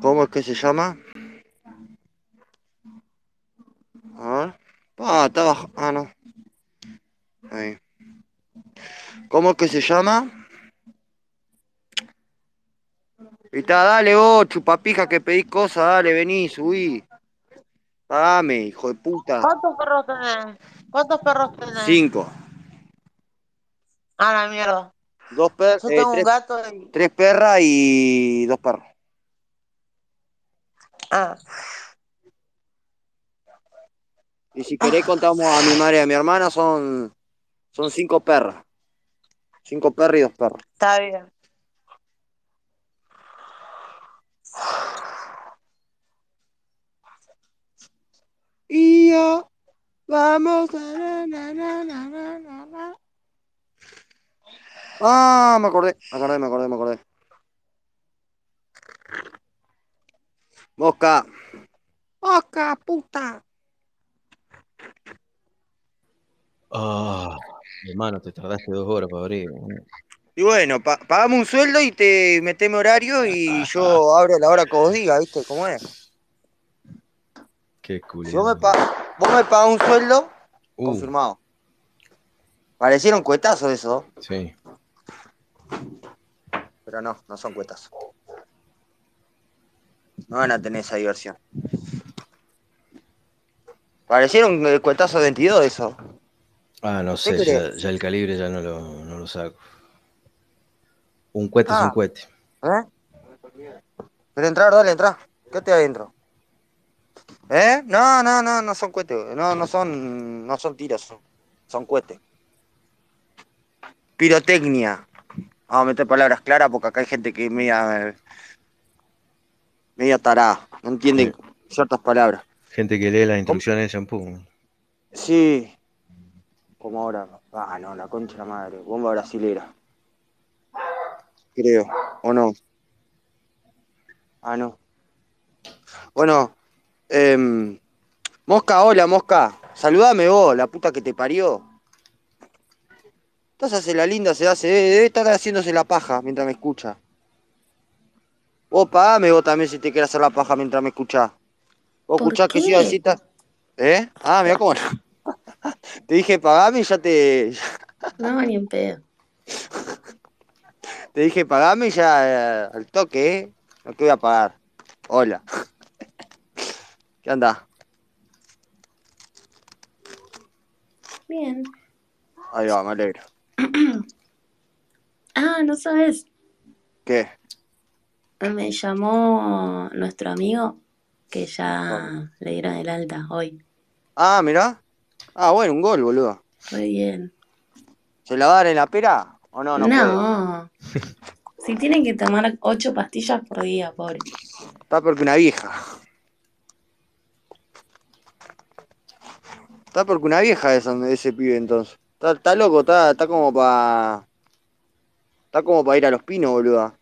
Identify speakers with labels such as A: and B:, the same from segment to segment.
A: ¿Cómo es que se llama? A ver. Ah, está bajo. Ah, no. Ahí. ¿Cómo es que se llama? Grita, dale vos, chupapija, que pedís cosas, dale, vení, subí. Dame, hijo de puta.
B: ¿Cuántos perros tenés? ¿Cuántos perros tenés?
A: Cinco.
B: A la mierda.
A: Dos perros.
B: Yo tengo un
A: Eh, tres,
B: gato y.
A: tres perras y dos perros.
B: Ah,
A: Y si querés contamos a mi madre y a mi hermana, son, son cinco perras. Cinco perros y dos perros.
B: está bien.
A: Y yo, vamos a... na, na, na, na, na, na, na. Ah, me acordé, me acordé, me acordé, me acordé. Mosca. Mosca, puta.
C: Ah, hermano, te tardaste dos horas para abrir. ¿eh? boludo.
A: Y bueno, pa- pagame un sueldo y te meteme horario y yo abro la hora que vos digas, ¿viste? ¿Cómo es?
C: Qué culo.
A: Si vos me, pa- vos me pagás un sueldo,
C: Uh,
A: confirmado. Parecieron cuetazos eso,
C: Sí.
A: pero no, no son cuetazos. No van a tener esa diversión. Parecieron eh, cuetazos 22 eso.
C: Ah, no sé, ya,
A: querés?
C: ya el calibre ya no lo, no lo saco. Un cohete es un
A: Ah.
C: cohete.
A: ¿Eh? Pero entrar, dale, entrá. Quédate adentro. ¿Eh? No, no, no, no son cohetes. No, no son. No son tiros, son, son cohetes. Pirotecnia. Vamos a meter palabras claras porque acá hay gente que es media. eh, media tarada. No entiende ciertas palabras.
C: Gente que lee las instrucciones de shampoo.
A: Sí. Como ahora. Ah, no, la concha de la madre. Bomba brasilera. Creo. ¿O no? Ah, no. Bueno. em, mosca, hola, Mosca. Saludame vos, la puta que te parió. Estás hace la linda, se hace. Debe estar haciéndose la paja mientras me escucha. Vos pagame vos también si te querés hacer la paja mientras me escuchás. Vos
D: ¿Por
A: escuchás que
D: qué?
A: yo así está- ¿Eh? Ah, mira cómo no. Te dije pagame y ya te.
D: No, ni en pedo.
A: Te dije pagame y ya eh, al toque, ¿eh? No te voy a pagar. Hola. ¿Qué anda?
D: Bien.
A: Ahí va, me alegro.
D: Ah, no sabes.
A: ¿Qué?
D: Me llamó nuestro amigo que ya le dieron el alta hoy.
A: Oh. Ah, mirá. Ah, bueno, un gol, boludo.
D: Muy bien.
A: ¿Se la va a dar en la pera? ¿O no? No. puede?
D: No. Si tienen que tomar ocho pastillas por día, pobre.
A: Está porque una vieja. Está porque una vieja esa- ese pibe entonces. Está, está loco, está, está como para. Está como para ir a los pinos, boluda.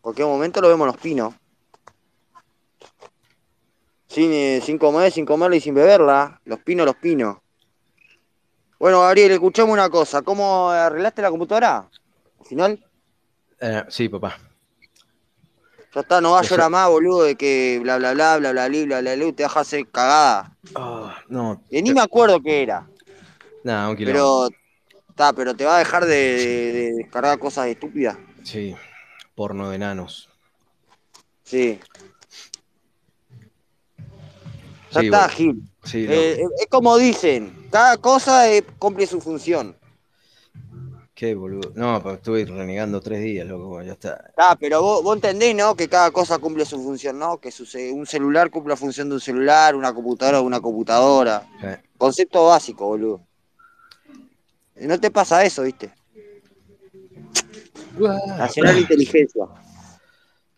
A: Cualquier momento lo vemos en los pinos. Sin, eh, sin comer, sin comerla y sin beberla. Los pinos, los pinos. Bueno, Gabriel, escuchame una cosa. ¿Cómo arreglaste la computadora? Al final,
C: Eh, sí, papá.
A: ya está, no va a
C: Eso-
A: llorar más, boludo, de que bla bla bla bla bla bla bla bla, bla, te deja hacer cagada.
C: Ah, no,
A: Eh, ni me acuerdo qué era.
C: nada, un kilómetro.
A: Pero. Ta, pero te va a dejar de, de- de descargar cosas estúpidas.
C: Sí, porno de enanos.
A: Sí. Ya
C: Sí,
A: está,
C: bueno,
A: Gil.
C: sí,
A: Eh,
C: loco.
A: eh, es como dicen, cada cosa eh, cumple su función.
C: Qué boludo. No, pa, estuve renegando tres días, loco. Ya está.
A: Ta, pero vos, vos entendés, ¿no? Que cada cosa cumple su función, ¿no? Que su ce- un celular cumple la función de un celular, una computadora de una computadora.
C: Eh,
A: Concepto básico, boludo. Y No te pasa eso, ¿viste? Nacional inteligencia.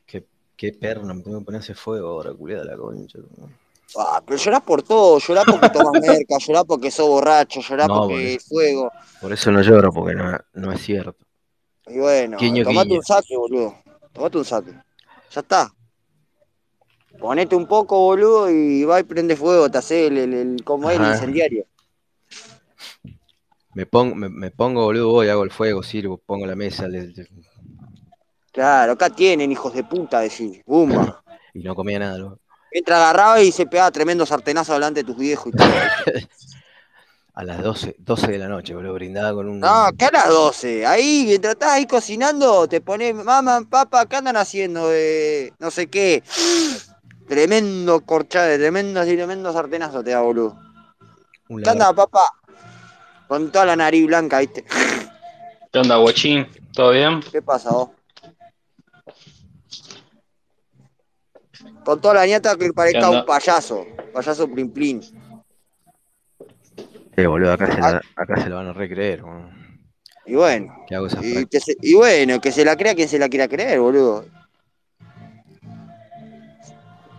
C: Qué, qué perna, me tengo que poner ese fuego ahora, culiada la concha.
A: Ah, pero llorás por todo, llorás porque tomas merca, llorás porque sos borracho, llorás
C: No,
A: porque
C: boludo.
A: el fuego.
C: Por eso no lloro, porque no, no es cierto.
A: Y bueno,
C: Guiño,
A: tomate
C: guiño.
A: un saque, boludo. Tomate un saque. Ya está. Ponete un poco, boludo, y va y prende fuego, te hace el, el, el- como es el
C: Ajá.
A: incendiario.
C: Me pongo, me, me pongo, boludo, voy, hago el fuego, sirvo, pongo la mesa. le- le-
A: Claro, acá tienen hijos de puta, decir. Bumba.
C: Y no comía nada, loco.
A: Mientras agarraba y se pegaba tremendo sartenazo delante de tus viejos y todo.
C: A las 12, 12 de la noche, boludo, brindaba con un.
A: No, acá a las 12. Ahí, mientras estás ahí cocinando, te pones, mamá, papá, ¿qué andan haciendo? Eh, no sé qué. Tremendo corchade, tremendo, así, tremendo sartenazo te da, boludo.
C: un
A: ¿Qué anda, papá? Con toda la nariz blanca, ¿viste?
E: ¿Qué onda, guachín? ¿Todo bien?
A: ¿Qué pasa, vos? Con toda la ñata que parezca
E: anda?
A: un payaso. Payaso plin plin.
C: Eh, boludo, acá se,
A: Ah.
C: la, acá se la van a recreer, boludo.
A: Y bueno.
C: ¿Qué hago esa
A: Y, que se- y bueno, que se la crea quien se la quiera creer, boludo.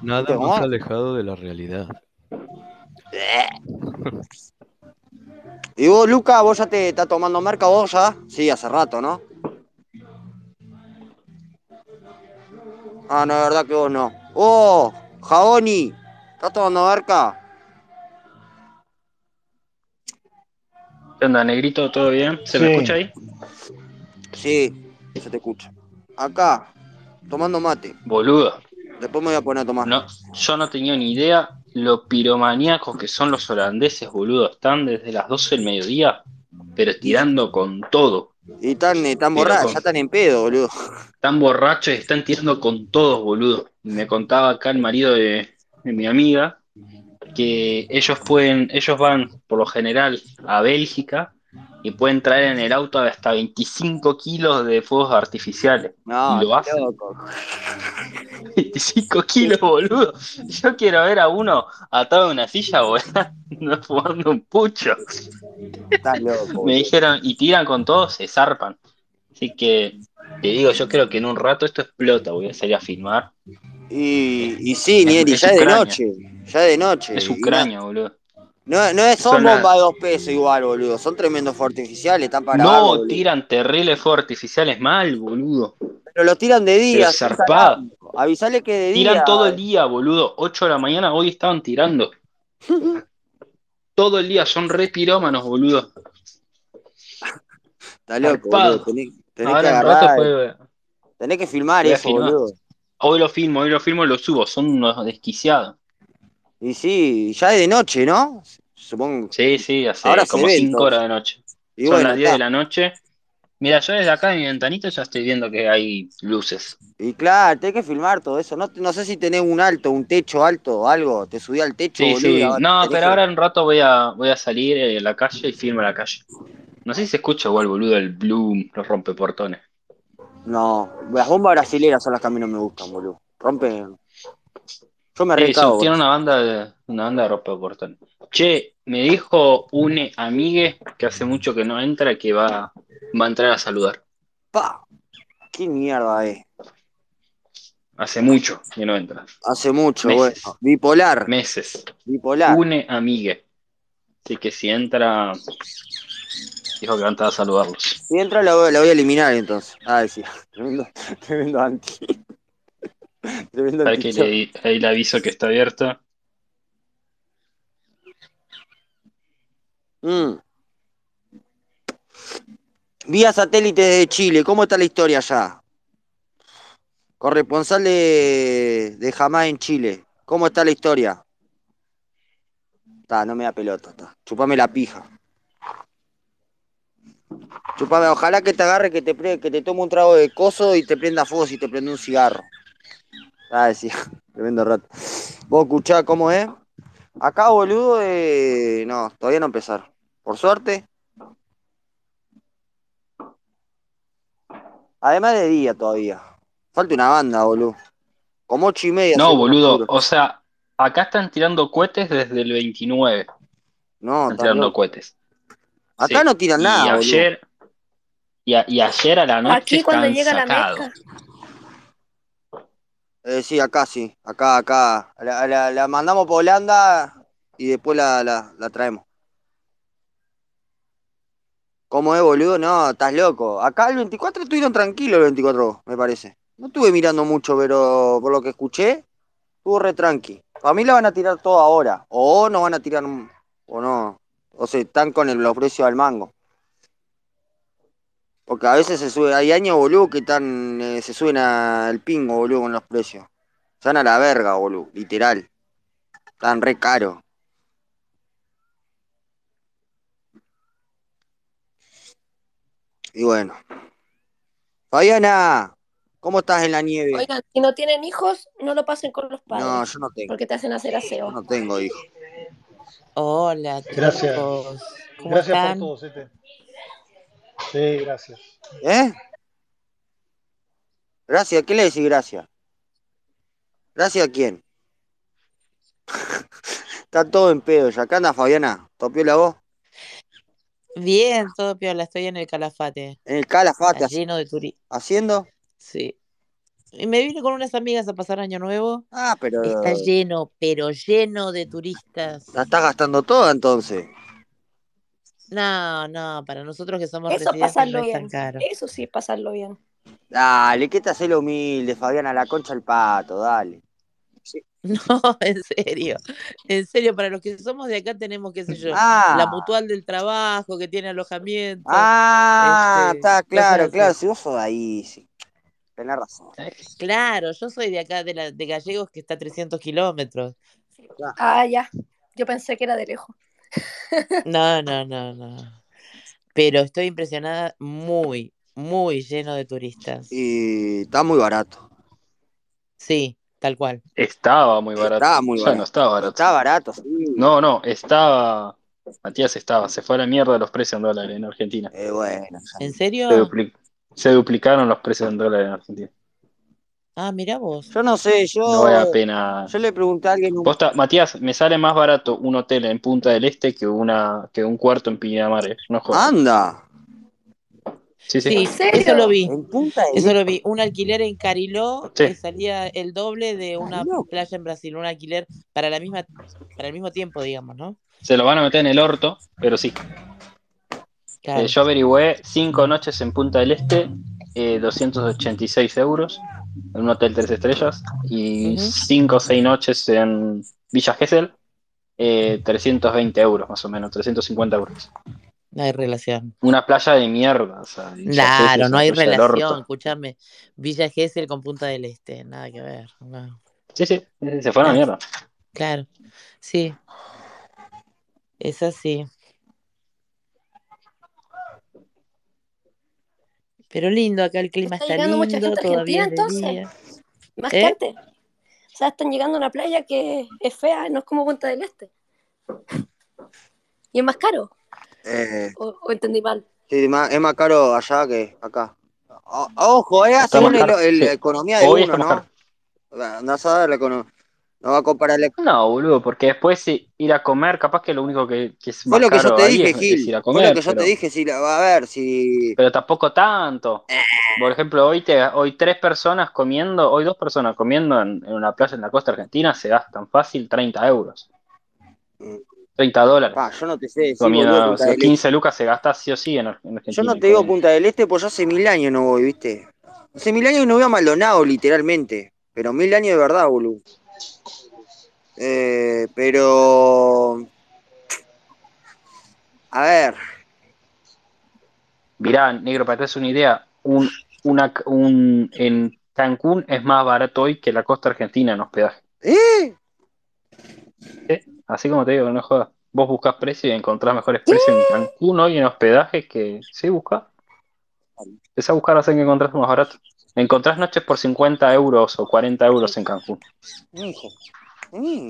C: Nada
A: ¿Cómo?
C: más alejado de la realidad.
A: Y vos, Luca, vos ya te estás tomando marca, vos ya. Sí, hace rato, ¿no? Ah, no, la verdad que vos no. ¡Oh! Jaoni, ¿estás tomando marca?
E: ¿Qué onda, negrito? ¿Todo bien? ¿Se
F: Sí.
E: me escucha ahí?
A: Sí, se te escucha. Acá, tomando mate.
E: Boludo.
A: Después me voy a poner a tomar.
E: No, yo no tenía ni idea lo piromaníacos que son los holandeses, boludo. Están desde las 12 del mediodía, pero tirando con todo.
A: Y están, eh, están
E: Mira,
A: borrados,
E: con-
A: ya están en pedo, boludo.
E: Están borrachos y están tirando con todos, boludo. Me contaba acá el marido de, de mi amiga que ellos pueden, ellos van por lo general a Bélgica y pueden traer en el auto hasta 25 kilos de fuegos artificiales.
A: No,
E: ¿Y lo
A: está
E: hacen?
A: loco.
E: 25 kilos, boludo. Yo quiero ver a uno atado a una silla volando, fumando un pucho.
A: Estás loco.
E: Me
A: boludo.
E: dijeron, y tiran con todo, se zarpan. Así que, te digo, yo creo que en un rato esto explota. Voy a salir a filmar.
A: Y, y sí,
E: Es-
A: Nieri,
E: es
A: ya de
E: Ucrania.
A: noche. Ya de noche.
E: Es
A: Y
E: Ucrania, boludo.
A: No, no es- son
E: Son la-
A: bombas de dos pesos igual, boludo. Son tremendos fuegos artificiales, están para
E: no,
A: abajo, boludo.
E: tiran terribles fuegos artificiales mal, boludo.
A: Pero los tiran de día.
E: Pero zarpado.
A: Avisale que de día.
E: Tiran todo el día, boludo. 8 de la mañana hoy estaban tirando. Todo el día, son re pirómanos, boludo.
A: Está loco,
E: zarpado.
A: boludo. Tenés, tenés que
E: Ahora en
A: agarrar,
E: rato fue...
A: tenés que filmar
E: voy a
A: eso,
E: filmar.
A: boludo.
E: Hoy lo filmo, hoy lo filmo y lo subo. Son unos desquiciados.
A: Y sí, ya es de noche, ¿no? Supongo.
E: Sí, sí, hace
A: Ahora se
E: como
A: ve,
E: 5
A: entonces.
E: horas de noche.
A: Y
E: Son
A: bueno,
E: las 10
A: está.
E: de la noche. Mira, yo desde acá de mi ventanita ya estoy viendo que hay luces.
A: y claro, tenés que filmar todo eso. No, no sé si tenés un alto, un techo alto, algo. Te subí al techo,
E: Sí,
A: boludo. y
E: sí.
A: ahora
E: No,
A: tenés
E: pero
A: que-
E: ahora en un rato voy a, voy a salir eh, a la calle y filmo la calle. No sé si se escucha igual, boludo, el bloom, los rompeportones.
A: No, las bombas brasileras son las que a mí no me gustan, boludo. Rompen. Yo me
E: Sí,
A: recago.
E: son- tiene una banda de, una banda de rompeportones. Che, me dijo une amigue que hace mucho que no entra que va, va a entrar a saludar.
A: Pa. ¿Qué mierda eh. es?
E: Hace mucho que no entra.
A: Hace mucho, bueno.
E: Meses.
A: Bipolar,
E: Meses.
A: bipolar.
E: Une Amigue. Así que si entra, dijo que va a entrar a saludarlos.
A: Si entra, la voy, la voy a eliminar entonces. Ay, sí. Tremendo, tremendo anti. Tremendo
E: Para que le-
A: anti.
E: ahí le aviso que está abierta.
A: Mm. Vía satélite desde Chile, ¿cómo está la historia allá? Corresponsal de, de Jamás en Chile, ¿cómo está la historia? Está, no me da pelota, está. Chupame la pija. Chupame, ojalá que te agarre, que te, pre- que te tome un trago de coso y te prenda fuego si te prende un cigarro. Ah, sí, tremendo rato. Vos escuchá cómo es. Acá, boludo, eh, no, todavía no empezar. Por suerte. Además de día todavía. Falta una banda, boludo. Como ocho y media.
E: No,
A: seguro,
E: boludo.
A: seguro.
E: O sea, acá están tirando cohetes desde el 29.
A: No,
E: Están
A: está
E: tirando
A: loco.
E: cohetes.
A: Acá
E: Sí.
A: no tiran
E: Y
A: nada, boludo.
E: ayer, y, a- y ayer a la noche
D: Aquí cuando
E: están
D: llega
E: sacados.
D: la mezcla.
A: Eh, sí, acá sí. Acá, acá. La, la- la mandamos para Holanda y después la, la- la traemos. ¿Cómo es, boludo? No, estás loco. Acá el 24 estuvieron tranquilos el 24, me parece. No estuve mirando mucho, pero por lo que escuché, estuvo re tranqui. A mí la van a tirar todo ahora. O no van a tirar, un- o no. O sea, están con el- los precios al mango. Porque a veces se sube, hay años, boludo, que están, eh, se suben al pingo, boludo, con los precios. Están a la verga, boludo, literal. Están re caro. Y bueno. Fabiana, ¿cómo estás en la nieve?
F: Oigan, si no tienen hijos, no lo pasen con los padres.
A: no, yo no tengo,
F: Porque te hacen hacer
A: yo
F: aseo.
A: no tengo hijo.
G: Hola, chicos.
H: Gracias.
G: ¿Cómo
H: Gracias
G: están?
H: por todo, Cete. Sí, gracias.
A: ¿Eh? Gracias, ¿qué le decís gracias? ¿Gracias a quién? Está todo en pedo ya. ¿Qué anda, Fabiana? ¿Topió la voz?
G: Bien, todo piola. Estoy en el Calafate.
A: En el calafate,
G: está lleno de turistas.
A: haciendo.
G: Sí. Y me vine con unas amigas a pasar Año Nuevo.
A: Ah, pero.
G: Está lleno, pero lleno de turistas.
A: La estás gastando toda entonces.
G: No, no, para nosotros que somos
F: Eso
G: residentes
F: pasarlo
G: no es tan
F: bien.
G: caro.
F: Eso sí, pasarlo bien.
A: Dale, ¿qué te hace lo humilde, Fabiana? La concha al pato, dale.
G: No, en serio. En serio, para los que somos de acá tenemos, qué sé yo,
A: Ah,
G: la mutual del trabajo que tiene alojamiento.
A: ah,
G: este,
A: está claro,
G: cosas
A: claro.
G: así.
A: Si vos sos de ahí, sí. Tenés razón.
G: Claro, yo soy de acá, de, la, de Gallegos, que está a 300 kilómetros.
F: Ah, ya. Yo pensé que era de lejos.
G: No, no, no, no. Pero estoy impresionada, muy, muy lleno de turistas.
A: Y está muy barato.
G: Sí, tal cual.
E: Estaba muy barato.
A: Estaba muy
E: Ya
A: barato.
E: no estaba barato.
A: Está barato, sí.
E: No, no, estaba. Matías estaba. Se fue a la mierda los precios en dólares en Argentina.
A: Eh, bueno,
G: ¿En
E: Se,
G: serio?
E: dupli- se duplicaron los precios en dólares en Argentina.
G: Ah, mirá vos.
A: yo no sé, yo,
G: Oh.
E: No vale la pena.
A: yo le pregunté a alguien. un-
E: Posta, Matías, me sale más barato un hotel en Punta del Este que una que un cuarto en Pinamar. eh, No jodas.
A: Anda,
E: sí, sí.
G: Sí,
F: serio?
G: eso lo vi.
A: en punta Este. de.
G: Eso lo vi. Un alquiler en Cariló
E: Sí.
G: que salía el doble de una
A: Cariló.
G: playa en Brasil. Un alquiler para la misma, para el mismo tiempo, digamos, ¿no?
E: Se lo van a meter en el orto, pero sí.
G: Claro.
E: Eh, yo averigüé cinco noches en Punta del Este, eh, 286 euros, en un hotel tres estrellas, y
G: Ujú.
E: cinco o seis noches en Villa Gesell, eh, 320 euros más o menos, 350 euros.
G: No hay relación.
E: Una playa de mierda. o sea, Villa Gesell
G: Claro,
E: es
G: no
E: una
G: hay
E: playa del
G: relación.
E: orto.
G: Escúchame. Villa Gesell con Punta del Este. Nada que ver. no.
E: Sí, sí, sí, sí, se fue a la mierda.
G: Claro. Sí. Es así. Pero lindo, acá el clima
F: ¿Está
G: está,
F: llegando
G: lindo.
F: mucha gente a
G: todavía es de
F: Argentina,
G: día.
F: Más
G: ¿Eh?
F: gente. O sea, están llegando a una playa que es fea, no es como Punta del Este. Y es más caro.
A: Eh,
F: O, o entendí mal.
A: sí, más- es más caro allá que acá. O- ojo, eh,
E: Está
A: según
E: más
A: el-
E: caro,
A: el-
E: sí.
A: la economía de
E: Hoy
A: uno,
E: está más
A: ¿no? Andás a ver la economía. No va a comparar la
E: No, boludo, porque después sí, ir a comer, capaz que lo único que, que es
A: Fue
E: más
A: lo que yo
E: caro
A: te
E: ahí
A: dije,
E: es, es ir
A: Gil.
E: a
A: Fue lo
E: comer.
A: que yo
E: pero-
A: te dije, Eh. si la va a ver, si.
E: pero tampoco tanto. Por ejemplo, hoy te, hoy tres personas comiendo, hoy dos personas comiendo en, en una playa en la costa argentina se gastan fácil 30 euros.
A: Mm.
E: 30 dólares.
A: Pa, yo no te sé decir,
E: Comiendo,
A: boludo,
E: o
A: Punta
E: sea,
A: del Este.
E: 15 lucas se gasta sí o sí en, Ar- en
A: Yo
E: Argentina.
A: no te digo
E: comiendo.
A: Punta del Este, pues yo hace mil años no voy, ¿viste? Hace mil años no voy a Maldonado, literalmente. Pero mil años de verdad, boludo. Eh, pero. A ver,
E: Mirá, negro, para que te des una idea, un, una, un, en Cancún es más barato hoy que la costa argentina en hospedaje.
A: ¿eh?
E: Así como te digo, no jodas. Vos buscás precios y encontrás mejores precios en Cancún hoy en hospedaje que. Sí, busca. Empezá a buscar hacen que encontrás más barato. Encontrás noches por 50 euros o 40 euros en Cancún.
A: Mijo. Mm.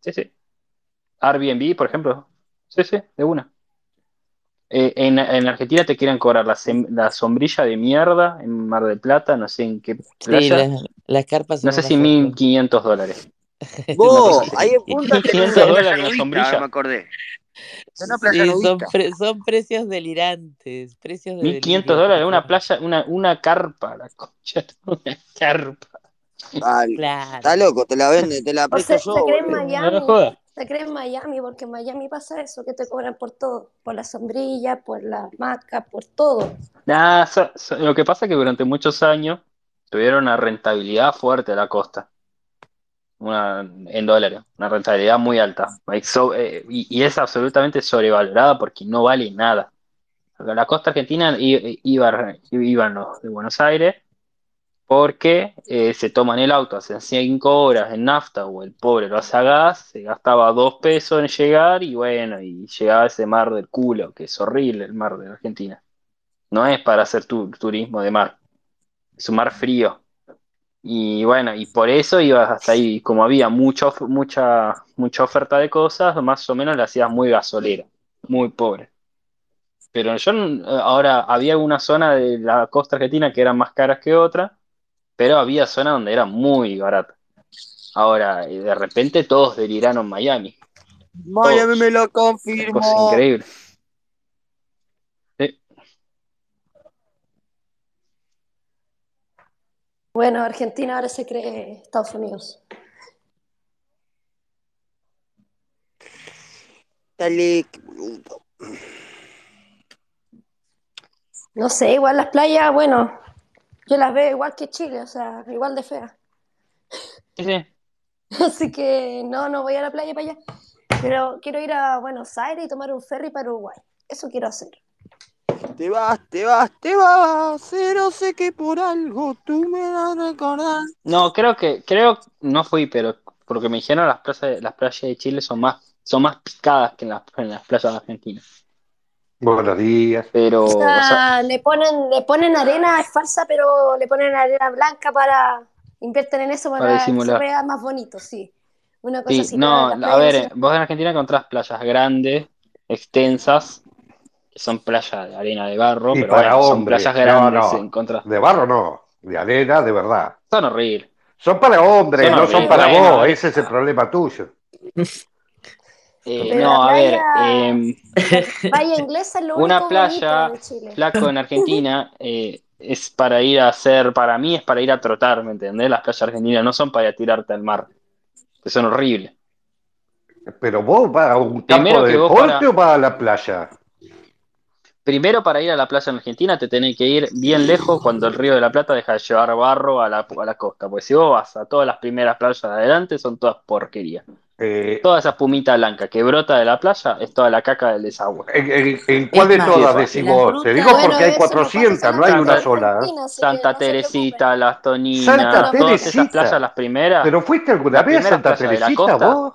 E: Sí, sí. Airbnb, por ejemplo. Sí, sí, de una. Eh, en, en Argentina te quieren cobrar la, sem- la sombrilla de mierda en Mar del Plata, no sé en qué
G: Sí,
E: playa.
G: las, las carpas son
E: no sé
G: una
E: si
G: fortuna.
E: 1500 dólares.
A: Vos, ahí en Punta del
E: 500
A: Este.
E: dólares en la sombrilla.
A: me acordé. Es una
G: Sí,
A: playa
G: son,
A: nudista.
G: pre- son precios delirantes, precios de
E: 1500
G: delirio,
E: dólares una
G: tal cual.
E: playa, una, una carpa, la concha, una carpa.
A: Dale, Está
G: Claro.
A: loco, te la vende, te la
F: O
A: presto
F: sea,
A: Ah, yo.
F: se creen
A: boludo.
E: No
F: Miami.
E: no jodas.
F: Se creen Miami, porque en Miami pasa eso, que te cobran por todo, por la sombrilla, por la hamaca, por todo.
E: Nah, Ah, so- so- lo que pasa es que durante muchos años tuvieron una rentabilidad fuerte a la costa, una, en dólares, una rentabilidad muy alta. Like, so- eh, y, y es absolutamente sobrevalorada porque no vale nada. A la costa argentina i- i- iba- iban los de Buenos Aires porque eh, se toman el auto, hacen 5 horas en nafta o el pobre lo hace a gas, se gastaba 2 pesos en llegar y bueno, y llegaba ese mar del culo, que es horrible el mar de la Argentina. No es para hacer tu- turismo de mar, es un mar frío. Y bueno, y por eso ibas hasta ahí, como había mucha, of- mucha, mucha oferta de cosas, más o menos la hacías muy gasolera, muy pobre. Pero yo, n- ahora, había una zona de la costa argentina que eran más caras que otra, pero había zonas donde era muy barata. Ahora, y de repente todos deliraron Miami.
A: Miami me lo
E: Una cosa
A: confirmó.
E: increíble. Sí.
F: Bueno, Argentina ahora se cree Estados Unidos.
A: Dale.
F: No sé, igual las playas, bueno, yo las veo igual que Chile, o sea, igual de feas.
E: Sí, sí.
F: Así que no, no voy a la playa para allá. Pero quiero ir a Buenos Aires y tomar un ferry para Uruguay. Eso quiero hacer.
A: Te vas, te vas, te vas. Pero sé que por algo tú me das a recordar.
E: No, creo que, creo, no fui, pero porque me dijeron las playas, las playas de Chile son más, son más picadas que en las, en las playas de Argentina.
I: Buenos días.
E: Pero,
F: O
E: Oh, o sea,
F: sea, Ah, le ponen, le ponen arena, es falsa, pero le ponen arena blanca para. Invierten en eso
E: Para
F: para, que se
E: disimular.
F: vea más bonito, sí. Una cosa
E: sí,
F: así, pero las
E: no, a
F: playas
E: ver,
F: nacionales-
E: vos en Argentina encontrás playas grandes, extensas, que son playas de arena de barro,
I: Y
E: pero
I: para
E: bueno, son
I: hombres.
E: playas
I: No,
E: grandes en
I: no.
E: contra.
I: De barro no. De arena, de verdad.
E: Son horribles.
I: Son para hombres,
E: Son
I: no son
E: horribles.
I: para
E: Bueno,
I: vos.
E: a ver,
I: Ese es el problema tuyo.
E: eh,
F: Pero
E: no,
F: la
E: a ver,
F: playa,
E: em,
F: la playa inglesa es lo
E: Una
F: único bonito
E: playa,
F: de Chile.
E: flaco, en Argentina eh, es para ir a hacer, para mí es para ir a trotar, ¿me entendés? Las playas argentinas no son para tirarte al mar, que son horribles.
I: Pero vos vas a un campo
E: Primero
I: de
E: que vos
I: deporte
E: para-
I: o vas a la playa.
E: Primero para ir a la playa en Argentina te tenés que ir bien lejos cuando el Río de la Plata deja de llevar barro a la, a la costa, porque si vos vas a todas las primeras playas de adelante son todas porquerías.
I: Eh,
E: Toda esa espumita blanca que brota de la playa es toda la caca del desagüe.
I: ¿En, en- en cuál de
G: más,
I: todas
E: Así de
I: decís
G: la
I: vos? Te
G: fruta-
I: digo
F: Bueno,
I: porque hay
F: eso no pasa
I: 400, no hay
F: solamente
I: una
E: Santa,
F: en
I: sola. ¿eh?
F: Argentina, así que
E: Santa
F: no se preocupen.
E: Teresita, Las
I: Santa
E: Toninas,
F: No,
E: todas esas playas,
I: Teresita.
E: las primeras,
I: ¿Pero fuiste alguna
E: las
I: vez a
E: primeras
I: Santa
E: playas de la
I: Teresita
E: costa,
I: vos?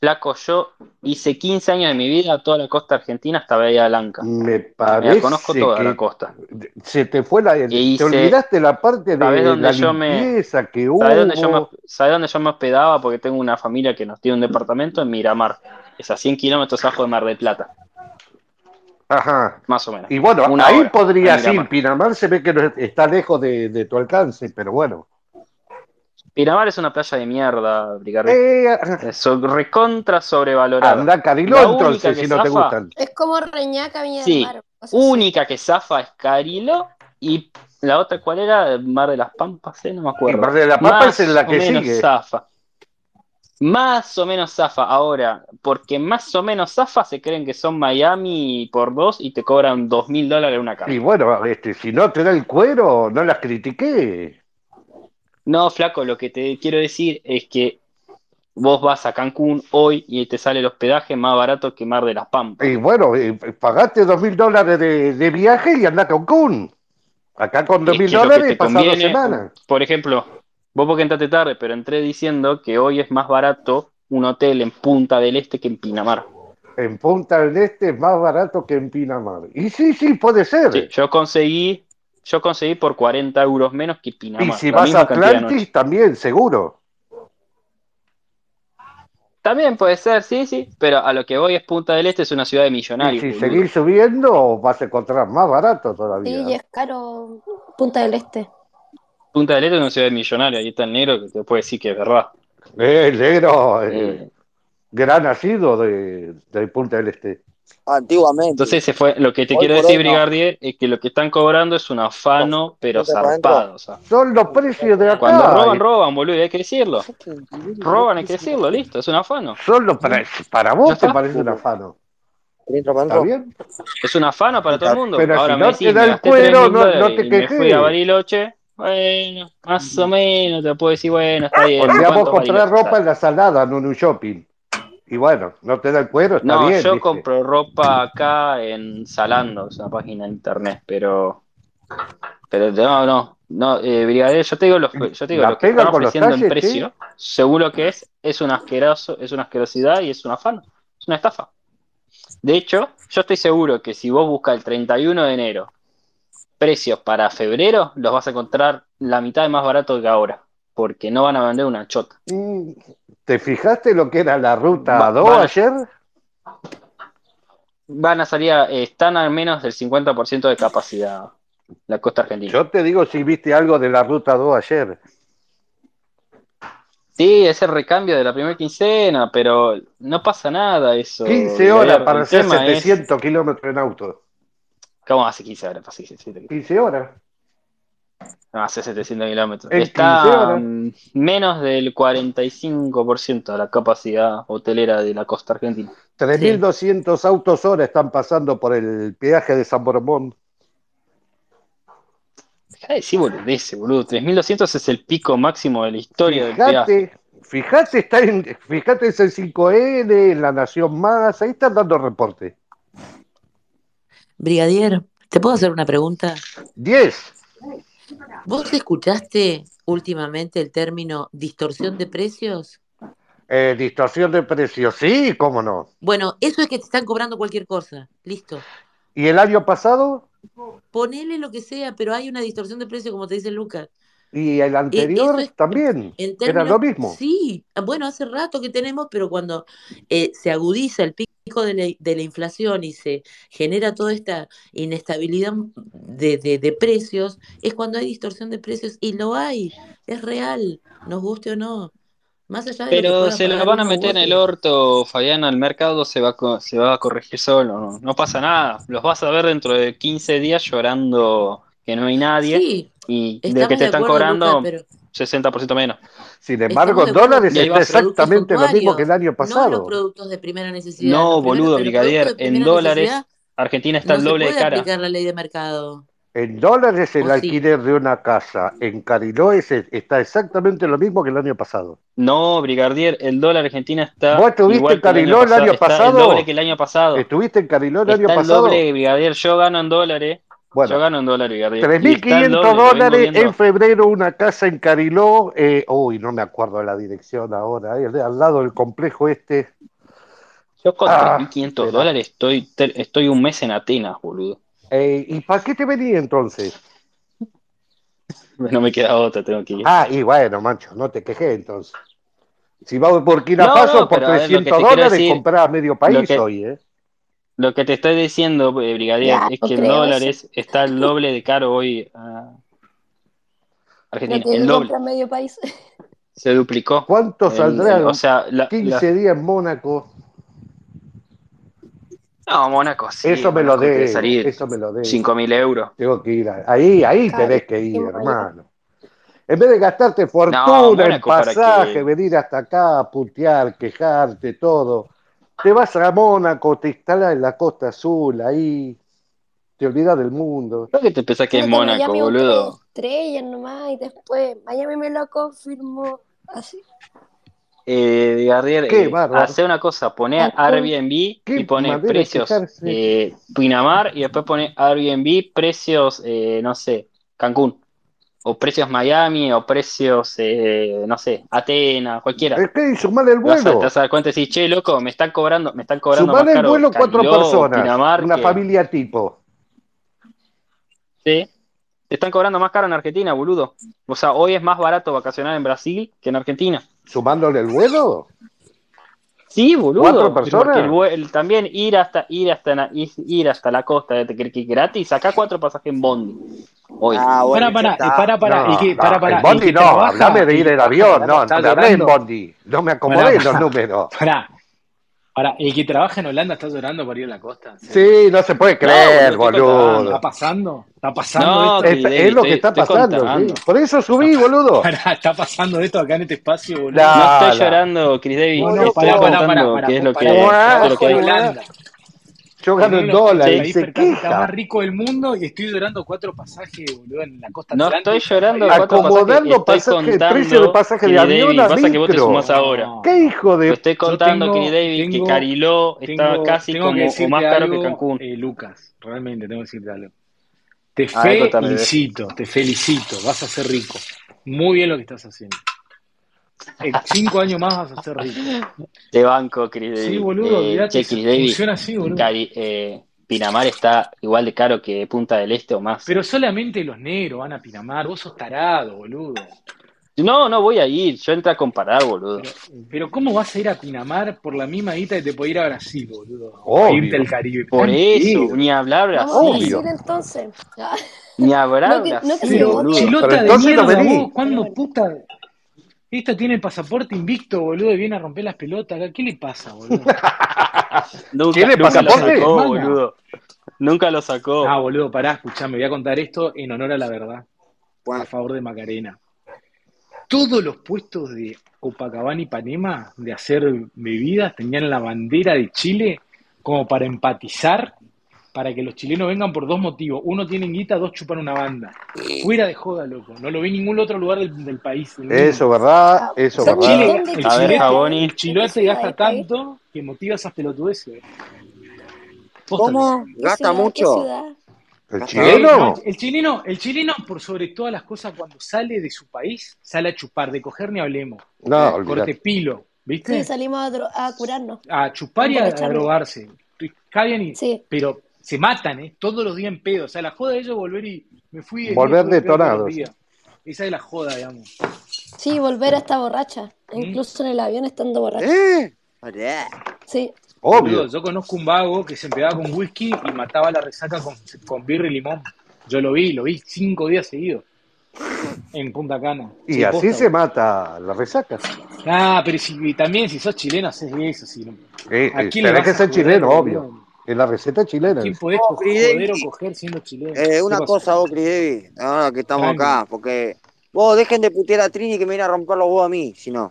E: flaco yo, hice 15 años de mi vida toda la costa argentina hasta Bahía Blanca.
I: Me
E: Me la conozco
I: parece
E: toda la
I: que
E: costa.
I: se te fue la...
E: Y
I: Te
E: hice,
I: olvidaste la parte
E: ¿sabés
I: de la
E: dónde yo me,
I: limpieza que
E: sabés dónde yo me,
I: hubo.
E: sabés dónde yo me hospedaba? Porque tengo una familia que nos tiene un departamento en Miramar, es a 100 kilómetros abajo de Mar del Plata,
I: Ajá.
E: más o menos,
I: Y bueno,
E: una
I: ahí
E: hora a
I: podrías ir.
E: Miramar.
I: Pinamar se ve que no es- está lejos de, de tu alcance, pero bueno.
E: Miramar es una playa de mierda, Brigadier.
I: Eh,
E: Eso, recontra sobrevalorada.
I: anda a Cariló
E: La única
I: entonces,
E: que
I: si no te
E: zafa,
I: gustan.
F: Es como Reñaca, Viña del Mar,
E: sí,
F: o cosas así.
E: única que zafa es Carilo y la otra cuál era, Mar de las Pampas, eh, no me
I: Y Mar
E: acuerdo.
I: de la Pampa es en
E: Más
I: la
E: o
I: que
E: menos
I: sigue.
E: zafa. Más o menos zafa ahora, porque más o menos zafa se creen que son Miami por dos y te cobran dos mil dólares una
I: Y
E: carta.
I: bueno, este, si no te da el cuero, no las critiqué.
E: No, flaco, lo que te quiero decir es que vos vas a Cancún hoy y te sale el hospedaje más barato que Mar de las Pampas.
I: Y bueno, eh, pagaste dos mil dólares de, de viaje y anda a Cancún. Acá con dos
E: Es
I: mil
E: que lo que
I: dólares
E: te
I: pasás dos
E: conviene,
I: semanas.
E: por ejemplo, vos porque entraste tarde, pero entré diciendo que hoy es más barato un hotel en Punta del Este que en Pinamar.
I: En Punta del Este es más barato que en Pinamar. Y sí, sí, puede
E: Sí,
I: ser.
E: yo conseguí, yo conseguí por 40 euros menos que
I: Y
E: Pinamar,
I: si
E: la
I: vas a
E: misma cantidad de noche.
I: Atlantis, también, seguro.
E: También puede ser, sí, sí, pero a lo que voy es Punta del Este es una ciudad de
I: Y
E: millonarios,
I: si
E: boludo.
I: seguís subiendo, vas a encontrar más barato
F: Sí,
I: todavía.
F: y es caro Punta del Este.
E: Punta del Este es una ciudad de millonarios, ahí está el negro que te puede decir que es verdad.
I: Eh, el negro, eh,
E: Eh,
I: gran nacido de, de Punta del Este.
A: Antiguamente.
E: Entonces, se fue. lo que te
A: Hoy
E: quiero
A: por
E: decir,
A: hoy no.
E: Brigadier, es que lo que están cobrando es un
A: No,
E: afano, pero
A: Siempre para adentro.
E: zarpado. O sea,
I: Son los precios de
E: cuando
I: acá.
E: roban, roban, boludo, hay que decirlo. Roban, hay que decirlo, listo, es un afano.
I: Son los pre- para
E: Ya
I: vos te
E: está.
I: parece un afano.
A: Adentro, para
I: ¿Está
A: adentro.
I: bien?
E: Es un afano para todo el mundo.
I: Pero si
E: Ahora me
I: no te
E: decís,
I: da
E: me
I: el
E: gasté 3
I: cuero,
E: mil
I: no, no
E: dólares
I: te
E: y me fui a
I: quejes.
E: Bariloche. Bueno, más o menos te puedo decir, bueno, está bien,
I: Porque a vos
E: ¿cuántos
I: comprar
E: Bariloche
I: ropa
E: sale?
I: en la salada, no en un shopping. Y bueno, no te da el cuero, está
E: No,
I: bien,
E: yo
I: ¿viste?
E: compro ropa acá en Zalando, es una página de internet, pero, pero no, no. No, eh, Brigadier, yo te digo, los, yo te digo
I: La
E: lo que
I: pega
E: están
I: con los
E: ofreciendo en
I: talles,
E: precio, según lo que es, es un asqueroso, es una asquerosidad y es un afán, es una estafa. De hecho, yo estoy seguro que si vos buscas el 31 de enero precios para febrero, los vas a encontrar la mitad de más barato que ahora, porque no van a vender una chota.
I: Mm, ¿Te fijaste lo que era la
E: Va-
I: ruta 2
E: van a-
I: ayer?
E: Van a salir, a- eh, están al menos del 50% de capacidad la costa argentina.
I: Yo te digo si viste algo de la ruta 2 ayer.
E: Sí, ese recambio de la primera quincena, pero no pasa nada eso.
I: 15 horas
E: Brigadier.
I: para
E: El
I: hacer
E: tema es-
I: 700 kilómetros en auto.
E: ¿Cómo hace 15 horas? Pasa 15, 7,
I: 15 horas.
E: no, hace 700 kilómetros.
I: En
E: Está
I: 15 horas.
E: mm, menos del 45% de la capacidad hotelera de la costa argentina.
I: 3.200 autos hora están pasando por el peaje de San Bormón.
E: Dejá de decir boludece, boludo. 3200 es el pico máximo de la historia del peaje.
I: Fíjate, fíjate, está en, fíjate, es el 5N, en La Nación Más, ahí están dando reporte.
D: Brigadier, ¿te puedo hacer una pregunta?
I: 10.
D: ¿Vos escuchaste últimamente el término distorsión de precios?
I: Eh, distorsión de precios, sí, cómo no.
D: Bueno, eso es que te están cobrando cualquier cosa. Listo.
I: ¿Y el año pasado?
D: Ponele lo que sea, pero hay una distorsión de precios, como te dice Lucas.
I: ¿Y el
D: E-
I: anterior
D: eso es
I: también?
D: en
I: ¿Era
D: términos.
I: lo mismo?
D: Sí, bueno, hace rato que tenemos, pero cuando eh, se agudiza el pico de la, de la inflación y se genera toda esta inestabilidad de, de- de precios, es cuando hay distorsión de precios y lo hay, es real, nos guste o no. Más allá de lo que
E: Pero
D: pueda
E: se lo
D: pagar
E: van a
D: uno u
E: meter en el
D: otro.
E: orto, Fabián, al mercado se va, a co- se va a corregir solo, no, no pasa nada. Los vas a ver dentro de 15 días llorando que no hay nadie
D: Sí,
E: y de que
D: estamos
E: te
D: de
E: están
D: acuerdo, Lucas,
E: cobrando
D: pero
E: 60% menos.
I: Sin
D: estamos
I: embargo,
D: de
I: en
D: acuerdo
I: dólares
E: Y ahí
D: con
I: está
E: va a
D: los
E: ser.
I: exactamente
D: productos
I: lo mismo que
D: suntuarios,
I: el año
D: no los
I: pasado.
D: productos de primera necesidad. Los,
E: No,
D: primer-
E: boludo,
D: los productos
E: brigadier,
D: de
E: en
D: primera necesidad
E: dólares Argentina está
D: no
E: el
D: se
E: doble de
D: puede
E: cara.
D: aplicar la ley de mercado,
I: En dólares el
D: ¿o sí?
I: alquiler de una casa en Cariló es- está exactamente lo mismo que el año pasado.
E: No, brigadier, el dólar Argentina
I: ¿Vos
E: está
I: estuviste en
E: igual que el año
I: Cariló el
E: pasado,
I: año
E: está el doble que
I: pasado?
E: el año pasado.
I: ¿Estuviste en Cariló el año
E: Está el doble,
I: pasado?
E: brigadier, yo gano en dólares, yo
I: Bueno,
E: gano en dólares, brigadier, y está el
I: 3.500
E: doble, lo vengo
I: dólares en
E: viendo.
I: febrero una casa en Cariló. eh, uy, no me acuerdo de la dirección ahora, eh, al lado del complejo este.
E: Yo con
I: Ah,
E: 3.500
I: espera.
E: dólares estoy, ter- estoy un mes en Atenas, boludo.
I: Eh, ¿Y para qué te venía entonces?
E: No me queda otra, tengo que ir.
I: Ah, y bueno, mancho, no te quejes entonces. Si vas por Burkina
E: No,
I: Faso
E: no,
I: por
E: pero a ver, lo
I: 300
E: que te quiero
I: dólares
E: decir,
I: comprás medio
E: lo
I: país
E: que,
I: hoy, ¿eh?
E: lo que te estoy diciendo, eh, brigadier,
J: Ya,
E: es
J: no
E: que en
J: creo eso.
E: dólares está el doble de caro hoy a
J: Lo
E: Argentina,
J: que
E: el
J: tú
E: doble,
J: compras medio país.
E: se duplicó.
I: ¿Cuánto
E: El- el-
I: saldrá
E: o sea, la, la-
I: 15 días en Mónaco?
E: No, Mónaco sí,
I: Eso me lo
E: Mónaco te debe
I: debo,
E: salir
I: eso me lo debo.
E: 5.000 euros.
I: Tengo que ir. a- Ahí, ahí tenés que ir,
J: Carísimo allá.
I: hermano. En vez de gastarte
E: No,
I: fortuna en
E: Mónaco para
I: pasaje,
E: que...
I: venir hasta acá, putear, quejarte, todo, te vas a Mónaco, te instalás en la Costa Azul, ahí, te olvidas del mundo.
E: ¿Por qué te pensás que es
J: Tómate
E: Mónaco,
J: Miami un tres
E: boludo?
J: estrellas nomás y después Miami me lo confirmó así.
E: Eh, Gardier,
I: Qué
E: eh,
I: bárbaro. Oh,
E: hace una cosa, poné
J: Cancún.
E: Airbnb y
I: Qué
E: pone
I: manera de
E: precios
I: quejarse.
E: eh, Pinamar y después pone Airbnb, precios, eh, no sé, Cancún, o precios Miami, o precios, eh, no sé, Atenas, cualquiera.
I: Es que sumar el
E: Te vas a, te vas
I: vuelo.
E: a dar cuenta y decís, che, loco, me están cobrando, me están cobrando más
I: Sumar el
E: caro
I: vuelo a cuatro
E: Cariló o
I: personas,
E: Pinamar
I: una
E: que...
I: familia tipo.
E: Sí. Te están cobrando más caro en Argentina, boludo. O sea, hoy es más barato vacacionar en Brasil que en Argentina.
I: ¿Sumándole el vuelo?
E: Sí,
I: ¿Cuatro
E: boludo, porque el,
I: personas?
E: vue- el- también ir hasta ir hasta na- ir, ir hasta la costa de Tequerque gratis, acá cuatro pasajes en bondi hoy.
K: Ah,
L: Para,
K: bueno, ya
L: para,
K: está.
L: para, para, el
I: No,
L: que, para,
I: no, en
L: para, el
I: Bondi
L: que
I: no, hablame
L: trabaja,
I: de
L: el
I: ir
L: que
I: en
L: trabaja en
I: avión,
L: la
I: no,
L: costa
I: no me hablé en
L: llorando.
I: Bondi, no me
L: Para,
I: acomodé en los
L: para,
I: números.
L: para, para, el que trabaja en Holanda está llorando por ir a la costa, en serio.
I: Sí, no se puede
E: No, boludo,
I: creer,
E: estoy
L: ¿Está
E: contando.
I: boludo.
L: pasando? ¿Está pasando
E: No,
L: esto?
I: Es, es
E: Kideli,
I: lo que
E: estoy,
I: está
E: estoy
I: pasando, sí.
E: contando.
I: Por eso
L: Está,
I: subí, boludo.
L: para, ¿Está pasando esto acá en este espacio, boludo?
E: No estoy
I: La, la.
E: llorando, Chris
L: No,
E: Davis,
L: no,
I: Boludo.
E: estoy
L: pará, pará, pará,
E: contando
L: pará.
E: qué es lo
L: Pará,
E: que,
L: porque
E: qué es
I: Guá,
E: lo que
L: trabajo en
E: hay.
I: guá.
L: Holanda,
I: Yo
L: en
I: gano
L: uno
I: en
L: de los
I: dólares y
E: Sí,
L: país
I: se
L: per cápita más
I: queja.
L: ricos del mundo y estoy llorando cuatro pasajes, boludo, en la costa
E: no estoy
L: atlántica para ir
E: llorando
L: a la
E: cuatro
L: costa.
E: pasajes,
I: Acomodando
E: estoy
I: pasaje, precio de
E: contando,
I: pasaje de
E: Chris
I: avión
E: Davis,
I: a
E: pasa que vos te sumás
I: micro.
E: ahora.
I: ¿Qué
L: No,
I: hijo
E: Te
I: de...
E: estoy
L: yo
E: contando, Chris
L: tengo,
E: Davis, que
L: tengo,
E: Cariló está
L: tengo,
E: casi
L: tengo que
E: como o más
L: decirte
E: caro que
L: algo,
E: Cancún.
L: eh, Lucas, realmente tengo que decirte algo. Te
J: Ah, esto está
L: felicito, te felicito. Vas a ser rico. Muy bien lo que estás haciendo. En cinco años más vas a ser rico.
E: De banco, Chris Davis.
L: Sí, boludo, olvidate,
E: che, Chris Davis,
L: funciona así, boludo.
E: Cari- eh, Pinamar está igual de caro que Punta del Este o más.
L: Pero solamente los negros van a Pinamar. Vos sos tarado, boludo.
E: No, no voy a ir. Yo entré a comparar, boludo.
L: Pero eh, ¿cómo vas a ir a Pinamar por la misma guita que te puede ir a Brasil, boludo?
E: Obvio.
L: O irte al Caribe.
E: Por
L: Tranquilo.
E: eso, ni hablar
F: Vamos
E: Brasil.
F: a decir entonces. Ah,
E: Ni hablar
F: No que- no que
E: Brasil,
F: se
E: boludo.
L: Chilota de mierda, vos, ¿cuándo puta? Esta tiene pasaporte invicto, boludo, y viene a romper las pelotas. acá. ¿Qué le pasa, boludo?
E: Nunca,
L: ¿Tiene
E: nunca lo
L: pasaporte?
E: sacó,
L: Mana.
E: boludo. Nunca lo sacó.
L: Ah, boludo, pará, escuchame, voy a contar esto en honor a la verdad. A favor de Macarena. Todos los puestos de Copacabana y Panema de hacer bebidas tenían la bandera de Chile como para empatizar, para que los chilenos vengan por dos motivos. Uno tienen guita, dos chupan una banda. Fuera de joda, loco. No lo vi en ningún otro lugar del, del país. del mundo.
I: Eso, ¿verdad? Eso,
L: El
I: ¿verdad?
L: chile, el
E: A ver,
L: chilete-
E: Jaboni.
L: el chilote
F: ciudad
L: gasta
F: del país?
L: tanto que motiva esas pelotudeces.
A: ¿Cómo? ¿Gasta mucho?
I: ¿El
L: Eh,
I: chileno?
L: no, el chileno, el chileno, por sobre todas las cosas, cuando sale de su país, sale a chupar, de coger ni hablemos.
I: No,
L: Eh,
I: olvidate.
L: corte pilo, ¿viste?
F: Sí, salimos a, dro- a curarnos.
L: a chupar y a, a
F: Emborracharnos.
L: drogarse. Cabian y,
F: Sí.
L: pero se matan, ¿eh? Todos los días en pedo. O sea, la joda de ellos volver y me fui y
I: Volver
L: venía todo el pedo todos
I: detonados.
L: los días. Esa es la joda, digamos.
F: Sí, volver a estar borracha. Incluso en el avión estando borracha. Sí.
L: Boludo, yo conozco un vago que se empedaba con whisky y mataba la resaca con, con birra y limón. Yo lo vi, lo vi cinco días seguidos en Punta Cana.
I: Y
L: Sí,
I: así
L: posta,
I: se mata la resaca.
L: Ah, pero si, y también si sos chileno haces eso. Si no,
I: Eh,
L: ¿A
I: eh,
L: quién le
I: tenés
L: vas
I: que
L: a
I: ser
L: joder,
I: chileno,
L: boludo?
I: obvio. Es la receta chilena.
L: ¿Quién
I: dice.
L: podés
A: No,
L: co-
A: Fridevi.
L: joder o coger siendo chileno?
A: Eh, una
L: ¿Qué pasa?
A: cosa, vos, Chris Davis, ahora que estamos
L: Tranqui.
A: acá, porque vos dejen de putear a Trini que me viene a romper los huevos a mí, si no.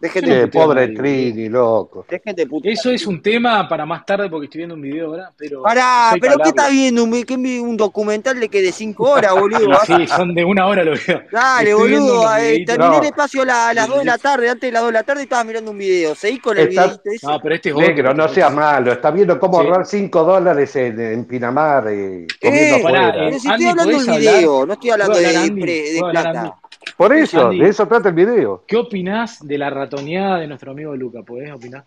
A: Dejen
L: Yo no
A: de,
I: Che,
L: puteo a
I: pobre
L: nadie, boludo.
I: Trini, loco.
A: dejen de putear.
L: Eso es un tema para más tarde porque estoy viendo un video ahora, pero
A: Pará,
L: eso hay que
A: pero ¿qué
L: hablarlo.
A: está viendo? ¿Un, qué vi- un documental de que de 5 horas, boludo? ah.
L: Y sí, son de una hora lo veo.
A: Dale,
L: Estoy viendo
A: boludo,
L: unos
A: eh,
L: videitos.
A: terminé el
L: No.
A: espacio a, la- a las 2 de la tarde, antes de las 2 de la tarde estabas mirando un video, seguí con el
I: Está-
A: videito ese.
L: No, pero este es otro.
I: Negro,
L: este
I: no
L: es
I: sea
L: otro.
I: malo. Está viendo cómo
L: Sí.
I: ahorrar 5 dólares en, en Pinamar eh, comiendo
A: Eh,
L: Pará,
I: afuera.
A: pero
L: eh,
A: si estoy
L: Andy,
A: hablando del
L: ¿podés hablar?
A: video, no estoy hablando
L: ¿Puedo hablar,
A: de,
L: Andy?
A: pre- de
L: ¿Puedo hablar, Andy?
A: plata.
I: Por eso,
L: Andy.
I: de eso trata el video.
L: ¿Qué opinás de la ratoneada de nuestro amigo Luca? ¿Podés opinar?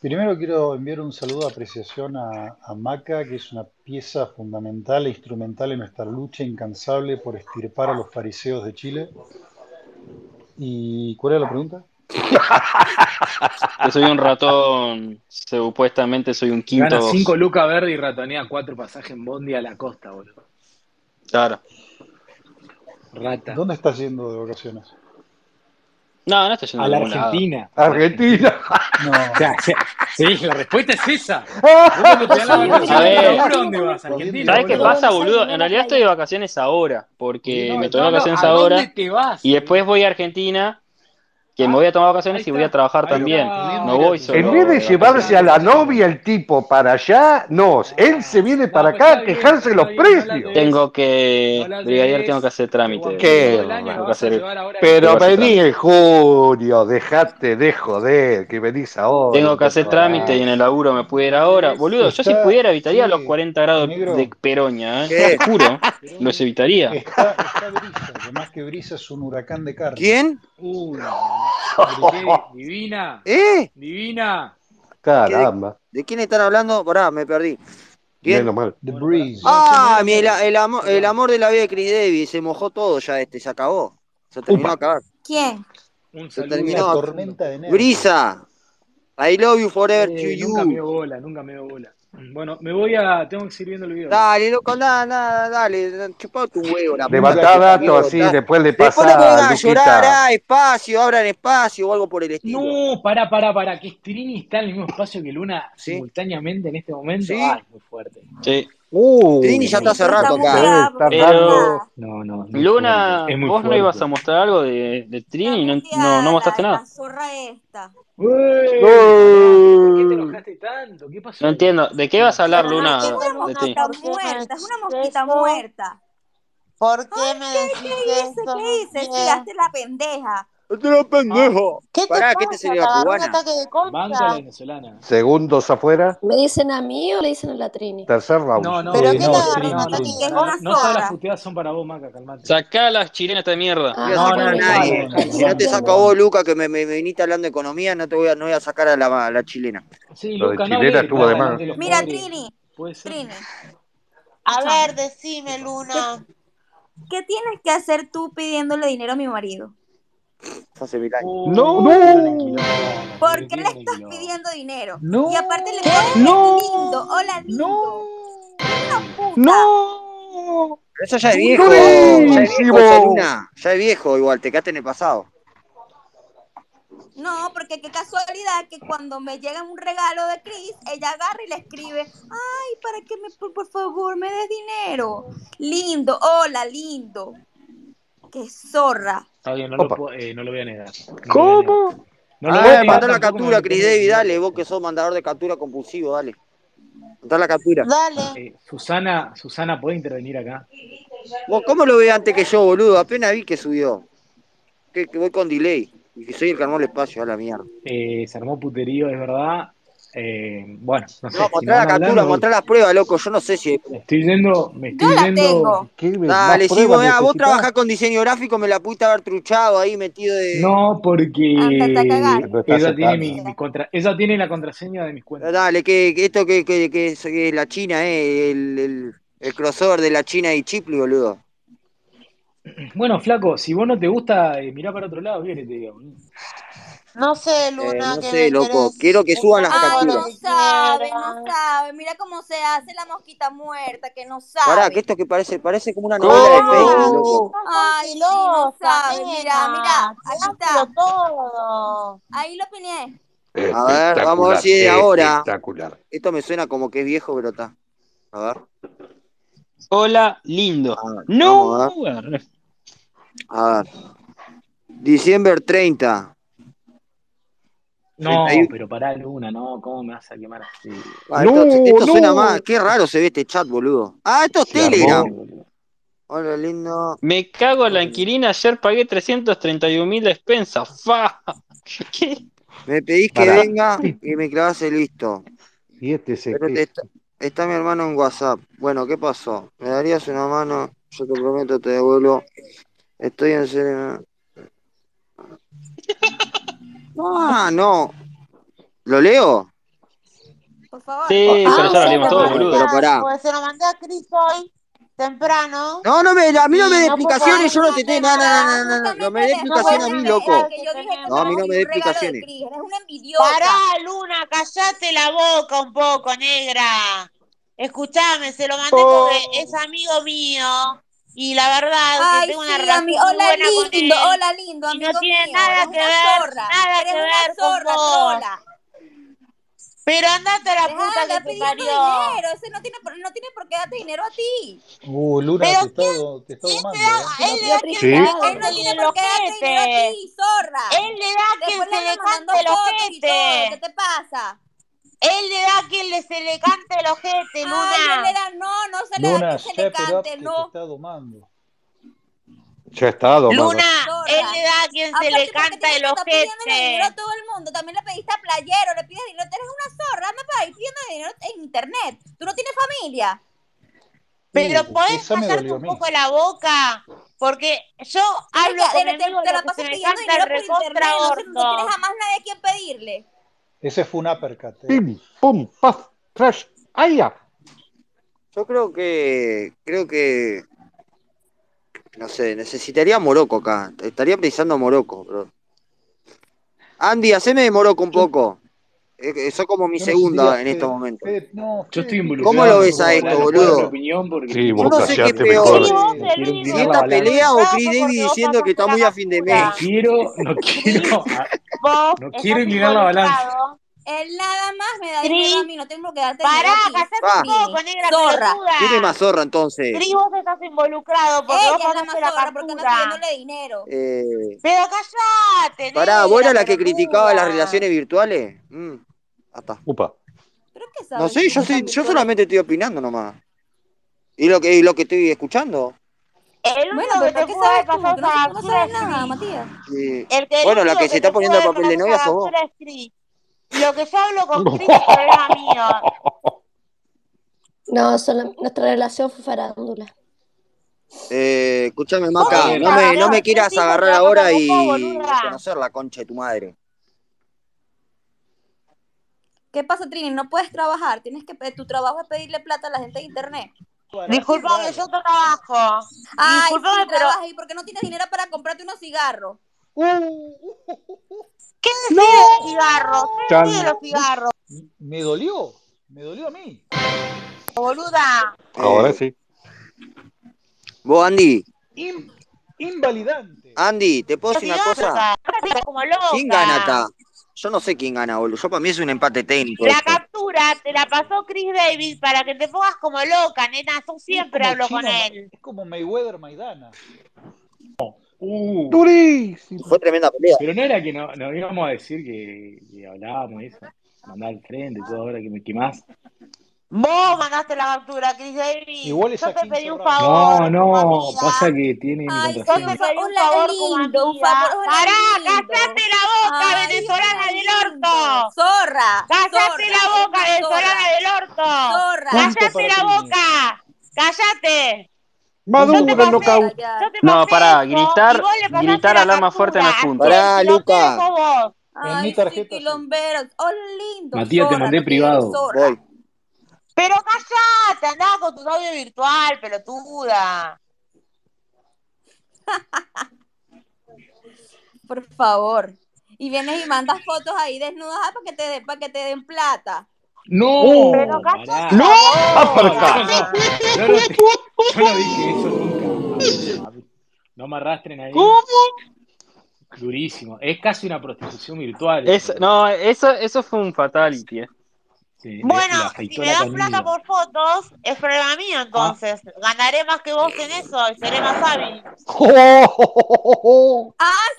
H: Primero quiero enviar un saludo de apreciación a, a Maca, que es una pieza fundamental e instrumental en nuestra lucha incansable por estirpar a los fariseos de Chile. ¿Y cuál era la pregunta?
E: Yo soy un ratón. Supuestamente soy un
L: Gana
E: quinto.
L: 5 lucas verde y ratonea 4 pasajes en Bondi a la costa, boludo.
E: Claro.
L: Rata.
H: ¿Dónde estás yendo de vacaciones?
E: No, no estoy yendo
L: A
E: a
L: la
E: ningún lado.
L: Argentina.
I: Argentina.
L: O
H: No,
L: sea, sí, sí, la respuesta es esa. Vos cuando te das las
E: A
L: vacaciones de
E: ver.
L: laburo, ¿dónde vas? Argentina,
E: ¿Sabes qué
L: boludo.
E: pasa,
F: Buenos Aires,
E: boludo?
F: no la
E: En realidad
F: playa.
E: estoy de vacaciones ahora, porque
L: No,
E: me tomé
L: no, no,
E: vacaciones
L: ¿a dónde
E: ahora
L: te vas?
E: y después voy a Argentina, que me
L: Ah,
E: voy a tomar
L: Ahí
E: vacaciones y voy a
L: está,
E: trabajar
L: ahí
E: también.
L: está.
E: No voy
I: En vez
E: solo
I: de
E: de vacaciones.
I: llevarse a la novia el tipo para allá, no, él se viene
L: No,
I: para
L: pero
I: acá
L: está
I: a
L: bien,
I: quejarse
L: pero
I: los
L: está bien, no la
I: precios.
L: lleves.
E: Tengo que,
L: No la
E: brigadier, tengo que
L: lleves.
E: hacer
L: Pero
E: trámite.
L: a principio del año la
E: Tengo que
L: vas a
E: hacer,
L: llevar ahora a
E: tengo
I: Pero
E: que
L: Argentina.
E: hacer
I: vení
E: trámite.
I: en junio, dejate de joder, que venís ahora,
E: Tengo que hacer trámite y en
I: incorporado.
E: el laburo me pudiera ir ahora.
L: Eso.
E: Boludo, yo si
H: Está,
E: pudiera evitaría los
H: che,
E: 40 grados de
H: negro,
E: Peroña, ¿eh?
A: ¿Qué?
E: Te juro, los
H: pero
E: evitaría.
H: está, está brisa, que más que brisa es un huracán de carne.
A: ¿Quién?
L: Uy, pero qué divina,
A: ¿Eh?
L: divina.
A: ¿Qué de,
I: Caramba,
A: de quién están hablando? Pará, me perdí. ¿Quién?
I: menos mal.
H: The
L: Bueno, pará.
H: breeze.
L: No, che, me voy a
A: Ah,
L: la
A: mi, el,
L: mierda.
A: el amor, el
L: Perdón.
A: amor de la vida de Chris Davis, se mojó todo ya este, se acabó. Se terminó
I: Upa.
A: de acabar.
M: ¿Quién?
L: Un
A: Se
L: saludo
A: terminó.
H: Una
A: de acabar.
L: profundo.
H: tormenta de nervios.
A: Brisa, I love you forever to
L: Eh, nunca me
A: you.
L: dio bola, nunca me dio bola. Bueno, me voy a. Tengo que seguir viendo el video. loco.
A: Dale, loco, nada, nada, dale, chupá tu huevo, la puta
I: Levantá
A: que
H: Nunca
A: te
H: te
I: datos
A: parió.
I: así,
A: ta.
H: dio.
I: después le
A: Después lo
I: pasás,
A: pongan a llorar,
I: Luquita.
A: ah, espacio, abran espacio o algo por el estilo.
L: No, pará, pará, pará, que Strini está en el mismo espacio que Luna
A: ¿Sí?
L: simultáneamente en este momento.
A: ¿Sí?
L: Ay, muy fuerte.
E: Sí.
A: Trini ya
I: Uh,
A: está
M: Sí,
A: hace
M: pero está
A: rato acá.
I: debe
M: muteada,
I: estar
M: porque no
I: dando.
E: Pero,
M: está.
L: No, no, es muy fuerte.
E: Luna,
L: Es muy
E: vos no ibas
L: fuerte.
E: a mostrar algo de, de
M: Está
E: Trini, no, no, no
M: muteada la,
E: mostraste
M: la
E: nada.
M: zorra esta.
L: Uy, pará, pero ¿por qué te
I: Uh,
L: enojaste tanto? ¿Qué
E: No
L: pasó?
E: entiendo. ¿De qué vas
L: Bueno,
E: a hablar,
M: Pero no entiendo
E: Luna,
M: de
B: me
E: de
B: decís
E: ti?
M: mosquita
B: ¿Por qué me
M: muerta, es una
B: decís
M: mosquita
B: eso?
M: muerta.
B: ¿Por qué me
M: ¿Qué
B: decís
M: hice?
B: eso,
M: ¿Qué hice? ¿Qué
B: Montiel?
M: hice? Tiraste la pendeja.
A: ¡Este era pendejo!
F: ¿Qué te
A: Pará, ¿qué
F: pasa?
A: te sería
F: Te agarró un
A: cubana?
F: ataque de concha.
L: venezolana.
I: Segundos afuera,
F: ¿Me dicen a mí o le dicen a la Trini?
I: tercer round.
L: No, no,
F: ¿Pero
L: no,
F: qué te agarró
L: Trini,
F: un ataque
L: Trini.
F: de
L: No,
F: concha?
L: no todas las puteadas son para vos, Maca, calmate.
E: Sacá las chilenas de mierda.
A: Ah, No voy a sacar a nadie. Si no te saco a vos, Luca, que me, me- me viniste hablando de economía, no te voy a, no voy a sacar a la, a la chilena.
L: Sí,
I: Lo de Luca, no chilena hables, estuvo no de hables más. de los
J: Mira, Trini,
L: Puede ser.
J: Trini,
B: A ver, decime, Luna.
J: ¿qué tienes que hacer tú pidiéndole dinero a mi marido?
A: Hace mil años.
I: No,
J: ¿Por qué le estás pidiendo dinero?
L: No.
J: Y aparte le pones
L: No.
J: el lindo, hola lindo.
I: ¡No!
A: Pero eso ya es viejo.
I: ¡Durísimo!
A: Ya es viejo eso, Luna. Ya es viejo igual, te quedaste en el pasado.
J: No, porque qué casualidad que cuando me llega un regalo de Chris, ella agarra y le escribe, ay, para que me, por, por favor me des dinero. Lindo, hola, lindo. Qué zorra.
L: Está bien, no lo,
I: Opa.
L: puedo- eh, no lo voy a negar.
I: ¿Cómo?
L: No lo voy a
A: ah,
L: negar,
A: mandá la
L: tampoco me
A: captura,
L: lo
A: Cris
L: tomo
A: David,
L: bien.
A: dale, vos que sos mandador de captura compulsivo, dale. Mandá la captura.
B: Dale.
L: Eh, Susana, Susana, ¿puede intervenir acá?
A: Vos, ¿cómo lo veo antes que yo, boludo? Apenas vi que subió. Que, que voy con delay. Y que soy el que armó el espacio, a la mierda.
L: Eh, se armó puterío, es verdad. Eh, bueno, no sé,
A: No,
L: si me
A: mostrá
L: van
A: la
L: a hablar,
A: captura,
L: me voy.
A: mostrá las pruebas, loco. Yo no sé si.
L: Me estoy yendo, me estoy
J: la
L: yendo.
J: tengo.
I: ¿Qué más
A: Dale, sí,
I: pruebas
A: vos, ah, vos
I: necesitas?
A: trabajás con diseño gráfico, me la pudiste haber truchado ahí metido de.
L: No,
J: Ándate a cagar.
L: porque
I: Lo estás
L: ella tiene mi,
I: sacando.
L: mi contra, ella tiene la contraseña de mis cuentas.
A: Ah, Dale, que, que esto que, que, que es, que es la China, eh, el, el- el crossover de la China y Chipli, boludo.
L: Bueno, flaco, si vos no te gusta, eh, mirá para otro lado, viene, te digo.
B: No sé,
A: Eh,
B: Luna,
A: no
B: que
A: sé,
B: me
A: loco.
B: querés
A: Quiero que suban las
J: Ay,
B: extorsionar
A: capturas.
B: lo
J: Ah, no
B: que
J: sabe, no
B: quieras.
J: sabe. Mira cómo se hace la mosquita muerta, que no
A: Pará, que
J: sabe.
A: esto que parece, parece como una novela de Facebook,
B: ¿Cómo? Si
A: loco.
B: estás tan
J: Ay, sí, no
B: celosa,
J: sabe. Mira, mira,
B: nena.
J: aquí está.
B: Tirátelo todo.
J: Ahí lo opiné.
A: A ver, vamos a ver
I: Espectacular,
A: si es de ahora.
I: espectacular.
A: Esto me suena como que es viejo, pero está. A ver.
E: Hola, lindo.
A: A ver, vamos a ver.
E: No.
A: A ver. Diciembre 30.
L: No,
A: 31.
L: pero pará, Luna, no, ¿cómo me vas a quemar así?
A: Ah,
I: No,
A: esto, esto suena
I: no.
A: más. Qué raro se ve este chat, boludo. Ah, esto es
I: Se armó.
A: Telegram. Hola, lindo.
E: Me cago en la inquilina, ayer pagué 331 mil despensas. Fa. ¿Qué?
A: Me pedís que
I: Pará.
A: venga
I: ¿Y,
A: y me clavase listo.
I: y este se
A: Pero te
I: queja.
A: está, está mi hermano en WhatsApp. Bueno, ¿qué pasó? ¿Me darías una mano? Yo te prometo, te devuelvo. Estoy en serio. Ah, no. ¿Lo leo?
J: Por favor.
E: Sí,
B: Ah,
E: pero ya lo
B: se
E: leímos
B: lo
E: todo,
A: Pero,
E: boludo.
A: pero
B: mandé,
A: pará.
B: pues se lo mandé a Cris hoy, temprano,
A: No, no me, a mí no me
B: y
A: dé
B: no fue
A: explicaciones,
B: poder
A: yo no te
B: ir.
A: estoy. No, no, no,
J: Nada,
A: no, no, no,
J: nunca me
A: no me dé
J: interesa
B: No
A: explicaciones a mí, loco.
J: explicarme
B: podés negar
J: porque
B: que
J: yo dije que
A: No,
J: me
A: a mí
B: tenemos.
A: no me dé
J: recibí un regalo de
A: explicaciones.
J: Chris. Eres una
B: Pará,
J: envidiosa.
B: Luna, callate la boca un poco, negra. Escuchame, se lo mandé porque es
E: Oh.
B: amigo mío y la verdad que
J: Ay,
B: tengo una
J: sí, ami-
B: relación muy
J: hola
B: buena con
J: lindo,
B: él
J: hola lindo,
B: y no
J: amigo
B: tiene
J: mío. Eres
B: nada que
J: una
B: ver,
J: zorra,
B: nada
J: eres
B: que
J: una
B: ver con
J: zorra,
B: vos.
J: trola.
B: Pero andate a la
J: Deja de
B: puta que
J: andar
B: te
J: pidiendo
B: parió.
J: dinero. Ese no tiene, por- no tiene por qué darte dinero a ti.
H: Uh, Luna,
B: Pero
H: te está, do- te está
B: ¿quién te
H: domando, ¿eh?
B: da?
F: Yo,
B: Él le
F: yo
B: da que se
I: Sí.
J: Él, él
B: decante
J: no
B: en
J: tiene
B: el
J: por qué darte dinero a
B: ojete.
J: ti, zorra.
B: Él le da que
J: Después
B: se
J: le
B: le
J: anda mandando
B: cante el
J: fotos y todo. ¿Qué
B: ojete.
J: te pasa?
B: Él le da que le- se le cante el ojete,
J: Ay, él le
B: Luna.
J: da, Ah, no, no se le da
H: Luna,
J: Ah, que se le
H: step it up,
J: cante,
H: que te
J: no,
H: está domando.
I: Ya está domado.
B: Luna, él
J: zorra.
B: le da a quien
J: Aparte,
B: se le
J: ¿por qué
B: canta
J: tienes
B: el
J: Ah, que estar pidiéndole dinero a
B: ojete.
J: todo el mundo? También le pediste a Playero, le pides dinero. Tú eres una zorra, anda para ahí pidiendo dinero en internet. Tú no tienes familia.
B: Pero
H: Uh,
B: podés
H: esa me
B: callarte
H: dolió a
B: un
H: mí.
B: poco la boca, porque yo
J: Tienes
B: hablo
J: que,
B: con
J: eres-
B: mi
J: te,
B: amigo
J: te
B: lo
J: la
B: que se
J: pasas
B: me
J: pidiendo
B: canta el
J: dinero por internet. No, se- no tienes
B: recontraorto.
J: jamás nadie a quien pedirle.
H: Ese fue un uppercut, ¿eh?
I: Pim, pum, paf, crash. ¡Ay, ya!
A: Yo creo que. Creo que. No sé, necesitaría Moroco acá. Estaría pensando Moroco, bro. Andy, haceme de Moroco un
H: Yo,
A: poco. Eh, eh, sos como mi
H: yo necesitaría
A: segunda en estos
H: Fede.
A: momentos.
H: Fede, no,
L: Yo
H: Fede
L: estoy
H: Pico
A: ¿Cómo
L: involucrado,
A: lo
L: no
A: ves
L: puedo
A: a
L: hablar,
A: esto,
L: no puedo dar mi
A: boludo?
L: opinión porque
I: Sí,
A: Yo
I: vos
A: no sé qué
I: callate
A: peor.
B: Sí,
I: mejor.
B: vos
H: Fede,
B: te lo
L: quiero
B: digo,
A: Si
L: inclinar la
A: esta
B: vos estás
L: balanza.
A: pelea o Cris
B: loco
A: Davis
B: porque vos
A: diciendo que
B: pasaste
A: está
B: la
A: muy a fin de
L: No
A: mes.
B: captura.
L: quiero, no quiero, ah,
B: Cris, vos
L: no quiero
B: estás
L: inclinar la balanza.
B: involucrado.
J: Él nada más me da dinero a
B: Cris,
J: mí, no tengo que darte
B: pará,
J: dinero a ti,
B: callate un
A: Pa,
B: poco,
J: Trini.
B: negra
J: Zorra.
A: ¿quién es
B: pelotuda.
A: más zorra entonces?
B: Cris, vos estás involucrado porque vos
J: Ella es la
B: pasaste
J: más
B: la
J: zorra porque anda
B: captura.
J: pidiéndole dinero.
A: Eh,
B: Pero callate,
A: pará, ¿vos
B: negra
A: eras la que criticaba las
B: pelotuda.
A: relaciones virtuales? Mm, ya está.
I: Upa.
J: ¿Pero qué
A: No
J: sabes
A: sé,
J: tú
A: yo,
J: que están
A: soy- yo
J: virtuales?
A: solamente estoy opinando nomás. Y lo que, y lo que estoy escuchando.
B: El único
J: Bueno,
B: que
J: pero
B: te
J: ¿qué
B: puede
J: sabes tú?
B: pasar
J: Que no-
B: factura
J: no sabes
B: es
J: nada,
B: Cris.
J: Matías.
A: Sí.
B: El que- el
A: bueno, la
B: único
A: que se está
B: te
A: poniendo
B: puede
A: papel de
B: pasar
A: novia sos vos.
B: factura es Cris. Lo que yo hablo con Cris es problema mío.
F: No, solo, nuestra relación fue farándula.
A: Eh, escuchame,
B: ¿Cómo
A: Maca,
B: que
A: no me, no
B: no?
A: me
B: ¿Qué
A: quieras
B: tipo te
A: agarrar
B: va a
A: ahora
B: pasar con vos,
A: y
B: boluda?
A: reconocer la concha de tu madre.
J: ¿Qué pasa, Trini? No puedes trabajar. Tienes que, tu trabajo es pedirle plata a la gente de internet.
B: Disculpame, yo trabajo.
J: Ay,
B: Disculpame,
J: sí,
B: pero
J: trabajas. ¿Y por qué no tienes dinero para comprarte unos cigarros?
B: Uh. ¿qué decís
H: ¡No!
B: de los cigarros? ¿Qué decís de
H: Chan.
B: los cigarros,
H: Me dolió, me dolió a mí.
B: boluda?
I: Ahora
A: Eh,
I: sí.
A: Vos, Andy,
H: In- invalidante.
A: Andy, ¿te puedo decir una cosa?
B: Olvidate, estás como
A: ¿Quién gana
B: loca.
A: acá? Yo no sé quién gana, boludo. Yo para mí es un empate técnico
B: La
A: esto.
B: captura te la pasó Chris Davis para que te pongas como loca, nena. Yo
H: Sí, es
B: siempre
H: como
B: hablo con
H: Chino, Ma-
B: él.
H: es como Mayweather Maidana.
L: Uh,
A: Fue tremenda pelea.
L: pero no era que no, no íbamos a decir que, que hablábamos y eso. Mandar al frente y todo ahora que me quemás.
B: Vos mandaste la captura, Chris Davis.
H: Igual
B: Yo
H: esa
B: te
H: Kim
B: pedí un
L: No,
H: Soraya.
B: favor como
L: no,
B: amiga.
L: pasa que tiene mi
J: Ay, sí,
B: Yo te
L: contraseña.
J: hola,
B: pedí un
J: hola
B: favor como
J: lindo, un favor,
B: amiga.
J: hola
B: ¡Pará!
J: lindo.
B: ¡Cállate la boca,
J: Ay, hola
B: venezolana del
J: lindo.
B: orto!
J: Zorra,
B: ¡Cállate
J: zorra,
B: la
J: eres
B: boca,
J: una
B: venezolana
J: zorra.
B: del orto!
H: Punto
J: Zorra,
B: ¡Cállate
H: para
B: la
H: Trini.
B: boca! ¡Cállate! Yo te
I: Madura,
B: pasé,
I: knockout.
J: callar.
B: yo te
E: No,
B: pasé
E: pará,
B: eso y
E: gritar,
B: vos le pasaste
E: gritar
B: la
E: alarma fuerte
B: captura.
E: no es
B: Aquí
E: punto.
A: Pará,
B: el quilombero
A: Luca.
B: sos vos.
H: En mi
J: Ay, sí,
H: tarjeta sí.
J: quilomberos. Hola lindo,
L: Matías, te
J: zorra,
L: mandé
J: no te eres
L: privado.
J: zorra.
A: Voy.
B: Pero callate, andá con tu novio virtual, pelotuda.
J: Por favor. Y vienes y mandas fotos ahí desnudas ah, para que te den, para que te den plata.
B: Pero
L: No, Ah,
B: callate
L: pará.
B: la
L: No,
I: Aparca.
L: no,
B: boca.
L: no, no te- yo no dije eso nunca. A ver, a ver, no me arrastren ahí. Durísimo. Es casi una prostitución virtual
E: Es,
L: eso.
E: no, eso, eso fue un fatality. eh.
L: Sí, le, le
B: Bueno, si
L: afeitó
B: me
L: la
B: das plata
L: canilla.
B: por fotos, es problema mío
L: Ah,
B: entonces. Ganaré más que vos en eso y seré más hábil.
J: Ah,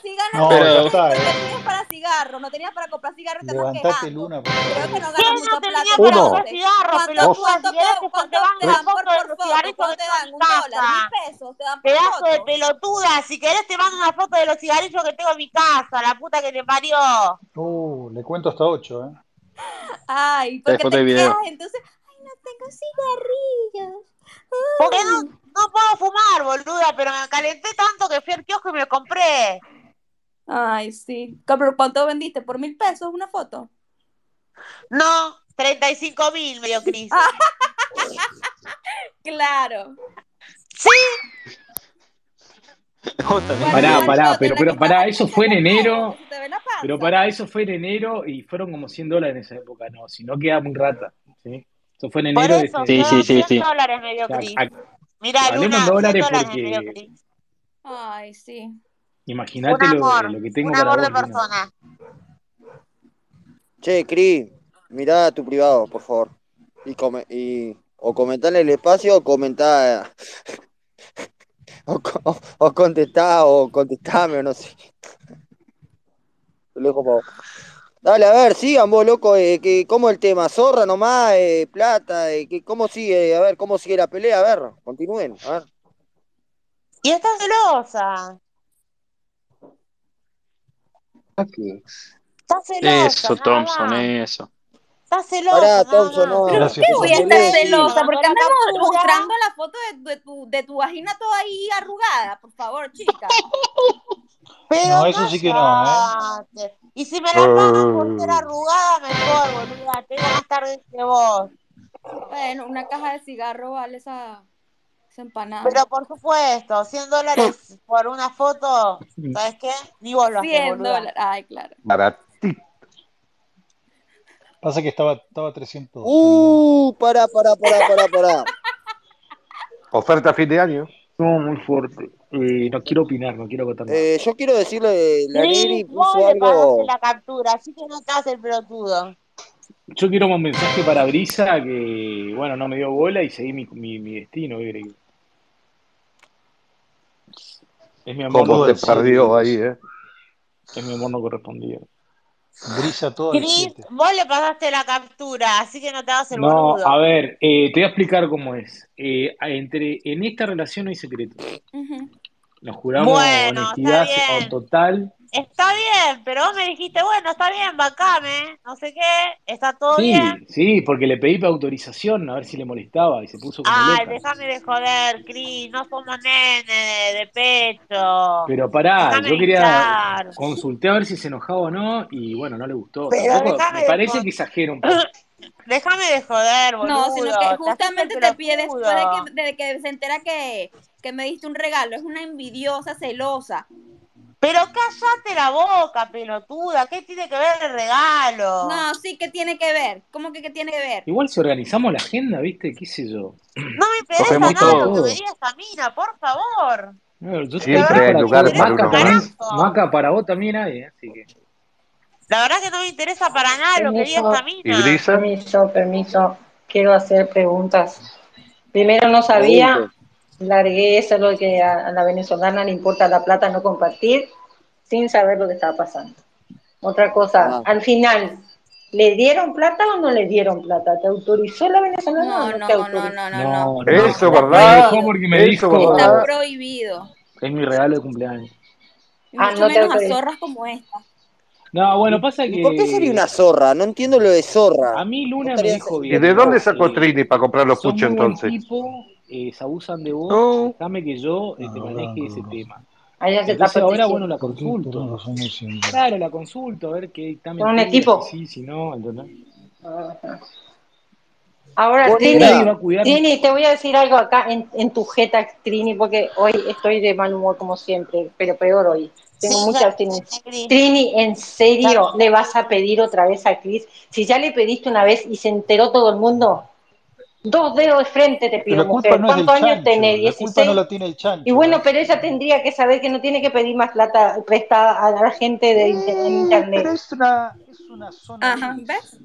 J: sí ganas
H: No,
J: más que
H: ya
E: Pero,
J: yo y tú
H: está,
J: te
H: eh.
J: pides para cigarros. No tenías para comprar cigarros y te andas
H: Levantate,
J: quejando.
H: Luna, por favor.
J: Creo que no
B: ¿Qué
J: ganas
B: no
J: mucha
B: tenía
J: plata
B: para
I: Uno,
B: comprar
J: entonces.
B: cigarros,
J: ¿Cuánto,
B: pelotuda?
I: dos,
J: cuánto,
B: Si gratis
J: co- cuánto
B: te van
I: tres.
J: te dan
B: una
J: por,
B: foto de
J: por
B: los
J: foto?
B: cigarrillos
J: ¿Cuánto te
B: que tengo en
J: dan?
B: mi
J: ¿Un dólar? ¿Mil
B: casa.
J: pesos? ¿Te dan por
B: Pedazo de
J: foto?
B: pelotuda, si querés te mando una foto de los cigarrillos que tengo en mi casa, la puta que te parió.
H: Uh, le cuento hasta 8, ¿eh?
J: Ay,
E: hay
J: porque
E: foto y
J: te
E: video.
J: quejas entonces. Ay, no tengo cigarrillos.
B: Porque
J: Ay.
B: no, no puedo fumar, boluda, pero me calenté tanto que fui al kiosco y me compré.
J: Ay, sí. Pero, ¿Cuánto vendiste? ¿Por mil pesos una foto?
B: No, 35 mil, me dio Cris.
J: Ah, claro.
B: Sí,
E: Otra vez.
J: ¿Cuál,
L: Pará,
J: cuál
L: pará,
J: foto?
L: pero,
J: La que
L: pero
J: estás
L: pará, eso fue en
J: anunciando al público,
L: enero.
J: que se te ve la
L: Pero
J: panza.
L: pará, eso fue en enero y fueron como 100 dólares en esa época. No, si no queda muy rata. ¿sí? Eso fue en
B: por
L: enero de
B: eso,
L: este.
E: Sí, sí,
B: fueron
E: sí,
B: 100
E: sí.
B: dólares, me dio
L: o sea,
B: Cris.
L: a-
B: Mirá,
L: hablemos en
B: Luna, 100
L: dólares
B: dólares me dio
L: porque
B: Cris.
J: Ay, sí.
B: Un
L: imagínate lo,
B: amor,
L: lo que
B: un
L: tengo para
B: amor de
L: vos, Luna.
B: persona.
A: Che, Cris, mirá tu privado, por favor. Y come, y o comentale el espacio o comentá o, co- o contestá o contestame o no sé. Te lo dejo pa' vos. Dale, a ver, sigan vos, loco, eh, que, ¿cómo el tema? ¿Zorra nomás? eh, ¿Plata? eh, que, ¿Cómo sigue? A ver, ¿cómo sigue la pelea? A ver, continúen, a ver.
B: Y está celosa. Está celosa,
E: Eso,
B: nada
E: Thompson,
B: más.
E: eso.
B: Está celosa,
A: Pará,
B: nada
A: Thompson,
B: más.
J: ¿Pero
A: no,
J: qué
H: Gracias por
J: voy
H: tu
J: a estar
H: molestia.
J: celosa?
B: Me
J: Porque
B: mandó la
J: andamos
B: captura.
J: mostrando la foto de, de tu, de tu vagina toda ahí arrugada. Por favor, chica.
B: Pero
H: No, eso sí que no, ¿eh? Ah.
B: callate. Y si me la pagan por ser arrugada, mejor, boluda. Tengo más tarde que vos.
J: Bueno, una caja de cigarro vale esa, esa empanada.
B: Pero por supuesto, 100 dólares por una foto, ¿sabes qué? Ni vos lo haces,
J: 100
B: boluda.
J: dólares. Ay, claro.
I: Baratito.
H: Pasa que estaba, estaba 300 en enero.
A: Uh, pará, pará, pará, pará, pará.
I: Oferta a fin de año.
L: No, eh. muy fuerte. Eh, no quiero opinar, no quiero contar nada.
A: Eh, yo quiero decirle, la
B: Cris,
A: Negri
B: vos
A: puso
B: le pasaste
A: algo.
B: la captura, así que no te hagas el pelotudo.
L: Yo quiero un mensaje para Brisa que, bueno, no me dio bola y seguí mi, mi, mi destino. ¿qué crees? Es mi amor
I: Cómo
L: no
I: te
H: Todo en
I: perdió
H: círculos.
I: ahí, eh.
L: es mi amor no correspondido.
H: Brilla todo el
B: Cris, vos le pasaste la captura, así que no te hagas el
L: No,
B: boludo.
L: a ver, eh, te voy a explicar cómo es. Eh, entre, en esta relación no hay secretos.
B: Ujú.
L: Nos juramos
B: Bueno,
L: honestidad
B: está bien.
L: o total.
B: Está bien, pero vos me dijiste, bueno, está bien, bancame, no sé qué, está todo
L: Sí,
B: bien.
L: sí, porque le pedí autorización a ver si le molestaba y se puso como
B: Ay,
L: loca.
B: déjame de joder, Cris, no somos nene de, de pecho.
L: Pero pará,
B: Déjame
L: yo
B: de
L: quería
B: hinchar.
L: consulté a ver si se enojaba o no y bueno, no le gustó.
B: Pero
L: Tampoco,
B: dejame
L: me
B: de
L: parece
B: joder.
L: que exagera un poco.
B: Déjame de joder, boludo.
J: No, sino que
B: te haces el
J: justamente te pide después de
B: pelotudo.
J: que, de que se entera que, que me diste un regalo. Es una envidiosa, celosa.
B: Pero cállate la boca, pelotuda. ¿Qué tiene que ver el regalo?
J: No, sí, ¿qué tiene que ver? ¿Cómo que qué tiene que ver?
L: Igual si organizamos la agenda, ¿viste, qué sé yo.
B: No me interesa
L: Cogemos
B: nada lo
L: todo.
B: que me diga esta mina, por favor.
L: No, yo
B: La
L: estoy
I: Siempre hay
L: para
I: lugar
L: todo.
I: para
L: Maca,
I: uno
L: para mí,
I: más.
B: verdad,
L: Maca, para vos también hay, ¿eh? así que.
B: la verdad que no me interesa para nada lo que diga
M: Permiso,
B: esta
I: ¿Y
B: mina.
I: Brisa?
M: permiso, permiso. Quiero hacer preguntas. Primero no sabía, largué eso, lo que a, a la venezolana le importa la plata no compartir, sin saber lo que estaba pasando. Otra cosa, al final, ¿le dieron plata o no le dieron plata? ¿Te autorizó la venezolana o
J: No,
M: no
J: no,
M: te
J: no,
M: autorizó?
J: no, no, no.
L: No, no,
I: Eso,
L: me, me
I: ¿verdad?
L: dejó porque me
I: Eso,
L: dijo,
J: Está
I: ¿verdad?
J: prohibido.
L: es mi regalo de cumpleaños.
J: Y
M: Ah,
J: mucho
M: no te
J: menos a
M: autorizó.
J: zorras como esta.
L: No, bueno, pasa
A: ¿Y por qué sería
L: que
A: una zorra? No entiendo lo de zorra.
L: a mí
A: No
L: Luna me
A: estaría
L: dijo
I: ¿Y
L: bien,
I: de dónde sacó
L: eh,
I: Trini para comprar los
L: sos
I: puchos
L: muy buen
I: entonces?
L: tipo, eh, se abusan de vos,
I: No.
L: déjame que yo eh, te
H: Claro, ahora
L: maneje
H: no
L: ese
H: lo sé.
L: tema.
M: Ahí ya se está
L: Entonces ahora,
M: protegiendo.
L: bueno, la
H: Porque estos no
L: consulto.
H: son muy simples.
L: Claro, la consulto, a ver qué dictamen
M: Son un
L: tira, si
M: equipo.
L: sí, si no, ¿entendés?
M: Ajá. Ahora,
L: Porque nadie
M: Trini,
L: va a cuidar.
M: Trini, te voy a decir algo acá en, en tu jeta, Trini, porque hoy estoy de mal humor como siempre, pero peor hoy.
B: Sí,
M: Tengo
B: ya
M: mucha abstinencia.
B: entendí, Cris.
M: Trini, ¿en
B: Ya
M: serio le vas a pedir otra vez a Cris? Si ya le pediste una vez y se enteró todo el mundo, dos dedos de frente te
H: Pero
M: pido,
H: la culpa
M: mujer.
H: no es del
M: ¿Cuántos años
H: chancho,
M: tenés?
H: la culpa no
M: ¿16?
H: la tiene el
M: Y
H: chancho.
M: bueno,
H: ¿eh?
M: pero ella tendría que saber que no tiene que pedir más plata prestada a la gente de inter- en
H: Eh,
M: internet.
H: pero es una, es una zona
J: Ajá,
H: gris,
J: ¿ves?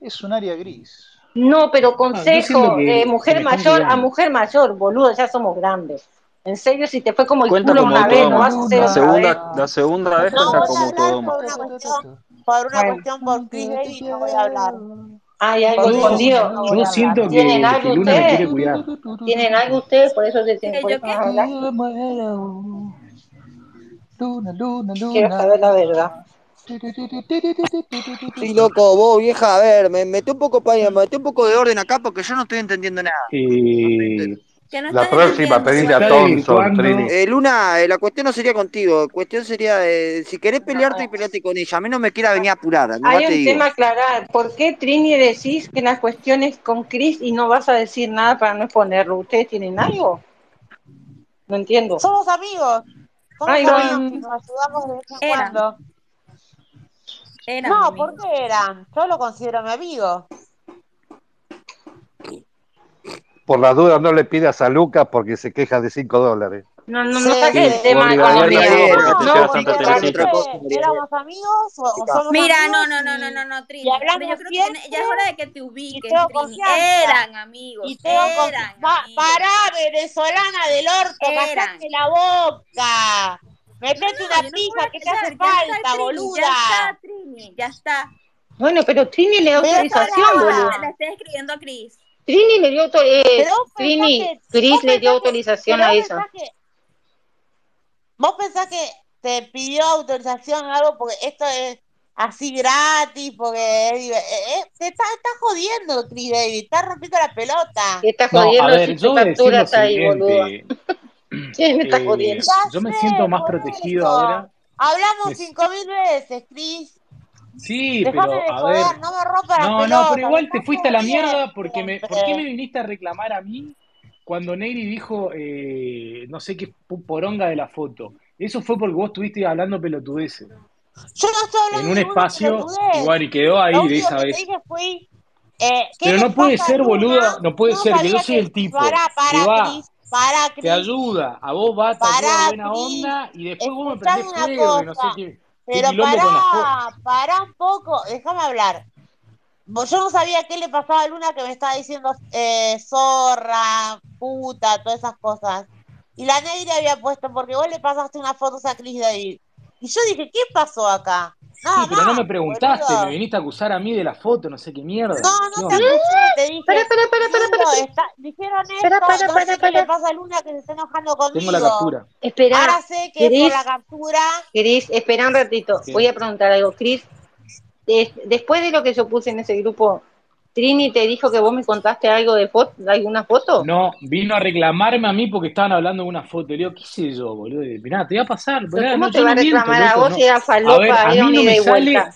H: es un área gris.
M: No, pero
L: No, Ah, yo siento
M: consejo de
L: que, que me
M: mujer
L: están
M: mayor a
L: cuidando.
M: mujer mayor, boludo, ya somos grandes. En serio, si te fue como el
E: Cuenta
M: culo
E: como
M: una vez, no
E: todo
M: vas a
E: más.
M: hacer
E: La
M: otra vez.
E: segunda, la
H: Madonna,
E: segunda
H: ta,
E: vez
H: ta,
B: No
E: cuenta
H: ta,
B: voy a
E: como
B: hablar
E: todo
H: ta,
E: más.
B: por
H: ta, ta, ta,
B: una
H: ta,
B: cuestión,
H: ta.
B: por una
M: Bueno,
B: cuestión por Chris
H: Nunca te
B: Baby no voy a hablar.
H: quiero.
M: hay algo
L: Yo,
M: escondido, no voy
L: yo
M: a hablar.
L: siento
M: ¿Tienen
L: que, que
M: algo
L: Luna me quiere
M: ustedes?
L: cuidar.
M: ¿Tienen algo ustedes? Por eso se tienen,
J: ¿Que
M: por
J: yo
M: eso
J: qué?
M: nos hablan.
H: Yo muero. Luna, luna,
M: Quiero saber la verdad.
H: luna.
A: Sí, loco, vos, vieja, a ver, me mete un poco pa- mete un poco de orden acá porque yo no estoy entendiendo nada. No estoy
L: Eh,
A: entendiendo.
J: ¿Que no
I: La
J: estás
I: próxima,
J: entendiendo,
I: pedile a
L: está
J: Eduardo?
I: Thompson, Trini.
L: averiguando.
A: Eh, Luna, eh, la cuestión no sería contigo, la cuestión sería, eh, si querés
M: No,
A: pelearte,
M: eh,
A: peleate con ella. A mí no me quiera venir a apurar, nomás
M: Hay
A: te
M: un
A: digo.
M: tema a aclarar. ¿Por qué Trini decís que la cuestión es con Chris y no vas a decir nada para no exponerlo? ¿Ustedes tienen algo? No entiendo.
B: Somos amigos, somos
M: Ahí va.
B: amigos y nos ayudamos de vez en
J: Eran,
B: cuando.
J: eran
B: No, ¿por
J: amigos.
B: qué eran? Yo lo considero mi amigo.
I: Por la duda no le pidas a Lucas porque se queja de 5 dólares.
M: No, no, no
B: Sí,
M: saqué el
B: sí.
E: O
M: tema
A: No,
E: obligaría a
M: económico. No,
E: Tato porque te llevas
A: Mariela, no
E: tanta
A: podemos
M: porque
A: hablar de otra
E: teresita.
M: Tato.
A: cosa,
B: Siempre
A: Mariela.
B: éramos amigos o, o somos
J: Mira, no,
B: amigos
J: no, no, no, no,
B: y,
J: no,
B: y
J: Trini. Pero yo
B: hablamos
J: creo que tenés-
B: siempre
J: ya es hora de que te
B: y
J: ubiques,
B: tengo
J: Trini.
B: confianza.
J: Eran amigos,
B: Y tengo confianza.
J: eran amigos,
B: Pará, venezolana del orto,
J: eran.
B: callate la boca.
J: No,
B: Metete
J: no,
B: una
J: yo no me voy
B: pija que
J: a...
B: te
J: Ya, ya
B: hace
J: está,
B: falta,
J: Trini, ya está,
B: boluda.
J: Trini, ya está.
M: Bueno, pero Trini le da
B: Pero
M: autorización,
J: Sorry que le,
M: boludo.
J: le
B: pará.
J: estés escribiendo a Cris.
M: Trini le dio autor eh,
B: Pero vos pensás
M: Trini,
B: que, vos
M: Cris le dio
B: pensás que,
M: autorización
B: pero
M: a
B: vos
M: ella.
B: pensás que ¿Vos pensás que te pidió autorización o algo porque esto es así gratis? Porque es diver- eh, eh, te está, está jodiendo, Chris David, está rompiendo la pelota.
M: Y está
L: No, a
M: jodiendo si
L: ver,
M: tu
L: yo voy a decir
M: factura
L: lo
M: está ahí, boludo.
L: siguiente.
M: ¿Quién me está jodiendo?
L: Eh,
B: Ya
L: yo me siento
B: sé,
L: más
B: por
L: protegido
B: eso.
L: ahora.
B: Hablamos
L: Me-
B: cinco mil veces, Cris.
L: sí,
B: Déjame
L: pero
B: de
L: a ver.
B: joder, no me rompa las
L: No, no, pero
B: pelotas, me
L: igual te
B: estás
L: fuiste a la mierda
B: jodiendo
L: porque me, ¿por qué me
B: siempre.
L: viniste a reclamar a mí cuando Neyri dijo eh, no sé qué pu- poronga de la foto? Eso fue porque vos estuviste hablando pelotudeces
B: Yo no estoy
L: en
B: hablando
L: un
B: ninguna
L: espacio y
B: pelotudez.
L: bueno, y quedó
B: Lo
L: ahí de
B: único
L: esa
B: que te
L: vez.
B: dije fue, eh, ¿qué
L: Pero
B: le
L: no puede
B: pasa a
L: ser,
B: Luna?
L: boluda, no puede
B: No
L: ser que yo
B: sabía
L: soy
B: que...
L: el tipo
B: Pará,
L: que
B: pará,
L: va,
B: Cris, pará,
L: te
B: Cris.
L: ayuda, a vos va, te ayuda
B: Pará, Eh,
L: buena
B: Cris,
L: onda y después vos me prendés
B: escuchame una
L: fuego y no sé
B: cosa,
L: qué, qué
B: pero
L: quilombo con la foto.
B: pará, pará un poco, déjame hablar. Vos- Yo no sabía qué le pasaba a Luna que me estaba diciendo eh, zorra, puta, todas esas cosas. Y la negra había puesto, porque vos le pasaste unas fotos a Cris David. Y yo dije, ¿qué pasó acá?
L: sí, pero no me preguntaste,
B: boludo.
L: me viniste a acusar a mí de la foto, no sé qué mierda.
B: No, no te te dije. Espera, espera, espera, espera, Dijeron esto,
J: Espera, espera,
B: no sé
J: espera,
B: qué
J: espera.
B: le pasa a Luna que se está enojando conmigo.
L: Tengo la captura.
M: Espera.
B: Ahora sé que es por
M: Cris.
B: la captura.
M: Cris, espera un ratito.
L: Sí.
M: Voy a preguntar algo. Cris, des- después de lo que yo puse en ese grupo, Trini te dijo que vos me contaste algo de, fo- de alguna foto.
L: No, vino a reclamarme a mí porque estaban hablando de una foto. Le digo, ¿qué sé yo, boludo? Mirá, te voy a pasar.
M: Pero
L: mirá,
M: ¿Cómo
L: no,
M: te
L: yo
M: va a
L: no miento,
M: reclamar a
L: loco,
M: vos
L: no.
M: si era
L: A ver,
M: falopa, era
L: a mí
M: un
L: no
M: ida
L: me
M: y
L: sale,
M: vuelta?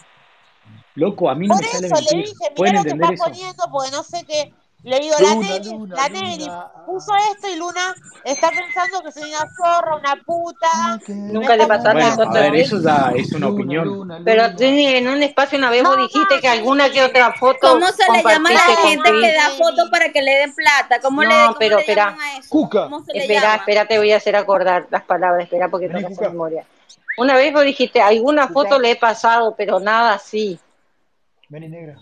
L: loco, a mí no
B: Por
L: me sale
B: eso le
L: mentir.
B: dije, mirá
L: ¿Pueden
B: lo que está
L: entender eso?
B: poniendo, porque no sé qué. Le digo,
L: Luna,
B: la Neri,
L: Luna,
B: la Neri
L: Luna.
B: puso esto y Luna está pensando que soy una zorra, una puta.
M: Nunca le pasaste
L: Bueno,
M: el
L: a
M: contacto
L: ver,
M: de él.
L: eso ya es una opinión.
M: Pero Trini, en un espacio una vez vos dijiste que alguna que otra foto
J: ¿Cómo se le llama a la
M: compartiste con
J: gente que
M: Cris.
J: da fotos para que le den plata? ¿Cómo le,
M: este No,
J: cómo
M: pero
J: le llaman
M: espera.
J: a eso?
M: Cuca.
J: ¿Cómo se le
M: Espera,
J: llama?
M: espera, te voy a hacer acordar las palabras, espera, porque tengo que hacer memoria. Una vez vos dijiste, alguna foto le he pasado, pero nada así.
L: Vení, negra.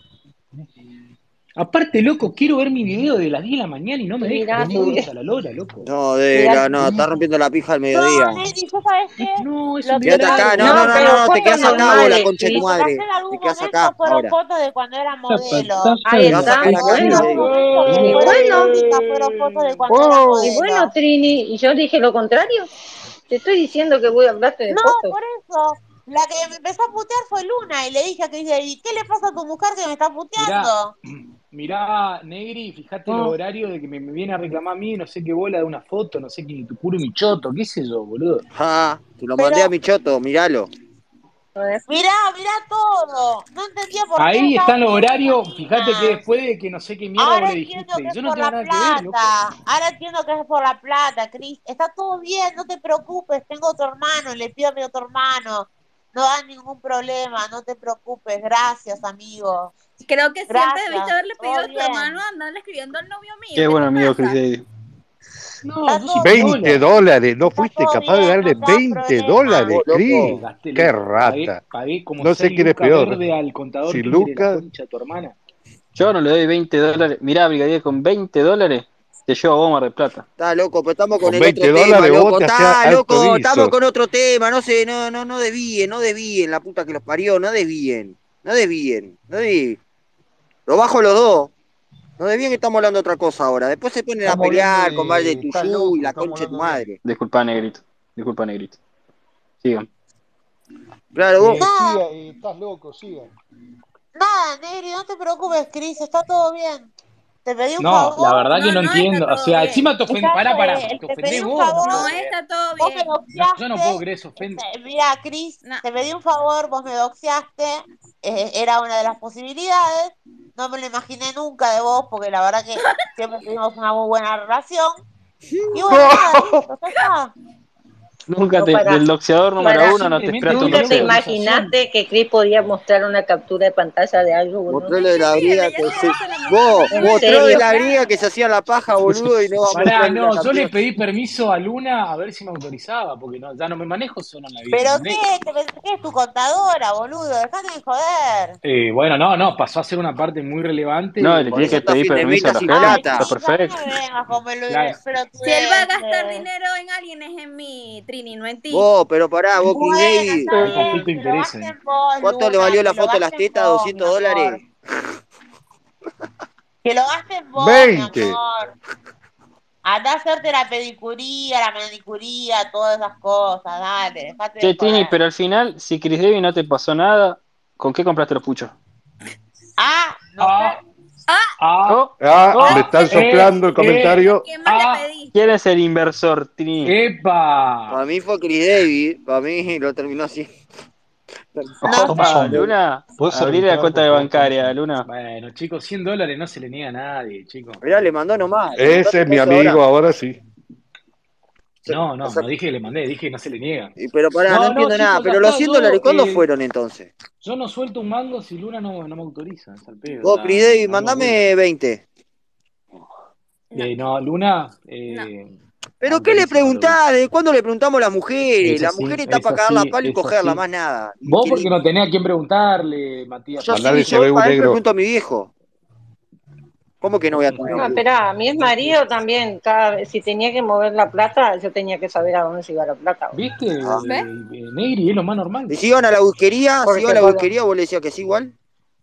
L: Aparte, loco, quiero ver mi video de las 10 de la mañana y no me
M: Y
L: deja.
M: mirá,
L: Le
M: sí.
L: mando un beso a la Lola, loco.
A: No, de la, no, está rompiendo la pija al mediodía.
B: No, Neri, ¿tú sabes qué?
L: No, es
B: Lo
L: un
B: que
A: Quédate
B: pasa
A: acá,
B: es
A: no, no,
M: No,
A: no,
M: pero
A: no, no, te
M: fotos
A: quedas acá vos, la
M: normales,
A: concha de tu
M: Cris.
B: Lo que pasa
A: madre.
B: en algún
A: Te quedas
B: momento
A: acá,
B: fueron
A: ahora.
B: fotos de cuando era modelo.
M: Ahí
A: Te vas a
M: está,
A: caer
M: y
A: acá,
B: Otros
A: te
M: bueno.
A: digo.
B: momentos que
M: Y
B: fueron
M: bueno.
B: únicas fueron fotos de cuando era
M: Oh, y
B: modelo.
M: bueno, Trini, y yo dije lo contrario. Te estoy diciendo que voy a hablarte de
B: No,
M: fotos.
B: por eso. La que me empezó a putear fue Luna y le dije a Cris, ¿y qué le pasa a tu mujer que me está puteando?
L: Mirá, Negri, fijate
M: Mm.
L: los horarios de que me, me viene a reclamar a mí, no sé qué bola de una foto, no sé qué, ni tu culo, mi choto, qué sé yo, boludo.
A: Ja, te lo mandé
B: Pero
A: a Michoto, miralo.
B: mirá, mirá todo. No entendía por qué
L: Ahí
B: esas
L: están los horarios, fijate que
B: minas.
L: después de que no sé qué mierda vos
B: Ahora
L: le
B: entiendo
L: dijiste,
B: que
L: y
B: es
L: yo no
B: por
L: tengo
B: la
L: nada que ver, loco.
B: plata. Ahora entiendo que es por la plata, Cris. Está todo bien, no te preocupes. Tengo otro hermano, le pido a mi otro hermano. No hay ningún problema, no te preocupes. Gracias, amigo.
J: Creo que siempre debiste
B: Gracias,
J: haberle pedido
B: todo
J: a tu hermano
B: bien.
J: andarle escribiendo al novio mío.
I: Qué
J: ¿Qué
I: buen
J: te
I: amigo Chris
J: pasa?
I: Davis.
L: No,
B: Está
L: yo soy
B: todo,
I: 20
L: piola.
I: dólares, no
B: está
I: fuiste
B: todo
I: capaz de
B: bien, no
I: darle
B: te hagas
I: 20
B: problema.
I: dólares,
A: Vos,
I: Cris.
A: loco.
L: Gasté,
I: Qué
L: loco. Pagué,
I: rata.
L: pagué como
I: No sé
L: 6
I: quién es
L: lucas
I: peor.
L: verde al contador
I: Si
L: que mire la
I: Lucas,
L: concha de tu hermana.
E: Yo no le doy 20 dólares. Mirá, brigadier, con 20 dólares te llevo a vos a Mar del Plata.
A: Está loco, pero estamos con
I: con
A: el otro
I: 20
A: tema,
I: dólares vos
A: loco.
I: te hacías
A: Está
I: alto
A: loco, estamos
I: viso.
A: con otro tema. No sé, no, no, no desvíen, no desvíen, la puta que los parió, no desvíen, no desvíen, no desvíen. Lo bajo los dos. No desvíen que estamos hablando de otra cosa ahora. Después se ponen a
H: Estamos hablando
A: pelear con Val de
H: de. Está
A: Tuyú y
H: loco,
A: la
H: estamos
A: concha de tu
H: hablando de.
A: madre.
E: Disculpa, negrito. Disculpa, negrito. Sigan.
A: Claro,
H: Eh,
A: vos.
H: siga, eh, estás loco, siga.
B: Nada, Negri, no te preocupes, Cris, está todo bien. Te pedí un
L: No, la
B: favor.
L: verdad que
J: No,
L: no
J: no está
L: entiendo. O
J: todo
L: sea,
J: bien.
L: encima te ofendés.
B: Está,
L: Pará, pará.
B: eh,
L: Te
B: te pedí
L: ofendés
B: un
L: vos, no
B: favor,
L: puedo
J: No
L: creer.
J: está todo
B: vos me
J: bien.
L: No, yo no puedo
B: doxeaste.
L: creer, se ofende.
B: este, Mira, Cris,
J: No.
B: te pedí un favor, vos me doxeaste. eh, era una de las posibilidades. No me lo imaginé nunca de vos, porque la verdad que siempre tuvimos una muy buena relación. Y bueno, nada, listo, ya está.
E: Nunca
M: No,
E: te,
M: para.
E: del boxeador
M: Para.
E: número uno no te
L: Simplemente
E: espera tu
M: Nunca
L: tiró
M: te
L: una
E: doxeador.
L: acusación.
M: imaginaste que Chris podía mostrar una captura de pantalla de algo, boludo.
A: Mostró lo de la
J: Increíble,
A: briga
J: ella
A: que
J: se
A: se.
J: hace la mujer
A: Vos,
J: y no
M: En
J: le
A: mostró de
J: dice
M: serio.
A: la briga que
J: nada.
A: se hacía la paja, boludo, y no va a
L: Pará,
A: mostrar una
L: no, yo le
A: captura.
L: pedí permiso a Luna a ver si me autorizaba, porque no, ya no me manejo solo en la vida,
B: ¿Pero
L: ¿entendés?
B: qué? ¿Te pensás que es tu contadora, boludo? Dejate de joder.
L: Eh, bueno, no, no, pasó a ser una parte muy
E: No,
L: relevante.
E: le
A: Por
E: tienes
A: eso
E: que
A: está a
E: pedir
A: fin de
E: permiso a
A: meta
E: la
A: sin
E: gente.
B: Ay,
E: Está
A: plata.
B: Cris, a mí
E: perfecto.
B: no me vengas con
L: Claro.
J: Si él va a gastar
B: pelotudeces.
J: dinero en alguien es en mí, Trini, no en ti.
A: Vos, pero pará, vos, Chris
B: Bueno,
A: Davis.
B: está
L: Hay
B: bien,
L: conflicto de
B: que lo
L: intereses. ahí.
B: gasten vos,
A: ¿Cuánto le
B: Luna,
A: valió
B: que
A: la
B: lo
A: foto de las
B: gasten
A: tetas?
B: vos, mi
A: ¿200
B: amor.
A: dólares?
B: Que lo gasten vos, mi
I: 20.
B: amor. Andá a hacerte la pedicuría, la manicuría, todas esas cosas, dale, dejate de
E: Che, Tini,
B: joder.
E: pero al final, si Chris Davis no te pasó nada, ¿con qué compraste los puchos?
B: Ah, no sé.
L: Ah,
J: Ah,
L: ah,
E: Oh,
I: Ah,
E: oh,
I: me
J: ¿a
I: están
J: quién le
L: eh,
I: soplando el
J: pediste?
L: eh,
J: ¿A
I: comentario.
J: quién más le
L: ah,
J: pediste?
E: ¿quién es el inversor, Trini?
A: Eh,
L: epa.
A: Para mí fue Chris Davis. Para mí lo terminó así.
B: No sé.
E: Opa,
H: Zombie.
E: Luna,
H: ¿Puedes
E: abrirle la
H: arrancar,
E: cuenta
H: por
E: de
H: favor, con
E: bancaria,
H: eso?
E: Luna.
L: Bueno, chicos, 100 dólares no se le niega a nadie, chicos.
A: Mirá, le mandó nomás. ¿Le
I: Ese
A: mandaste
I: es mi
A: precio ahora?
I: amigo, ahora sí.
A: Se-
L: No,
A: o
L: no,
A: sea,
L: no dije que le mandé, dije que no se le niega.
A: y- pero pará, no
L: No, no,
A: entiendo nada.
L: chicos, ya
A: Pero los
L: está.
A: 100 dólares,
L: Yo,
A: ¿cuándo
L: eh,
A: fueron entonces?
L: yo no suelto un mango si Luna no, no me autoriza. Es al pedo,
A: Vos, Chris
L: ya
A: Davis,
L: damos vuelta.
A: mandame 20.
J: No,
L: Eh, no, Luna
J: no.
L: eh,
A: ¿Pero qué
L: autoriza para
A: le
L: los
A: preguntás? ¿De cuándo le preguntamos a las mujeres?
L: Es
A: Las
L: así,
A: mujeres están
L: es
A: para cagar la
L: así,
A: palo y
L: es
A: cogerla,
L: así.
A: más nada. ¿Y
L: Vos
A: qué
L: porque
A: le-
L: no tenés a quién preguntarle, Matías,
A: Yo
L: porque
A: si me
I: Mandale
L: vos...
A: llevo
I: ve un
A: para él,
I: negro.
A: pregunto a mi viejo. ¿Cómo que no voy a tener
M: No,
A: boludo?
M: espera, a mi ex marido también, cada vez- si tenía que mover la plata, yo tenía que saber a dónde se iba la plata.
L: ¿Viste? Eh,
M: ¿Ves?
L: Negri es lo más normal.
A: Y si iban a la busquería, si
M: Porque
A: iban a la
M: cuando-
A: busquería, vos le decías que sí igual.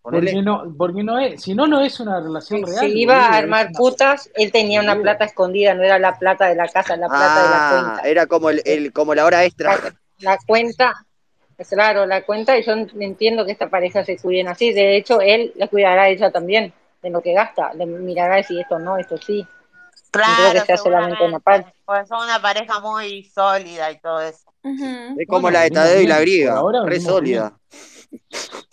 L: Porque
A: Ponele.
L: no, porque no es, si no, no es una relación real.
M: Si iba
L: boludo,
M: a
L: es
M: armar
L: una-
M: putas, él tenía una plata escondida, no era la plata de la casa, la plata de la
A: Ah,
M: cuenta.
A: era como el, el- como la hora extra.
M: La cuenta, pues claro, la cuenta, y yo entiendo que esta pareja se cuiden así. De hecho, él la cuidará a ella también, de lo que gasta. Le mirará si esto no, esto sí. No creo que
B: Claro,
M: sea solamente una parte.
B: porque son una pareja muy sólida y todo eso.
A: Es como
L: Bueno,
A: la de
L: venimos
A: Tadeo y la
L: bien,
A: griega.
L: por ahora
A: re
L: venimos bien.
A: sólida.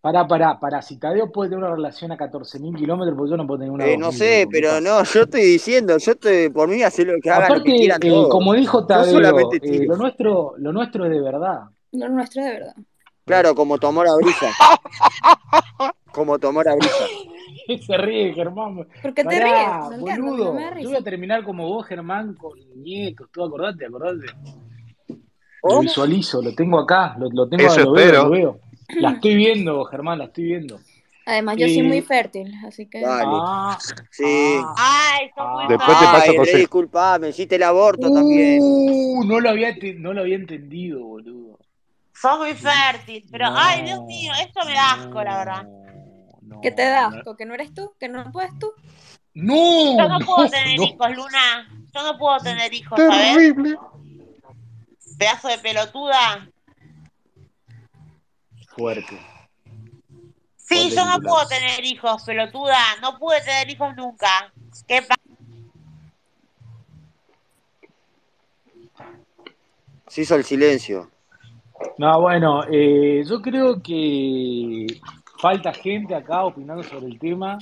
L: Pará, pará, pará. Si Tadeo puede tener una relación a 14.000 kilómetros, pues yo no puedo tener una a
A: Eh,
L: 2.000
A: no sé,
L: kilómetros. ¿Qué
A: pero
L: pasa?
A: no, yo estoy diciendo, yo estoy por mí hacer lo que hagan, lo que quieran
L: Aparte, eh,
A: todos.
L: como dijo
A: Yo
L: Tadeo,
A: solamente
L: eh,
A: tiro.
L: lo, nuestro, lo nuestro es de verdad.
J: Lo nuestro de verdad.
A: Claro, como tomó la brisa. Como tomó la brisa.
L: Se ríe, Germán. pues.
J: ¿Por qué te
L: Pará,
J: ríes, Alejandro? Que no me da
L: boludo.
J: risa.
L: Yo voy a terminar como vos, Germán, con nietos. Tú acordate, acordate. Lo
A: ¿Cómo?
L: visualizo, lo tengo acá, lo, lo tengo,
N: Eso
L: lo veo, lo
N: espero.
L: veo. La estoy viendo, Germán, la estoy viendo.
J: Además, yo soy muy
L: Eh,
J: fértil, así que.
A: Dale.
L: Ah,
A: Sí.
B: Ay, son muy
N: Después te paso
A: Ay, re
N: consejo.
A: disculpame, hiciste el aborto también.
L: uh, no lo había, te- no lo había entendido, boludo.
B: Son muy fértiles, pero ay, Dios mío,
L: No,
B: esto me da asco, la verdad.
J: ¿Qué te da
L: no,
J: asco? ¿Que no eres tú? ¿Que no puedes tú?
B: Yo
L: no,
B: no puedo
L: no,
B: tener
L: no.
B: hijos, Luna. Yo no puedo tener hijos, ¿sabes?
I: Terrible.
B: Pedazo de pelotuda.
L: Fuerte,
B: Sí,
L: fuerte
B: yo no puedo
L: titular.
B: tener hijos, pelotuda. No pude tener hijos nunca. ¿Qué pasa?
A: Se hizo el silencio.
L: No, bueno, eh, yo creo que falta gente acá opinando sobre el tema.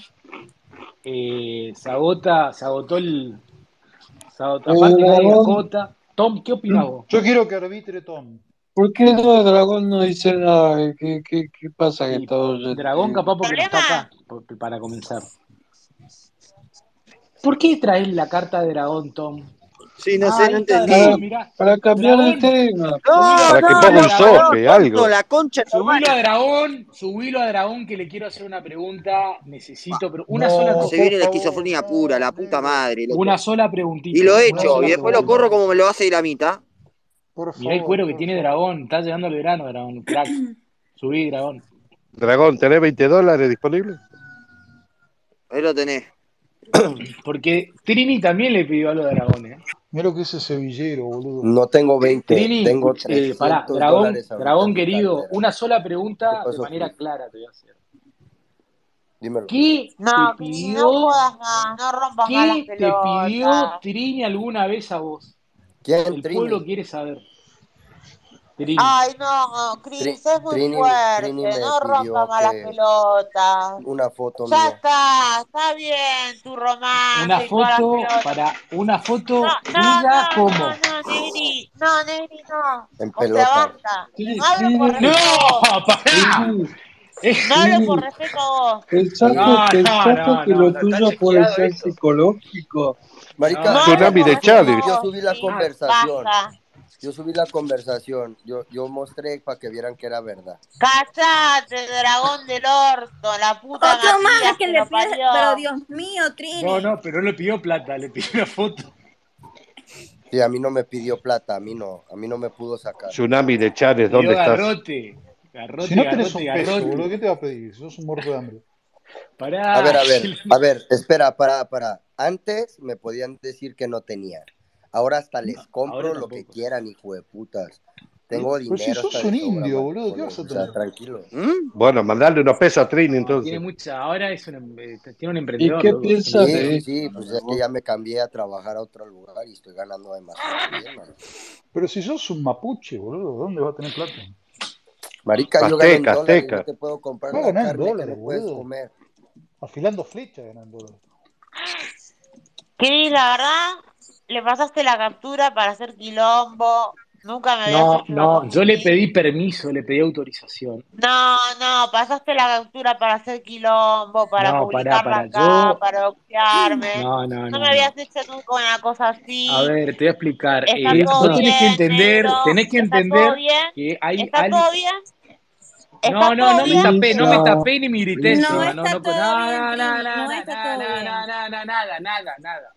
L: Eh, se agota, se agotó el. Se agotó, aparte
O: El
L: nadie
O: dragón,
L: acota. Tom, ¿qué opinas vos?
H: Yo quiero que arbitre Tom.
O: ¿por qué no, el dragón no dice nada? ¿Qué, qué, qué pasa que este
L: Y
O: está
L: pues, Dragón,
O: oyente?
L: capaz porque no está acá, por- para comenzar. ¿Por qué traes la carta de Dragón, Tom?
A: Sí, no
L: Ah,
A: sé,
L: ahí
A: no
L: está
O: Para,
A: entendí.
L: Dragón, mirá.
O: para cambiar de
L: Dragón, subilo
O: tema.
L: a,
A: No,
N: Para que
A: no,
N: ponga
L: subilo a
N: un
A: no,
L: Dragón.
N: sope,
A: perdón, tonto,
N: algo.
A: la concha de tu
L: Subilo a
A: hermana.
L: Dragón, subilo a Dragón que le quiero hacer una pregunta, necesito, pero una sola
H: No,
A: Se
L: cosa,
H: por
A: viene la
H: favor,
A: esquizofrenia pura,
H: no,
A: la puta
H: negro.
A: madre,
L: una
A: loco.
L: sola
A: Y
L: preguntita,
A: lo
L: una
A: he
H: Una
A: hecho, y
L: sola
H: sola
A: después lo
L: pregunta.
A: corro
H: pregunta.
A: como me lo hace ir a mitad.
H: Por
L: Mirá el
H: favor,
L: cuero que
H: por
L: tiene
H: favor.
L: Dragón, está llegando el verano, Dragón, crack. Subí, Dragón.
N: Dragón, ¿tenés 20 dólares disponibles?
A: Ahí lo tenés.
L: Porque Trini también le pidió algo a Dragón, ¿eh?
H: Mira lo que es ese villero, boludo.
P: No tengo 20,
L: Trini,
P: tengo
L: escucha, eh, pará,
P: 300
L: Dragón,
P: dólares ahorita en
L: Dragón
P: mi
L: querido,
P: cartera.
L: una sola
P: ¿Qué
L: pregunta de
P: pasó,
L: manera
P: Juli?
L: clara te voy a hacer.
P: Dímelo.
L: ¿Qué te
B: No, Cris, no
L: pidió,
B: jodas más, no rompas más las
L: qué te pidió
B: pelotas.
L: Trini alguna vez a vos?
P: ¿Quién,
L: El pueblo
P: Trini?
L: quiere saber. Trini.
B: Ay, no,
P: Tri-
B: Cris, es muy
P: Trini, Trini
B: fuerte,
P: me
B: no rompas
P: pidió
B: más las
P: que
B: pelotas.
P: una foto
B: Ya
P: mía.
B: está, está bien tu
L: Una
B: romance y todas las
L: foto
B: pelotas.
L: para una
B: No,
L: foto
B: no,
L: tuya
B: no,
L: como.
B: no, no, Negri, no, Negri, no.
P: En
B: O sea,
P: pelota.
B: basta.
O: Trini,
B: Hablo
L: ¡No!
B: por respeto a vos.
L: ¡Pará!
O: Trini,
L: Eh,
B: No hablo por
O: Trini,
B: respeto a vos.
O: pensate,
L: No, no,
O: pensate
L: no,
O: que
L: no,
O: lo
L: no, está
O: tuyo puede
L: chequeado
O: ser
L: esto.
O: psicológico.
B: No
P: Marica,
N: Un
P: yo
B: hablo
P: la,
N: tsunami
B: por
N: de
P: yo
B: respeto
P: subí,
N: Chávez.
P: yo
B: a vos,
P: subí la
B: Cris,
P: conversación.
B: basta.
P: Yo subí la conversación. Yo, yo mostré para que vieran que era verdad.
B: Callate, dragón del orto, la puta
J: Otro más
B: Matías
J: que
B: que
J: le
B: lo
J: pides. Pero
B: parió.
J: Dios mío,
L: No,
J: Trini.
L: no, pero no le pidió plata, le pidió una foto.
P: Sí, a mí no me pidió plata, a mí no, a mí no me pudo sacar.
N: Tsunami de Chávez,
L: Pidió
N: ¿dónde estás?
L: garrote.
H: Si
L: Garrote,
H: no tenés
L: garrote,
H: un peso, boludo,
L: garrote.
H: ¿qué te va a pedir? Sos un muerto de hambre.
P: A ver,
L: Pará.
P: a ver, a ver, espera, para, para. Antes me podían decir que no tenía. Ahora hasta les
L: Ahora
P: compro lo que
L: tampoco.
P: quieran, hijo de putas. Tengo
H: Pero Pues, si
P: dinero hasta
H: sos
P: de
H: un
P: sobra,
H: indio, boludo, ¿qué
P: maricones.
H: vas a
P: O sea,
H: tener?
P: tranquilos.
A: ¿Mm?
N: Bueno, mandale unos pesos a Trini
L: No, tiene
N: entonces.
L: mucha. Ahora es un, eh, tiene un
O: ¿Y
L: emprendedor,
O: qué
L: loco. Es un
O: piensas
P: Sí, sí,
O: de
L: emprendedor.
P: sí,
O: esto,
P: pues es que
O: dragón?
P: ya me cambié a trabajar a otro lugar y estoy ganando demasiado bien, marica.
H: Pero si sos un mapuche, boludo, ¿dónde vas a tener plata?
P: Marica, yo gano en
N: Azteca,
P: dólares, no
N: azteca.
P: te puedo comprar
H: Va a
P: la
H: ganar en
P: carne que
H: dólares,
P: no puedes
H: boludo.
P: comer.
H: Afilando flechas ganan en dólares.
B: Cris, la verdad, le pasaste la captura para hacer quilombo. Nunca me habías
L: No,
B: hecho una
L: no,
B: cosa
L: yo le
B: así.
L: pedí permiso, le pedí autorización.
B: No, no, pasaste la captura para hacer quilombo, para
L: No, pará,
B: publicarla
L: pará.
B: acá,
L: Yo.
B: para boxearme.
L: No, no,
B: No me
L: no,
B: habías
L: no.
B: hecho nunca una cosa
L: A
B: así.
L: ver, te voy a explicar.
B: Está
L: Eh,
B: todo
L: vos
O: No,
L: tenés que
B: bien, negro.
L: entender, tenés que
B: Está todo
L: entender
B: bien.
L: que hay
B: Está
L: alguien.
B: todo bien.
L: No, no, no me
O: bien.
L: tapé, no me
O: No.
L: tapé ni me grité
O: No
L: encima. No, pues,
O: está
L: no,
O: todo
L: no,
O: bien,
L: no, no,
O: Trini,
L: no,
O: no está
L: no,
O: todo
L: no,
O: bien.
L: no, no, no, nada, nada, nada.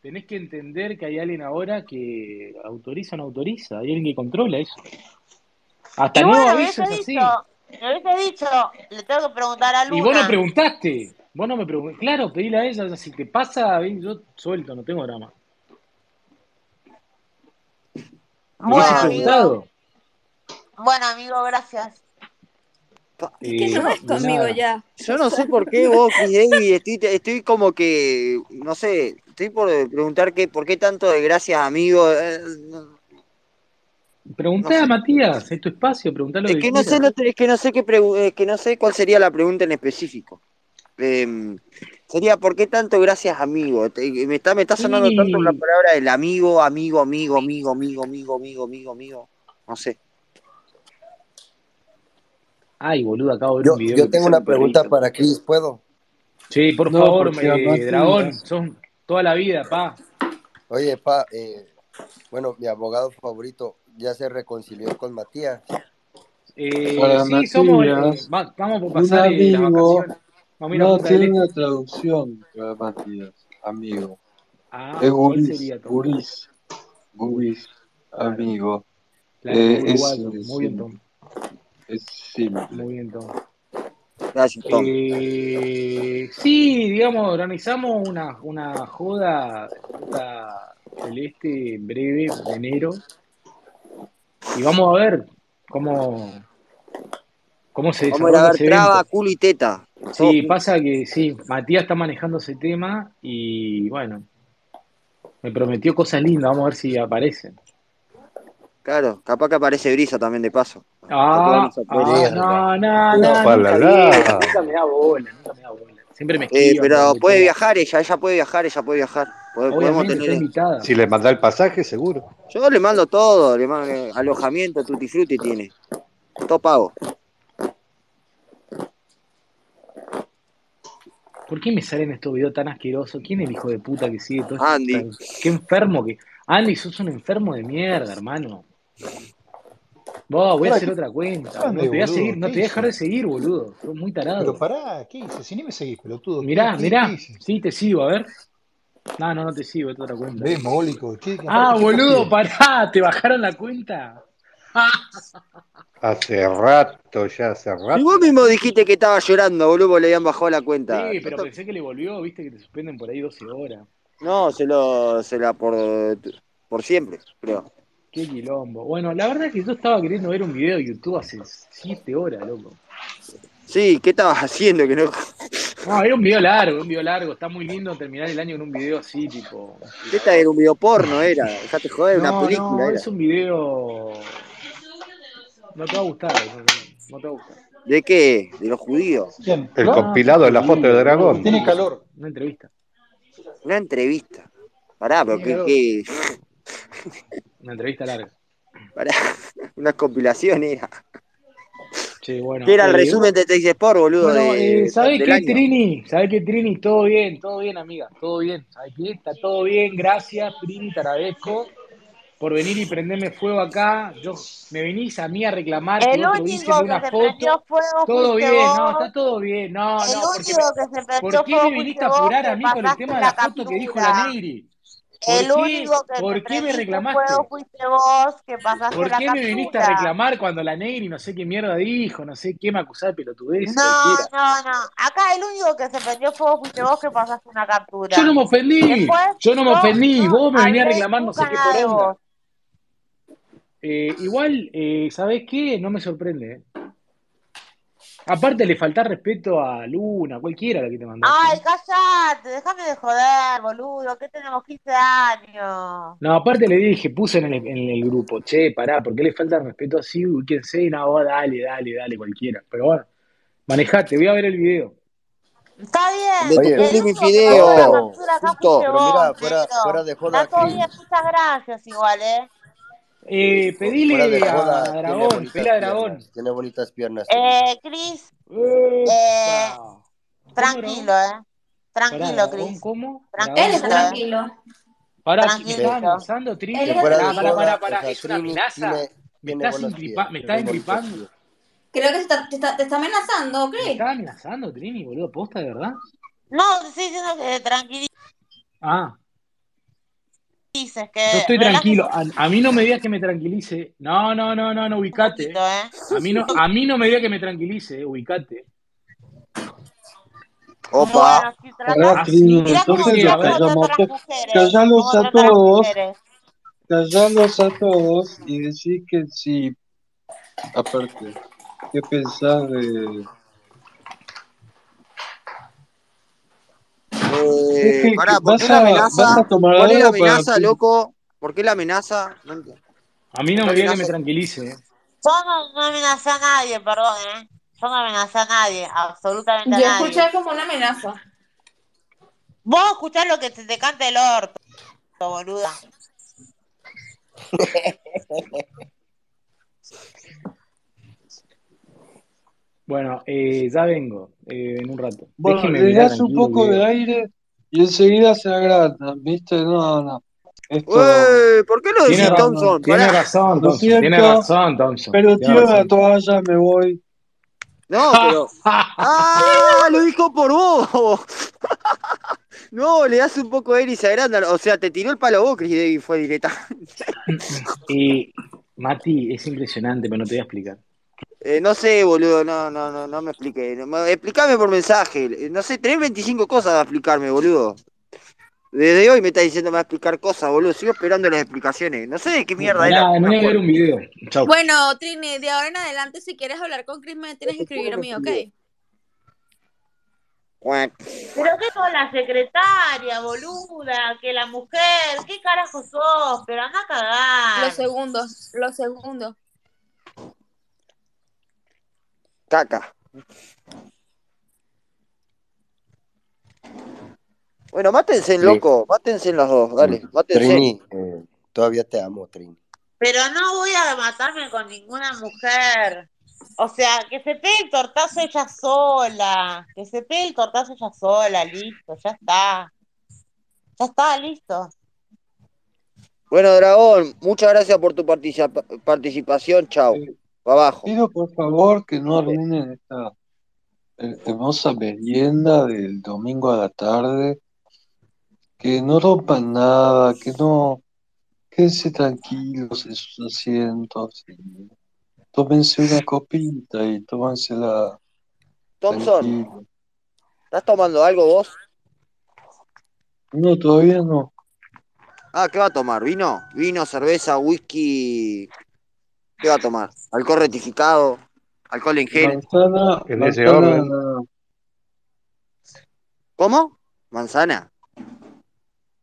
L: Tenés que entender que hay alguien ahora que autoriza o no autoriza. Hay alguien que controla eso. Hasta
B: Y
L: nuevo
B: bueno, me
L: aviso
B: hubiese
L: es así.
B: dicho, me hubiese dicho, le tengo que preguntar a Luna.
L: Y vos no preguntaste. Vos no me preguntaste. Claro, pedíle a ella. Si te pasa, ven, yo suelto, no tengo drama. Me hubiese
B: Ah, Bueno,
L: preguntado.
B: amigo. Bueno, amigo, gracias.
L: Es que no Eh, es de conmigo nada.
J: ya.
A: Yo no sé por qué vos, Chris Davis, estoy, estoy como que, no sé, estoy por preguntar qué, por qué tanto de gracias, amigo. eh, no-
L: Preguntá a Matías, es tu espacio, preguntá lo
A: Es
L: que
A: que no
L: quieras.
A: sé, lo- es que no sé qué pregu- es que no sé cuál sería la pregunta en específico. Em, sería por qué tanto gracias, amigo. Te- me está, me está sonando tanto la
L: Y-
A: palabra del amigo, amigo, amigo, amigo, amigo, amigo, amigo, amigo, amigo. No sé.
L: Ay, boludo, acabo de ver
P: Yo,
L: un video
P: yo
L: que me
P: tengo
L: sale
P: una
L: un
P: pregunta
L: perrito.
P: para Chris, ¿puedo?
L: Sí, por
P: No,
L: favor,
P: porque a
L: me,
P: Matías-
L: dragón, son toda la vida, pa.
P: Oye, pa, eh, bueno, mi abogado favorito ya se reconcilió con Matías.
L: Eh,
O: Para
L: sí, somos, eh,
O: Matías,
L: va- vamos por
O: un
L: pasar eh, las
O: amigo
L: vacaciones. Vamos a ir a
O: no
L: Punta del
O: tiene
L: Este.
O: una traducción para Matías, amigo.
L: Ah,
O: Es
L: ¿cuál
O: guris,
L: sería, Tom?
O: guris, guris,
L: Claro,
O: amigo.
L: claro,
O: Eh, es,
L: uruguayo.
O: es
L: Muy bien, Tom.
O: simple, es simple.
L: Muy bien, Tom.
A: Gracias, Tom.
L: Eh, sí, digamos, organizamos una, una joda de Punta del Este en breve, en enero. Y vamos a ver cómo, cómo se
A: Vamos a ir a
L: desarrolla
A: ver
L: ese evento.
A: traba, culo y teta. Todo
L: Sí,
A: junto.
L: pasa que sí, Matías está manejando ese tema y bueno, me prometió cosas lindas, vamos a ver si aparecen.
A: Claro, capaz que aparece brisa también de paso. Capaz
L: Ah,
A: vamos a poder
L: ah,
A: charlar.
L: no, no,
N: Ufa,
L: no, nunca
N: la,
L: viene,
N: la.
L: nunca me da bola, nunca me da bola. Siempre me
A: Eh,
L: esquiva por
A: pero
L: donde
A: puede
L: pueda.
A: viajar ella, ella puede viajar, ella puede viajar. Pod- Podemos
L: Obviamente, está
A: tener.
L: invitada.
N: Si le manda el pasaje, seguro.
A: Yo le mando todo, le mando eh, alojamiento, tutti frutti tiene. Todo pago.
L: ¿Por qué me salen estos videos tan asquerosos? ¿Quién es el hijo de puta que sigue todo esto?
A: Andy.
L: Qué enfermo que. Andy, sos un enfermo de mierda, hermano. Vos, voy a
H: Pará,
L: hacer
H: ¿qué-
L: otra cuenta, no
H: Andy,
L: te voy a
H: boludo?
L: seguir, no
H: ¿Qué
L: te voy a dejar de
H: hice?
L: seguir, boludo. Sos muy
H: Pero
L: tarado.
H: pará, ¿qué hice? Si ni me seguís, pelotudo, ¿qué,
L: Mirá,
H: qué, qué
L: mirá,
H: hice?
L: sí, te sigo, a ver. No, no, no te sigo, es otra cuenta.
H: Ve, mogólico, ¿qué, aparte,
L: Ah,
H: ¿qué
L: boludo,
H: copié?
L: pará, te bajaron la cuenta.
N: Hace rato, ya hace
A: Y
N: rato.
A: vos mismo dijiste que estaba llorando, boludo, le habían bajado la cuenta.
L: Sí,
A: No,
L: pero
A: to-
L: pensé que le volvió, viste que te suspenden por ahí 12 horas.
A: no, se lo se la por, por siempre, creo.
L: Qué quilombo. Bueno, la verdad es que yo estaba queriendo ver un video de YouTube hace 7 horas, loco.
A: Sí, ¿qué estabas haciendo? Que no.
L: No, era un video largo, un video largo. Está muy lindo terminar el año con un video así, tipo.
A: ¿Qué está? Era un video porno, era. Dejate joder, una
L: No,
A: película
L: no,
A: era.
L: es un video. No te va a gustar, no, no, no te va a gustar.
A: ¿De qué? De los judíos.
H: ¿Quién?
N: El
H: ¿Fran?
N: compilado de la foto de
L: Judío, boludo, una
N: dragón.
H: Tiene
L: entrevista.
H: calor.
L: Una entrevista.
A: Una entrevista. Pará, pero
L: Tenía
A: qué,
L: calor.
A: qué.
L: Una entrevista larga.
A: Pará, una compilación era.
L: Che,
A: ¿Qué
L: bueno.
A: era el
L: eh,
A: resumen de Teis Sport, boludo,
L: bueno, eh,
A: de,
L: ¿sabés
A: del
L: qué,
A: año?
L: Trini? ¿Sabés qué, Trini? Todo bien, todo bien, amiga. Todo bien. ¿Sabés qué? Está todo bien. Gracias, Trini, te agradezco por venir y prenderme fuego acá. Yo, me venís a mí a reclamar que
B: El
L: otro hizo
B: único
L: de
B: que
L: una
B: se prendió
L: foto.
B: fuego
L: Todo
B: fuiste
L: bien, no,
B: vos.
L: está todo bien. No,
B: El
L: no, porque me,
B: único que se
L: ¿por
B: prendió
L: qué me
B: fuego fuiste
L: viniste a
B: vos
L: apurar a
B: que
L: mí con el
B: pasaste
L: tema de
B: la
L: la foto que dijo la
B: captura.
L: Negri? ¿Por
B: El
L: qué?
B: único que te
L: ¿Por qué me
B: prendiste fuego
L: reclamaste?
B: fuiste vos que pasaste
L: ¿Por
B: la
L: qué me viniste a
B: captura.
L: reclamar cuando la Negri no sé qué mierda dijo, no sé qué me acusaba de pelotudez,
B: No,
L: cualquiera?
B: no, no. Acá el único que se prendió fuego fuiste vos que pasaste una
L: Yo no
B: captura.
L: me ofendí,
B: Después
L: yo no me
B: yo no
L: ofendí, vos me venís a
B: hablé
L: reclamar no sé
B: nunca
L: qué por
B: nada de
L: onda.
B: vos.
L: Eh, igual, eh, ¿sabés qué? No me sorprende. ¿eh? Aparte le falta respeto a Luna, cualquiera la que te mandaste.
B: Ay,
L: ¿eh?
B: cállate, déjame de joder, boludo, que tenemos 15 años.
L: No, aparte le dije, puse en el, en el grupo, che, pará, ¿por qué le falta respeto así? Uy, quién sé, no, vos dale, dale, dale, cualquiera. Pero bueno, manejate, voy a ver el video.
B: Está
A: Donde te
B: bien,
P: Oye,
B: el
A: ponen
B: único que pasó la
A: video,
P: pero,
B: captura acá fuiste
A: puto.
P: pero
B: vos,
P: mira, fuera, fuera
B: negro.
P: de
B: Está
P: joda,
B: todo bien,
P: Cris.
B: muchas gracias igual, ¿eh?
L: Eh,
P: fu- Fuera de
L: pedile a
P: joda, tiene
L: Dragón,
P: bonitas
L: pedile a Dragón.
P: piernas. Tiene bonitas piernas, Cris.
B: Eh, Cris, eh,
L: ¡Epa! ¿Cómo,
B: tranquilo,
L: Dragón?
B: ¿eh?
L: Pará,
B: Tranquilo,
L: Dragón,
B: Cris.
L: ¿cómo?
B: Tranquilo,
D: Él es
B: ¿eh?
D: tranquilo.
P: Ah,
L: Pará, si me estás
P: Que,
B: Tranquilito.
L: amenazando,
D: Él
L: Trini.
P: que
D: es
P: fuera
L: Pará,
P: de
L: pará,
D: tranquilo.
L: pará,
P: joda,
L: pará.
P: o sea,
L: ¿Eso es una
P: Trini
L: amenaza?
P: tiene,
L: ¿Me
P: tiene
L: estás,
P: buenos pies.
L: ingripa- me estás
P: Tiene bonitos
L: engripando?
P: pies.
J: Creo que se está- te, está, te está amenazando, Chris.
L: ¿Te está amenazando, Trini, boludo? ¿Posta de verdad?
B: No, estoy diciendo que te tranquilices,
L: Ah,
B: que
P: Eh,
L: yo estoy
B: relajes
L: tranquilo. A, a mí no me digas que me tranquilice. No, no, no, no, no, ubicate.
P: ¿eh?
L: A mí no, a mí no me digas que me tranquilice, eh, ubicate.
A: Opa.
O: Pará, Trino, Ah, entonces
L: que,
O: los
L: a ver,
O: callamos a to- callalos a todos, callalos a todos y decís que si, aparte, ¿qué pensás de...?
A: Eh,
O: ¿Qué- qué-
A: pará, ¿por
O: vas
A: qué la
O: a-
A: amenaza?
O: vas a tomar
A: ¿Cuál es la
O: algo para
A: amenaza,
O: ti?
A: loco? ¿Por qué la amenaza? No entiendo.
L: a mí no me digas que me tranquilice. eh.
B: Yo no, no amenacé a nadie, perdón, ¿eh? Yo no amenacé a nadie, absolutamente a
Q: Yo
B: nadie.
Q: escuché como una amenaza.
B: Vos escuchás lo que se te canta el orto, boluda.
L: Bueno, eh, ya vengo, eh, en un rato.
O: Bueno,
L: Déjeme
O: le
L: mirar
O: das un
L: tranquilo
O: poco
L: que-
O: de aire y enseguida se agratan, ¿viste? No, no. Esto.
A: Ué, ¿por qué lo
L: Tiene,
A: decís,
L: ra-
A: Thompson?
L: tiene
A: Pará.
L: razón,
O: Lo
L: Thompson. Tiene
O: siento,
L: razón, Thompson.
O: pero
L: Tiene
O: tiro la
L: razón.
O: toalla, me voy.
A: No, pero. ¡Ah! Lo dijo por vos. No, le das un poco de aire y se agrandan. O sea, te tiró el palo vos, Chris Davis, fue directa.
L: Eh, Mati, es impresionante, pero no te voy a explicar.
A: Eh, no sé, boludo, no, no, no, no me expliqué. No me- Explícame por mensaje. Eh, No sé, tenés 25 cosas a explicarme, boludo. Desde hoy me está diciendo me va a explicar cosas, boludo. Sigo esperando las explicaciones. No sé de qué mierda era.
L: Pará, me voy a ver un video. Chau.
J: Bueno, Trini, de ahora en adelante, si quieres hablar con Chris, me tienes que escribir a mí, ¿ok?
B: Pero qué con la secretaria, boluda, que la mujer, qué carajo sos, pero anda a cagar.
J: Los segundos, los segundos.
A: Caca. Bueno, mátense,
P: Trini,
A: loco. Mátense los dos, dale. Mátense.
P: Trini, eh, todavía te amo, Trini.
B: Pero no voy a matarme con ninguna mujer. O sea, que se pegue el tortazo ella sola. Que se pegue el tortazo ella sola, listo, ya está. Ya está, listo.
A: Bueno, Dragón, muchas gracias por tu participa- participación. Chao. Pa' abajo.
O: Pido por favor que no arruinen esta eh, hermosa merienda del domingo a la tarde, que no rompan nada, que no quédense tranquilos en sus asientos, y tómense una copita y tómansela
A: Thompson,
O: tranquilo.
A: ¿estás tomando algo vos?
O: No, todavía no.
A: Ah, ¿qué va a tomar? ¿Vino? ¿Vino, cerveza, whisky? ¿Qué va a tomar? ¿Alcohol rectificado? ¿Alcohol en gel?
O: Manzana,
N: En ese
O: manzana a
N: orden.
O: la,
A: ¿Cómo? ¿Manzana?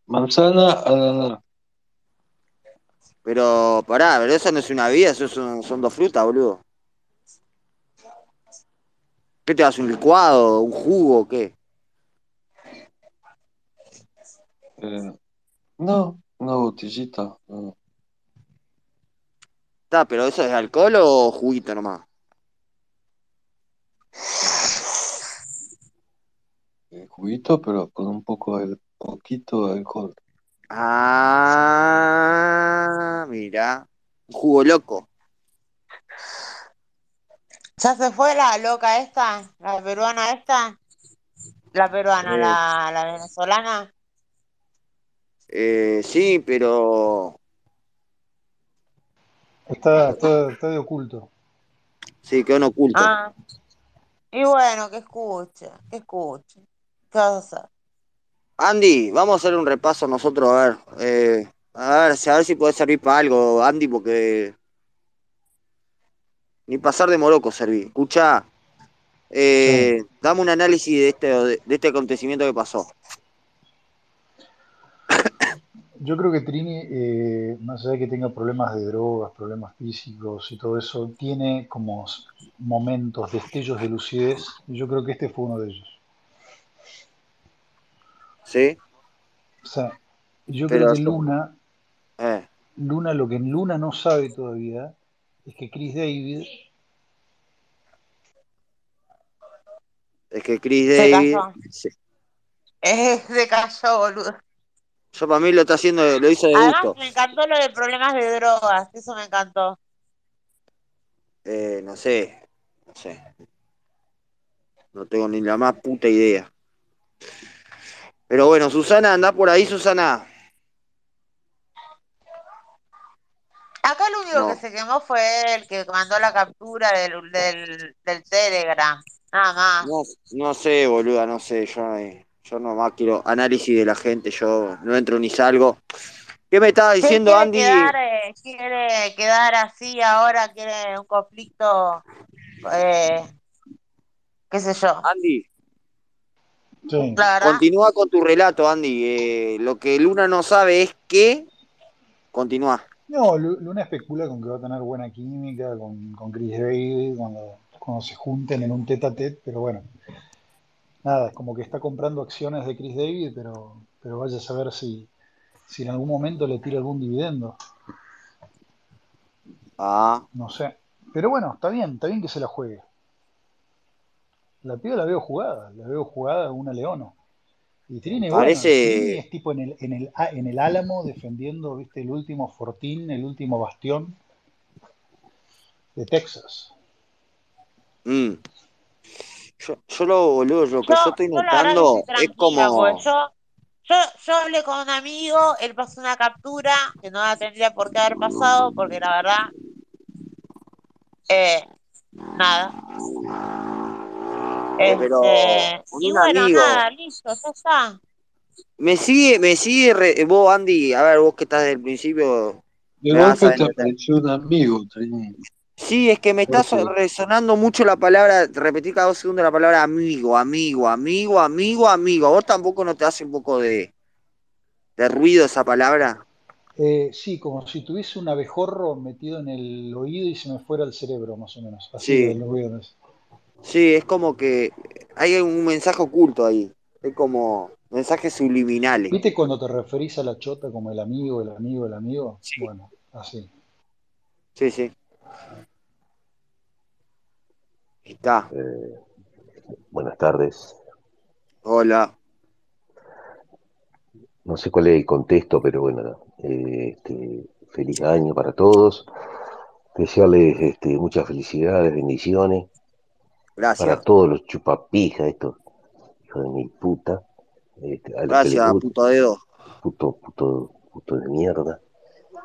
O: manzana ah, a la, la.
A: Pero, pará, pero eso no es una vida, eso son, son dos frutas, boludo. ¿Qué te das? ¿Un licuado? ¿Un jugo? ¿Qué?
O: eh, no, una botellita. no.
A: Está, pero ¿eso es alcohol o juguito nomás?
O: eh, juguito, pero con un poco de, poquito de alcohol.
A: Ah, mira. Un jugo loco.
B: Ya se fue la loca esta, la peruana esta, la peruana,
A: Eh,
B: la, la venezolana.
A: eh, sí, pero...
H: Está, está, está de oculto.
A: Sí, quedó en oculto.
B: Ah, y bueno, que escuche, que escuche. ¿Qué vas a hacer?
A: Andy, vamos a hacer un repaso nosotros, a ver. eh, a ver, a ver si puede servir para algo, Andy, porque ni pasar de moroco serví. Escucha, dame un análisis de este, de este acontecimiento que pasó.
H: Yo creo que Trini, eh, más allá de que tenga problemas de drogas, problemas físicos y todo eso, tiene como s- momentos, destellos de lucidez, y yo creo que este fue uno de ellos.
A: ¿Sí?
H: O sea, yo
A: Pero
H: creo que
A: eso-
H: Luna,
A: eh,
H: Luna, lo que Luna no sabe todavía es que Chris David
A: es que Chris
B: Se
A: David,
B: cayó.
A: sí.
B: Eh, se cayó, boludo.
A: yo para mí lo está haciendo, lo hizo de
B: Además,
A: gusto.
B: me encantó lo de problemas de drogas, eso me encantó.
A: Eh, no sé, Sí. No tengo ni la más puta idea. Pero bueno, Susana, anda por ahí, Susana.
B: Acá lo único
A: No.
B: que se quemó fue el que mandó la captura del, del, del Telegram. Nada más.
A: No, no sé, boluda, no sé. Yo, eh, yo nomás quiero análisis de la gente. Yo no entro ni salgo. ¿Qué me estaba
B: Él
A: diciendo
B: quiere
A: Andy?
B: Quedar, eh, quiere quedar así ahora, quiere un conflicto, eh, qué sé yo.
A: Andy,
B: la verdad.
A: continúa con tu relato, Andy. Eh, lo que Luna no sabe es que. Continúa.
H: No, Lu- Luna especula con que va a tener buena química con, con Chris David cuando, cuando se junten en un tete a tete, pero bueno, nada, es como que está comprando acciones de Chris David, pero, pero vaya a saber si, si en algún momento le tira algún dividendo,
A: Ah,
H: no sé. Pero bueno, está bien, está bien que se la juegue. La piba la veo jugada, la veo jugada a una leona. Y Trini, bueno,
A: Parece-
H: Trini es tipo en el, en el, a- en el álamo defendiendo, viste, el último fortín, el último bastión de Texas.
A: mm. Yo, yo lo, boludo, lo que yo, estoy
B: Yo la verdad que
A: notando
B: estoy
A: es
B: tranquila,
A: como.
B: porque yo, yo, yo hablé con un amigo, él pasó una captura que no la tendría por qué haber pasado, porque la verdad, eh, nada.
A: Eh, pero
B: Este,
A: con
B: y
A: un
B: bueno,
A: amigo.
B: nada, listo, ya está.
A: Me sigue, me sigue re- vos, Andy. A ver, vos que estás desde el principio.
O: De
A: me vas a
O: golpe te
A: entender.
O: apareció un amigo, Trini.
A: Sí, es que me está so-
O: Ok.
A: resonando mucho la palabra, repetir cada dos segundos la palabra amigo, amigo, amigo, amigo, amigo. ¿A vos tampoco no te hace un poco de, de ruido esa palabra?
H: Eh, sí, como si tuviese un abejorro metido en el oído y se me fuera al cerebro, más o menos. Así
A: Sí.
H: el ruido. es.
A: Sí, es como que hay un mensaje oculto ahí. Es como mensajes subliminales.
H: ¿Viste cuando te referís a la chota como el amigo, el amigo, el amigo? Bueno, así.
A: Sí, sí. Está.
Q: Eh, Buenas tardes.
A: Hola.
Q: No sé cuál es el contexto, pero bueno, eh, este, feliz año para todos. Desearles este, muchas felicidades, bendiciones.
A: Gracias.
Q: Para todos los chupapijas, estos hijos de mi puta. este, a los que les
A: Gracias,
Q: gusta,
A: puto dedo.
Q: puto, puto, puto de mierda.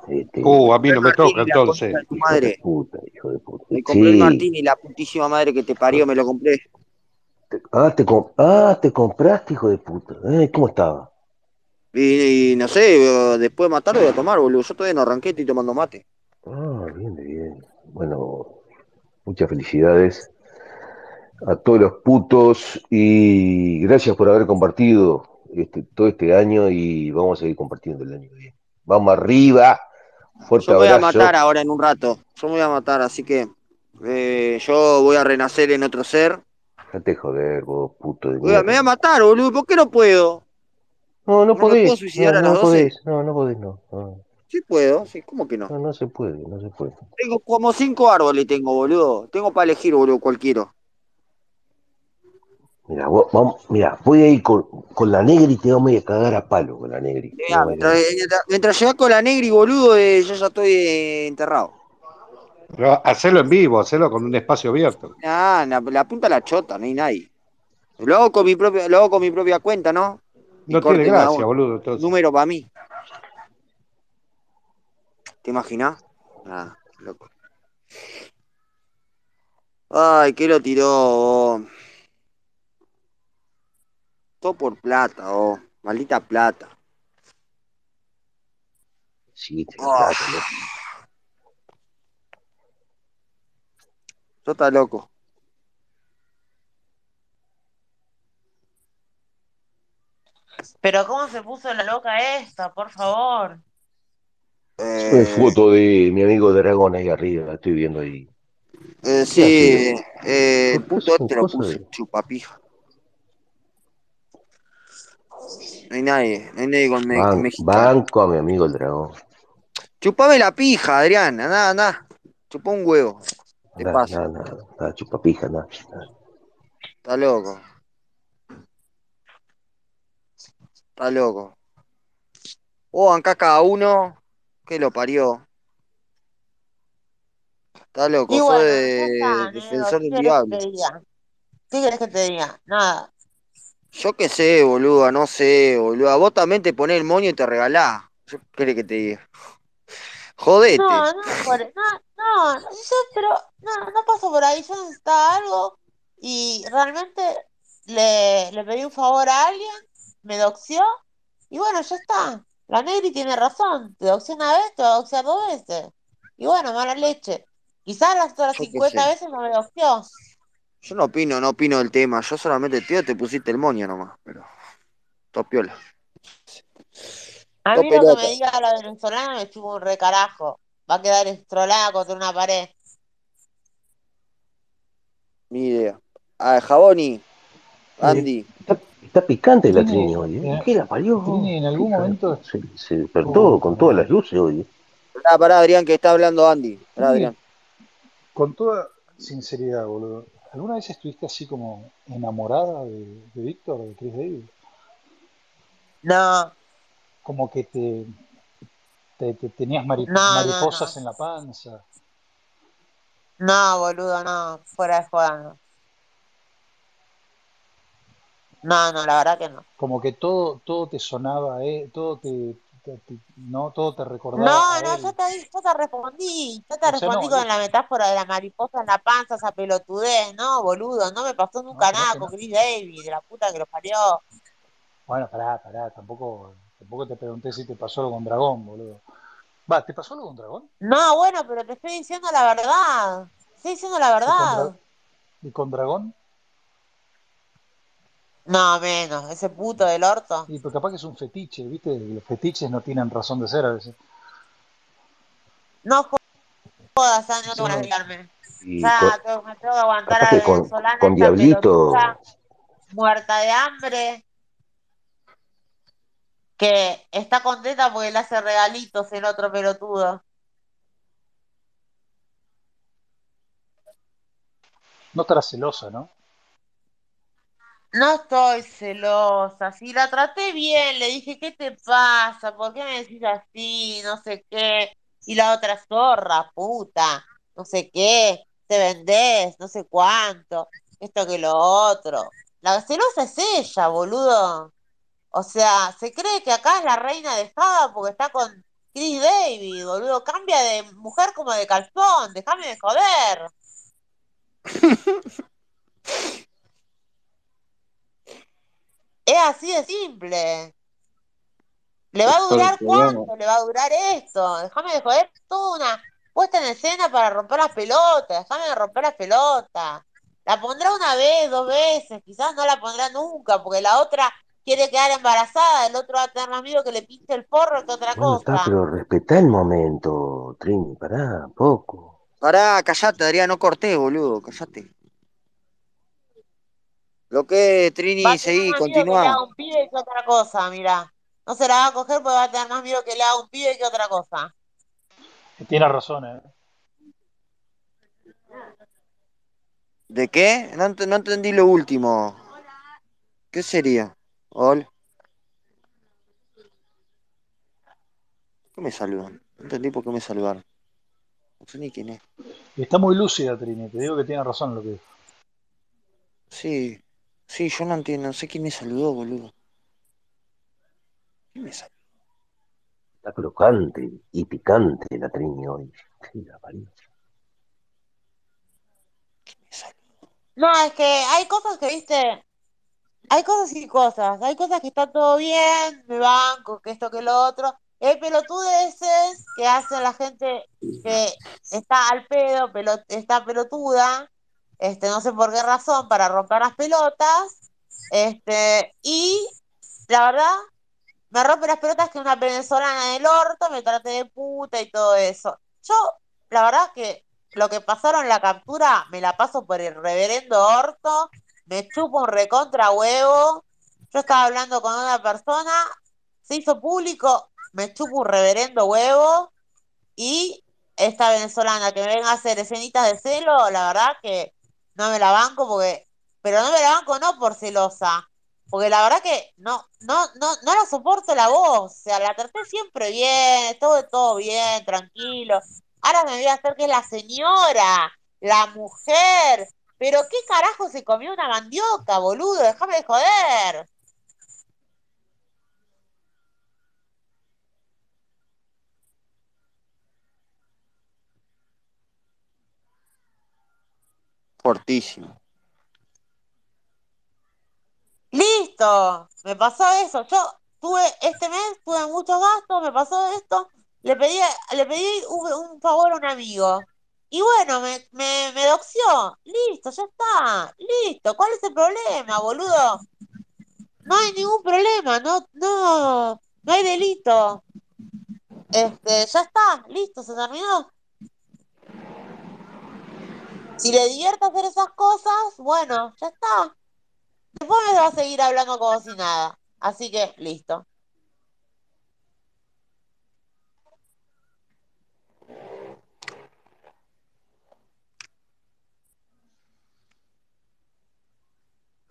Q: Este,
N: Uh, a mí no me
A: Martín
N: toca
A: y la concha
N: entonces.
A: de tu
Q: hijo de
A: madre.
Q: puta, hijo de puta.
A: Me compré el
Q: Sí.
A: Martín y la putísima madre que te parió, me lo compré.
Q: Ah, te, com- ah, te compraste, hijo de puta. Eh, ¿Cómo estaba?
A: Y, y no sé, eh, después de matarlo voy a tomar, boludo. Yo todavía no arranqué, estoy tomando mate.
Q: Ah, bien, bien. Bueno, muchas felicidades a todos los putos y gracias por haber compartido este, todo este año y vamos a seguir compartiendo el año que viene. Vamos arriba, fuerte
A: Yo me voy a matar
Q: abrazo.
A: ahora en un rato. Yo me voy a matar, así que eh, yo voy a renacer en otro ser.
Q: Dejate joder, vos puto de
A: Voy a- me voy a
Q: mierda.
A: matar, boludo. ¿Por qué no puedo?
Q: No, no
A: ¿No me puedo
Q: podés,
A: suicidar
Q: no,
A: a eh? las
Q: no
A: 12?
Q: podés, no, no podés, no. No,
A: Sí puedo, sí, ¿cómo que no?
Q: no, no se puede, no se puede.
A: Tengo como cinco árboles, tengo, boludo. Tengo para elegir, boludo, cualquiera.
Q: Mira, vos, vamos, mira, voy a ir con, con la negra y te vamos a ir a cagar a palo con la negri. No,
A: Mirá, Ah, mientras, mientras, mientras llegás con la negri, boludo, eh, yo ya estoy eh, enterrado.
N: Pero hacelo en vivo, hacelo con un espacio abierto.
A: Nah, Ah, la, la punta a la chota, no hay nadie. Lo hago con mi propia, lo hago con mi propia cuenta, ¿no? Y
N: No tiene
A: corte mi
N: gracia,
A: abón.
N: boludo. Entonces.
A: Número para mí. ¿Te imaginas? Ah, loco. Ay, ¿qué lo tiró? vos? Todo por plata, oh. Maldita plata.
Q: Sí, te la
A: Ah,
Q: plata, loco.
A: yo está loco.
B: Pero ¿cómo se puso la loca esta? Por favor.
Q: Una
A: Eh,
Q: foto de mi amigo Dragón ahí arriba, la estoy viendo ahí.
A: eh,
Q: ¿Qué hace?
A: sí, eh, el
Q: Puso
A: puto
Q: un
A: este lo
Q: coso
A: puso
Q: de.
A: un chupapija. No hay nadie, no hay nadie con, me- con
Q: Ban-
A: mexicano.
Q: banco a mi amigo el dragón.
A: Chupame la pija, Adrián, andá, andá. Chupá un huevo. Te
Q: Nada,
A: paso,
Q: nada, nada. Nada, chupapija, nada.
A: está loco, está loco. Vos bancás cada uno, que lo parió. Está loco,
B: Y
A: soy
B: bueno,
A: de-
B: ya está,
A: defensor
B: ¿qué
A: del
B: querés que
A: diablo.
B: te diga? ¿Qué querés que te diga? Nada.
A: Yo qué sé, boluda, no sé, boluda. Vos también te ponés el moño y te regalás. Yo qué querés que te diga. Jodete.
B: No, no, por, no, no, yo, pero no, no pasó por ahí, yo necesitaba algo y realmente le, le pedí un favor a alguien, me doxió y bueno, ya está. La Negri tiene razón, te doxió una vez, te va a doxiar dos veces. Y bueno, mala leche. Quizás las otras
A: Yo qué
B: 50
A: sé.
B: veces no me doxió.
A: Yo no opino, no opino del tema. Yo solamente, tío, te pusiste el moño nomás. Pero. Topiola.
B: A
A: To
B: mí lo que
A: pelota.
B: me diga la venezolana me chupa un recarajo. Va a quedar estrolada contra una pared.
A: Ni idea. Ah, Jaboni. Andy.
Q: Está, está picante la
H: Trini,
Q: Trini hoy. ¿eh?
H: eh,
Q: ¿Qué la parió?
H: Trini, en algún
Q: Hija,
H: momento.
Q: Se, se despertó con todas las luces hoy. ¿eh?
A: Pará, pará, Adrián, que está hablando Andy. Pará,
H: Trini,
A: Adrián.
H: con toda sinceridad, boludo. ¿Alguna vez estuviste así como enamorada de, de Víctor, de Chris Davis?
B: No.
H: Como que te, te- te tenías mari-
B: No, no, no.
H: mariposas en la panza.
B: No, boludo, no. Fuera de joda, no. No, no, la verdad que no.
H: Como que todo, todo te sonaba a él, todo te, te- te- no, todo te recordaba
B: No,
H: a
B: no,
H: él.
B: yo te, di- yo te respondí. Yo te
H: O sea,
B: respondí
H: no, eh.
B: con
H: no,
B: la metáfora de la mariposa en la panza, esa pelotudez. No, boludo, no me pasó
H: no,
B: nunca
H: pará
B: nada
H: que
B: con
H: no.
B: Chris Davis, de la puta que lo parió.
H: Bueno, pará, pará, tampoco, tampoco te pregunté si te pasó algo con Dragón, boludo. Va, ¿te pasó algo con Dragón?
B: No, bueno, pero te estoy diciendo la verdad. Estoy diciendo la
H: ¿Y con,
B: verdad.
H: Dra- y con Dragón?
B: No, menos, ese puto del orto.
H: Y pues capaz que es un fetiche, ¿viste? Los fetiches no tienen razón de ser a veces.
B: No jodas, Andy,
H: Sí,
B: no tengo ganas
H: no.
B: de liarme.
Q: Y con-
B: Ya tengo- me tengo que aguantar
Q: capaz
B: a
Q: que
B: la
Q: con,
B: venezolana,
Q: con
B: esta pelotuda,
Q: Diablito.
B: muerta de hambre, que está contenta porque le hace regalitos el otro pelotudo.
H: No estarás celosa, ¿no?
B: No estoy celosa, si la traté bien, le dije, ¿qué te pasa? ¿Por qué me decís así? No sé qué. Y la otra zorra, puta, no sé qué, te vendés, no sé cuánto, esto que lo otro. La celosa es ella, boludo. O sea, se cree que acá es la reina dejada porque está con Chris David, boludo. Cambia de mujer como de calzón, déjame de joder. Es así de simple. ¿Le va a
O: Para el
B: durar
O: programa.
B: cuánto? ¿Le va a durar esto? Déjame de joder toda una puesta en escena para romper las pelotas. Déjame de romper las pelotas. La pondrá una vez, dos veces. Quizás no la pondrá nunca porque la otra quiere quedar embarazada. El otro va a tener más miedo que le pinte el porro que otra
Q: Bueno, está,
B: cosa.
Q: pero respetá el momento, Trini, pará, un poco.
A: Pará, callate, Adrián, no corté, boludo, callate. Lo que,
B: Va
A: Trini,
B: a tener
A: seguí,
B: más miedo que le
A: continuá.
B: haga un pibe que otra cosa, mirá. No se la va a coger porque va a tener más miedo que le haga un pibe que otra cosa.
H: Tienes razón, ¿eh?
A: ¿De qué? No, ent- no entendí lo último. ¿Qué sería? Hola, ¿qué me saludan? No entendí por qué me saludaron. No sé ni quién es.
H: Está muy lúcida, Trini, te digo que tiene razón lo que dijo.
A: Sí, sí, yo no entiendo, no sé quién me saludó, boludo. ¿Quién me saludó?
Q: Está crocante y picante la Trini hoy. Sí, la parió.
B: No, es que hay cosas que, viste, hay cosas y cosas. Hay cosas que está todo bien, me banco, que esto, que lo otro. Eh, Y hay pelotudeces que hacen la gente que está al pedo, pelo- está pelotuda, este, no sé por qué razón, para romper las pelotas. Este, y la verdad, Me rompe las pelotas que una venezolana del orto me trate de puta y todo eso. Yo, la verdad que lo que pasaron en la captura me la paso por el reverendo orto, me chupo un recontra huevo. Yo estaba hablando con una persona, se hizo público, me chupo un reverendo huevo y esta venezolana que me venga a hacer escenitas de celo, la verdad que no me la banco porque, pero no me la banco no por celosa, porque la verdad que no, no, no, no la soporto la voz, o sea, la traté siempre bien, todo, todo bien, tranquilo. Ahora me voy a hacer que es la señora, la mujer. Pero qué carajo se comió una mandioca, boludo, déjame de joder.
A: Fortísimo.
B: Listo, me pasó eso. Yo tuve este mes, tuve muchos gastos, me pasó esto. Le pedí, le pedí un, un favor a un amigo. Y bueno, me, me, me doxió. Listo, ya está. Listo, ¿cuál es el problema, boludo? No hay ningún problema, no, no, no hay delito. Este, ya está, listo, se terminó. Si le divierte hacer esas cosas, bueno, ya está. Después me va a seguir hablando como si nada. Así que, listo.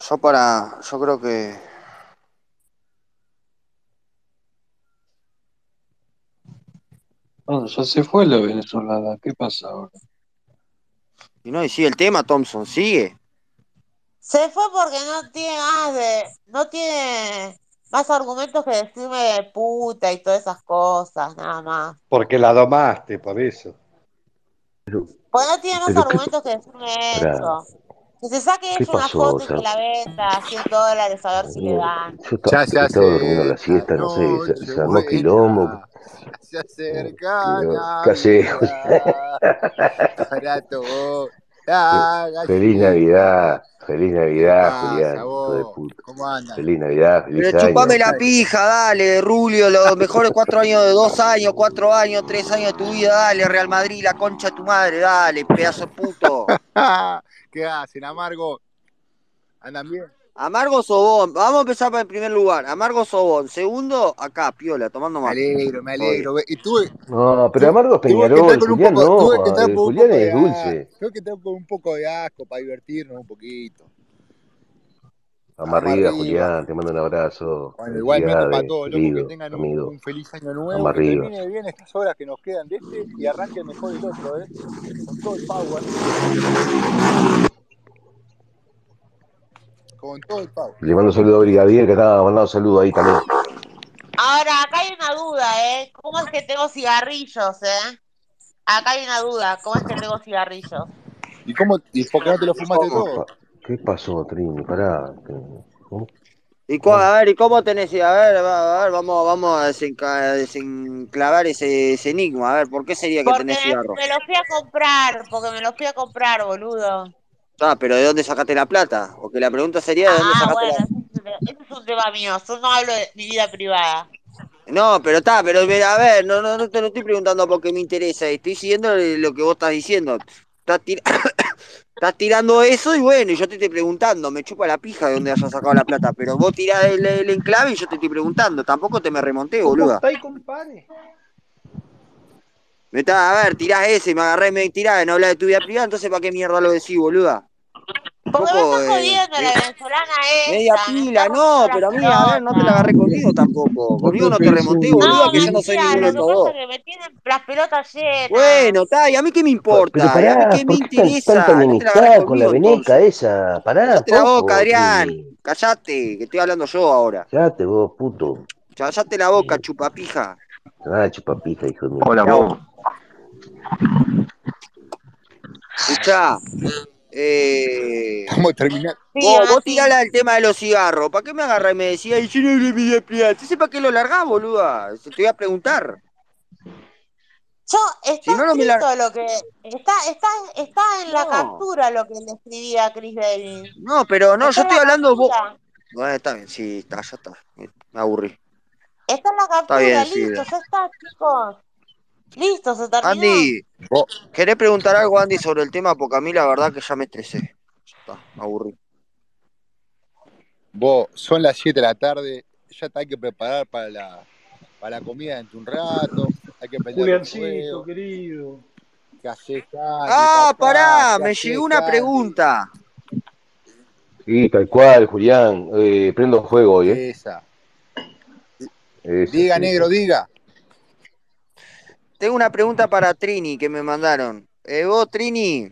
A: Yo para. Yo creo que.
O: Bueno, Ah, ya se fue la venezolana. ¿Qué pasa ahora?
A: Y no, y sigue el tema, Thompson, sigue.
B: Se fue porque no tiene más de, no tiene más argumentos que decirme de puta y todas esas cosas, nada más.
I: Porque la domaste, por eso.
B: Pues no tiene más
Q: Pero qué-
B: argumentos que decirme
Q: Pará.
B: eso. Que se saque
Q: ¿Qué
B: ella una
Q: pasó,
B: foto y que
Q: Sam?
B: la venda a 100 dólares a ver si le dan.
Q: Yo ta- estaba durmiendo la siesta, no sé, se, se armó quilombo.
R: Se acerca
Q: Digo, ¿Qué haces?
R: Navidad para todos. La
Q: Feliz
R: gallinita.
Q: Navidad, feliz
R: Ah, ¿Qué
Q: Navidad,
R: pasa
Q: Julián, hijo de
R: vos?
Q: puta.
R: ¿Cómo andan?
Q: Feliz Navidad,
A: Pero
Q: feliz año.
A: chupame la pija, dale, Rulio, los mejores cuatro años de dos años, cuatro años, tres años de tu vida, dale, Real Madrid, la concha de tu madre, dale, pedazo de puto.
R: ¿Qué hacen, Amargo? ¿Andan bien?
A: Amargo Sobón, vamos a empezar por el primer lugar, Amargo Sobón, segundo, acá, piola, tomando
R: Me
A: mate.
R: alegro, me alegro. Y tuve,
Q: No, pero Amargo es
R: tuve que entrar
Q: Peñarol,
R: con un
Q: Julián
R: poco, tuve que
Q: no,
R: entrar
Q: eh,
R: con un
Q: Julián
R: poco de
Q: es
R: asco,
Q: dulce.
R: tuve que entrar con un poco de asco para divertirnos un poquito.
Q: Vamos
R: Vamos
Q: arriba,
R: arriba.
Q: Julián, te mando un abrazo.
R: Bueno, igualmente para
Q: Felicidades,
R: todos, loco, que
Q: querido,
R: tengan un,
Q: amigo.
R: un feliz año
Q: Vamos
R: nuevo, que
Q: arriba.
R: termine bien estas horas que nos quedan de este y arranque mejor el otro, ¿eh? Con todo el power, con todo el power.
Q: Le mando un saludo a Brigadier, que estaba mandando un saludo ahí también.
B: Ahora, acá hay una duda, ¿eh? ¿Cómo es que tengo cigarrillos, eh? Acá hay una duda, ¿cómo es que tengo cigarrillos?
R: ¿Y cómo? ¿Y por qué no te lo fumaste
Q: ¿Qué,
R: todo?
Q: pa- qué pasó, Trini? Pará. que- ¿cómo?
A: ¿Y cu- a ver, ¿y cómo tenés? A ver, va- a ver, vamos, vamos a desenca- desenclavar ese, ese enigma, a ver, ¿por qué sería que
B: Porque
A: tenés cigarro?
B: me, me los fui a comprar, porque me los fui a comprar, boludo.
A: Ah, pero ¿de dónde sacaste la plata? Porque la pregunta sería ¿de dónde
B: Ah,
A: sacaste la
B: bueno, ese es un tema- ese es un tema mío, yo no hablo de mi vida privada.
A: No, pero está, pero mira, a ver, no, no, no te lo estoy preguntando porque me interesa, estoy siguiendo lo que vos estás diciendo. Estás, tir- estás tirando eso y bueno, yo te estoy preguntando, me chupa la pija de dónde hayas sacado la plata, pero vos tirás el, el enclave y yo te estoy preguntando, tampoco te me remonté, boluda.
C: estáis, compadre?
A: Me está, a ver, tirás ese, me agarré, me tirás, no hablas de tu vida privada, entonces ¿para qué mierda lo decís, boluda?
B: Porque me
A: Tampoco,
B: está
A: eh,
B: jodiendo la
A: me-
B: venezolana
A: media
B: esta, me está
A: pila, no,
B: rompiendo las
A: pero a mí, a ver, no te la
B: pelotas.
A: agarré conmigo tampoco,
O: No
A: conmigo
O: te
A: no te remonté,
O: pensé.
A: boluda, que yo no soy
B: Mentira,
A: ninguno de
B: lo que
A: estos
B: pasa es
A: dos.
B: que me tienen las pelotas llenas.
A: Bueno, está, ¿y a mí qué me
Q: Pa- Pero
A: importa? ¿Y a mí
Q: pará,
A: qué me
Q: ¿por qué tan, tanta
A: interesa? No te la agarres
Q: enemistad con la
A: conmigo
Q: veneca
A: entonces.
Q: esa? Pará un
A: Cállate la boca,
Q: poco,
A: Adrián.
Q: Trini.
A: Cállate, que estoy hablando yo ahora.
Q: Cállate vos, puto.
A: Cállate la boca, chupapija.
Q: Ah, chupapija, hijo mío.
A: Hola, vos. Escuchá, eh,
R: Estamos terminando.
B: Sí,
A: vos, vos
B: Mati.
A: tirala del tema de los cigarros. ¿Para qué me agarrás y me decías, "Ay, yo no le voy a pegar"? Entonces, ¿para qué lo largás, boluda? Te voy a preguntar.
B: Yo, está
A: Si no, no me la...
B: escrito lo que. Está, está, está en la
A: No,
B: captura lo que le escribí a Chris Davis.
A: no, pero no, yo
B: Está en
A: estoy
B: la
A: hablando vos.
B: captura.
A: Bueno, está bien, sí, está, ya está. Me aburrí.
B: Está en la
A: Está
B: captura,
A: bien, sí.
B: listo, ya está, chicos. Listo, se terminó.
A: Andy, vos- ¿querés preguntar algo, Andy, sobre el tema? Porque a mí la verdad que ya me estresé. Ya está, me aburrí.
R: Vos, son las 7 de la tarde, ya te hay que preparar para la, para la comida dentro de un rato, hay que prender los
L: Juliancito,
R: fuegos.
L: querido.
R: ¿Qué haces, Andy,
A: Ah,
R: papá?
A: pará,
R: ¿Qué
A: me
R: haces,
A: llegó una
R: Andy?
A: pregunta.
Q: Sí, tal cual, Julián. Eh, prendo fuego hoy, ¿eh? este,
R: Esa.
Q: Esa,
R: Diga,
Q: esa.
R: negro, diga.
A: Tengo una pregunta para Trini que me mandaron. Eh, vos, Trini,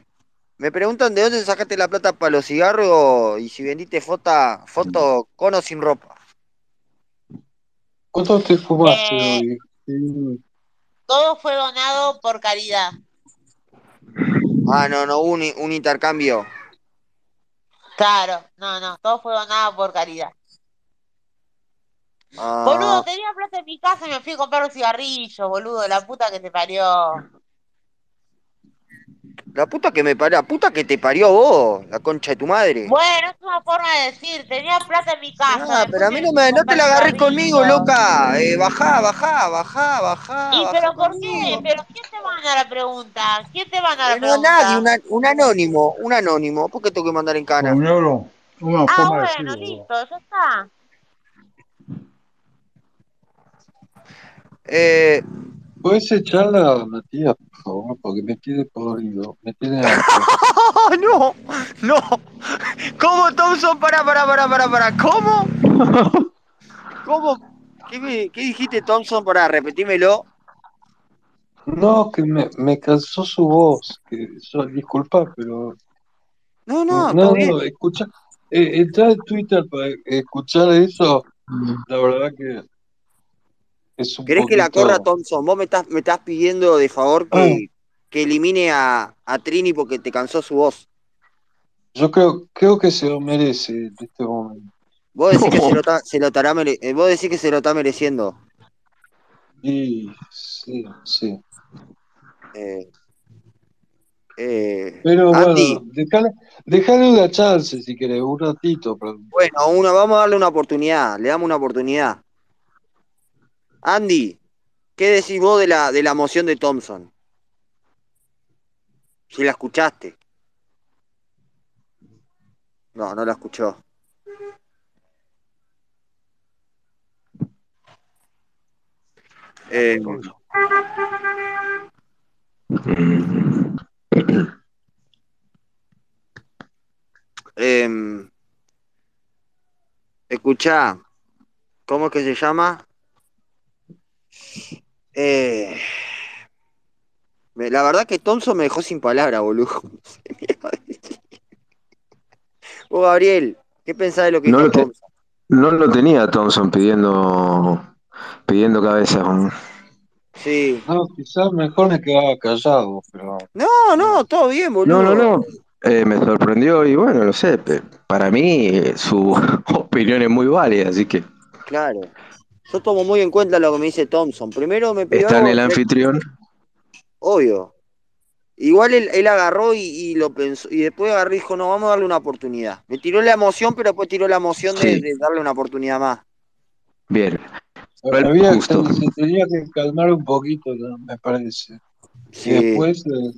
A: me preguntan de dónde sacaste la plata para los cigarros y si vendiste foto, foto con o sin ropa.
O: ¿Cuánto te fumaste
B: Eh.
O: hoy?
B: Todo fue donado por caridad.
A: Ah, no, no, un, un intercambio.
B: Claro, no, no, todo fue donado por caridad.
A: Ah,
B: Boludo, tenía plata en mi casa y me fui a comprar un cigarrillo, boludo, la puta que te parió.
A: la puta que me parió, la puta que te parió vos, la concha de tu madre.
B: Bueno, es una forma de decir, tenía plata en mi casa.
A: Ah,
B: me
A: pero a
B: puse
A: mí no, me, no te la agarré conmigo, loca. Eh, bajá, bajá, bajá, bajá.
B: ¿Y
A: bajá
B: pero por qué?
A: conmigo.
B: ¿Pero quién te manda la pregunta? ¿Quién te manda la
A: Eh, no,
B: pregunta?
A: nadie, una- un anónimo, un anónimo. ¿Por qué tengo que mandar en cana?
H: Un euro, una
B: Ah,
H: forma de decir,
B: bueno,
H: boludo.
B: listo, ya está.
A: Eh,
O: ¿Puedes echarla, Matías, por favor? Porque me tiene podrido, me tiene harto.
A: ¡Ah, no! ¡No! ¿Cómo, Thompson? Para, para, para, para, para. ¿Cómo? ¿Cómo? ¿Qué, me- qué dijiste, Thompson? Para, repetímelo.
O: No, que me, me cansó su voz. Que, so- disculpa, pero.
A: No,
O: No,
A: no, todo bien.
O: no, escucha. Eh, entra en Twitter para escuchar eso. La verdad que es un
A: ¿Querés que la corra,
O: poquito.
A: Thompson? Vos me estás, me estás pidiendo de favor que, que elimine a, a Trini porque te cansó su voz.
O: Yo creo, creo que se lo merece en este momento.
A: Vos decís que se lo, está- se lo estará mere- eh, vos decís que se lo está mereciendo.
O: Y sí, sí.
A: Eh, eh,
O: Pero
A: Andy,
O: bueno, dejale, dejale una chance si querés, un ratito. Pero...
A: bueno, una, vamos a darle una oportunidad, le damos una oportunidad. Andy, ¿qué decís vos de la, de la moción de Thompson? Si la escuchaste. No, no la escuchó. Eh, em, escuchá, ¿cómo es que se llama? Eh, me- la verdad que Thompson me dejó sin palabra, boludo. Vos, Gabriel, ¿qué pensás de lo que
S: No
A: dijo
S: lo, te-
A: Thompson?
S: no lo tenía Thompson pidiendo pidiendo cabeza.
A: Sí.
O: No, quizás mejor me quedaba callado, pero.
A: No, no, todo bien,
S: No, no,
A: boludo.
S: no. Eh, me sorprendió y bueno, no sé. pe- Para mí eh, su opinión es muy válida, así que
A: Claro. Yo tomo muy en cuenta lo que me dice Thompson. Primero me pidió
S: está en el
A: algo que-
S: anfitrión.
A: obvio. Igual él, él agarró y, y lo pensó. Y después agarró y dijo, no, vamos a darle una oportunidad. Me tiró la emoción, pero después tiró la emoción de,
S: Sí,
A: de darle una oportunidad más.
S: bien. Igual
O: Había,
S: justo.
O: se tenía que calmar un poquito, ¿no? me parece. Y
A: Sí,
O: después eh,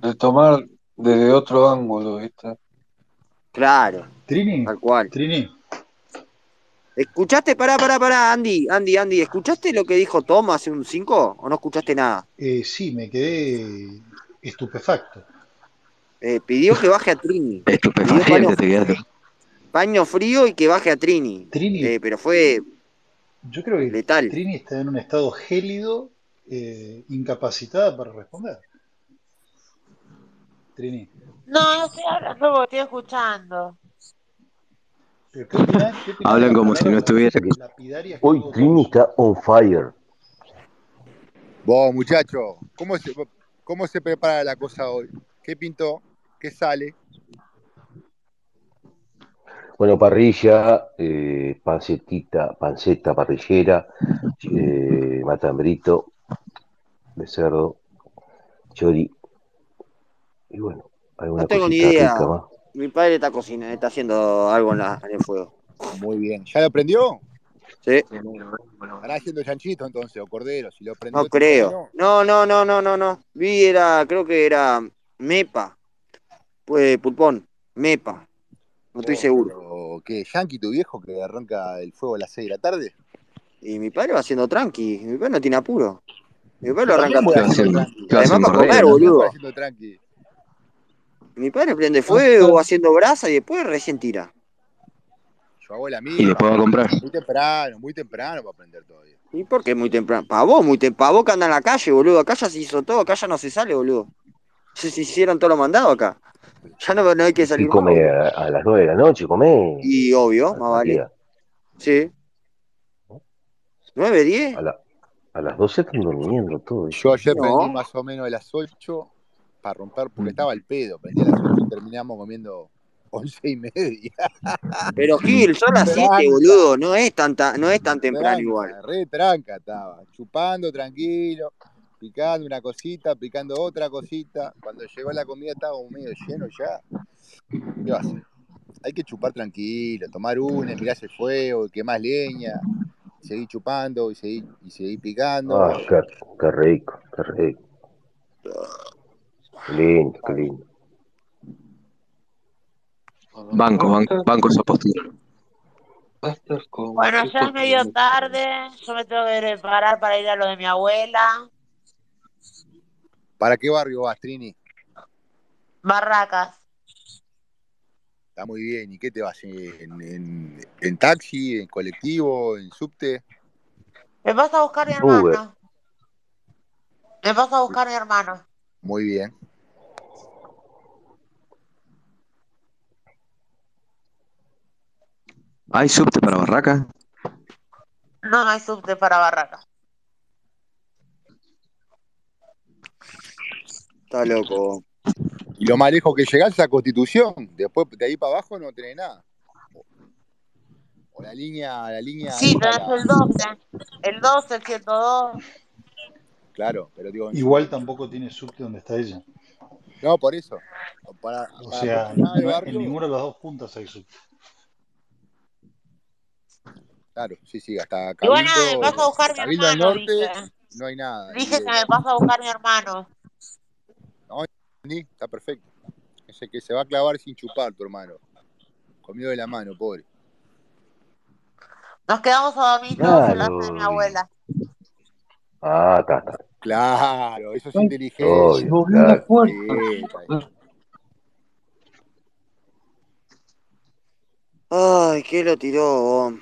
O: retomar desde otro ángulo, ¿viste?
A: claro.
H: Trini,
A: Tal cual.
H: Trini.
A: ¿Escuchaste? Pará, pará, pará, Andy, Andy, Andy. ¿Escuchaste lo que dijo Tom hace un 5 o no escuchaste nada?
H: Eh, sí, me quedé estupefacto.
A: Eh, pidió que baje a Trini. Pidió paño,
S: Estupefaciente te quedaste.
A: paño frío y que baje a Trini.
H: Trini,
A: Eh, pero fue
H: yo creo que
A: letal.
H: Trini está en un estado gélido, eh, incapacitada para responder. Trini,
B: No, no estoy hablando porque estoy escuchando.
H: ¿pero Eh, qué opinás, qué opinás de
S: Hablan
H: las
S: como si
H: palabras
S: no estuviera.
H: lapi- lapidarias que
Q: Hoy
H: tuvo
Q: Trini
H: Thompson?
Q: está on fire.
R: Vos, muchacho, ¿cómo se, ¿cómo se prepara la cosa hoy? ¿Qué pintó? ¿Qué sale?
Q: Bueno, parrilla, eh, pancetita, panceta parrillera, eh, matambrito de cerdo, chori, y bueno,
A: No
Q: alguna
A: tengo ni
Q: cosita rica
A: idea.
Q: más.
A: Mi padre está cocinando, está haciendo algo en, la- en el fuego.
R: Muy bien. ¿Ya lo prendió?
A: Sí,
R: Estará haciendo chanchito entonces, o cordero, si lo
A: no
R: prendió temprano.
A: creo. No, no, no, no, no, no. Vi era, creo que era Mepa, pues pulpón, Mepa, no estoy
R: Vos,
A: seguro.
R: Oh, pero ¿qué? ¿Yankee tu viejo que arranca el fuego a las 6 de la tarde?
A: Y mi padre va haciendo tranqui, mi padre no tiene apuro. Mi padre lo
R: Yo
A: arranca
R: también voy
S: ¿Qué va a
A: tranqui.
S: hacer?
R: haciendo
S: ¿Qué
R: tranqui.
S: va a hacer
A: Además
S: un
A: para
S: cordero?
A: comer,
R: Yo también voy
A: boludo.
R: haciendo tranqui.
A: Mi padre prende
O: Hasta,
A: fuego, haciendo brasa y después recién tira.
R: Yo hago la
S: Y
R: misma.
S: después va a comprar.
R: Muy temprano, muy temprano para aprender todavía.
A: ¿Y por qué muy temprano? Para vos, muy temprano. Para vos que anda en la calle, boludo. Acá ya se hizo todo, acá ya no se sale, boludo. Se, se hicieron todo lo mandado acá. Ya no, no hay que salir.
Q: Y come
A: más,
Q: a, a las 9 de la noche, come.
A: Y obvio, más vale.
Q: Matías.
A: Sí. ¿Nueve, diez?
Q: A, la- a las 12 están durmiendo todo.
R: Yo ayer
Q: No.
R: prendí más o menos a las 8 para romper, porque estaba al pedo. Prendí a las 8 y terminamos comiendo 11 y media.
A: Pero Gil, son las
R: Tranca,
A: siete, boludo. No es, tanta, no es tan temprano
R: tranca,
A: igual.
R: Re tranca estaba. Chupando tranquilo, picando una cosita, picando otra cosita. Cuando llegó la comida estaba como medio lleno ya. ¿Qué va a hacer? Hay que chupar tranquilo, tomar una, mirás el fuego, quemás leña, seguir chupando y seguir, y seguir picando.
Q: Ah, qué, qué rico, qué rico. Qué lindo, qué lindo.
S: Banco, banco, banco esa postura.
B: Bueno, ya es medio tarde, yo me tengo que preparar para ir a lo de mi abuela.
R: ¿Para qué barrio vas, Trini?
B: Barracas.
R: Está muy bien. ¿Y qué te vas? ¿En, en- en taxi, en colectivo, en subte?
B: Me pasa a buscar mi
R: Uber.
B: hermano. Me pasa a buscar mi hermano.
R: Muy bien.
S: ¿Hay subte para Barraca?
B: No hay subte para Barracas.
A: Está loco.
R: Y lo más lejos que llegás es a Constitución. Después de ahí para abajo no tenés nada. O la línea, la línea
B: Sí,
R: esa,
B: tenés
R: la-
B: el 12. El 12, el 102.
R: claro, pero digo,
H: Igual tampoco tiene subte donde está ella.
R: no, por eso. Para,
H: O
R: para
H: sea,
R: aproximar el
H: no- en
R: barrio,
H: ninguna de las dos puntas hay subte.
R: claro, sí, sí, hasta
B: Y bueno, me pasa a
R: Cabildo,
B: buscar mi
R: Cabildo al
B: hermano,
R: Norte
B: dije.
R: no hay nada. Y
B: Dije
R: de-
B: que me pasa a buscar mi hermano.
R: no, entendí, está perfecto. Ese que se va a clavar sin chupar, tu hermano. Comido de la mano, pobre.
B: Nos quedamos a dormir todos en la casa de mi
Q: Claro.
B: abuela.
Q: Ah, está, está.
R: Claro, eso es inteligente.
Q: Obvio, claro.
R: Sí, está bien.
A: Ay, ¿qué lo tiró? oh. vos?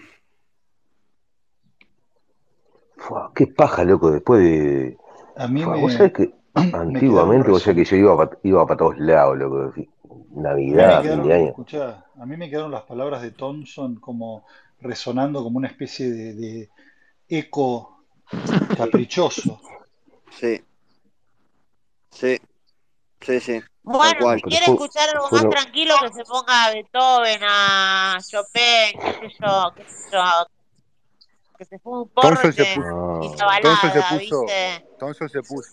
Q: Fua, Ah, qué paja, loco, después de...
H: A mí
Q: Fua, vos
H: me,
Q: sabés que
H: me quedaron
Q: antiguamente, vos sabés
H: resueltos.
Q: que yo iba para, iba para todos lados, loco. fi-
H: A mí me
Q: Navidad, fin de
H: quedaron,
Q: año.
H: escuchá, a mí me quedaron las palabras de Thompson como resonando como una especie de, de eco caprichoso.
A: Sí, sí, sí, sí. Tal
B: Bueno,
A: cual.
B: si quiere escuchar algo más tranquilo, que se ponga a Beethoven, a Chopin, qué sé yo, qué sé yo, que se fume un porro y
R: Thompson se
B: que
R: puso.
B: y
Q: Ah,
B: la
R: Thompson se
B: balada,
R: puso.
B: ¿viste?
R: Thompson se puso.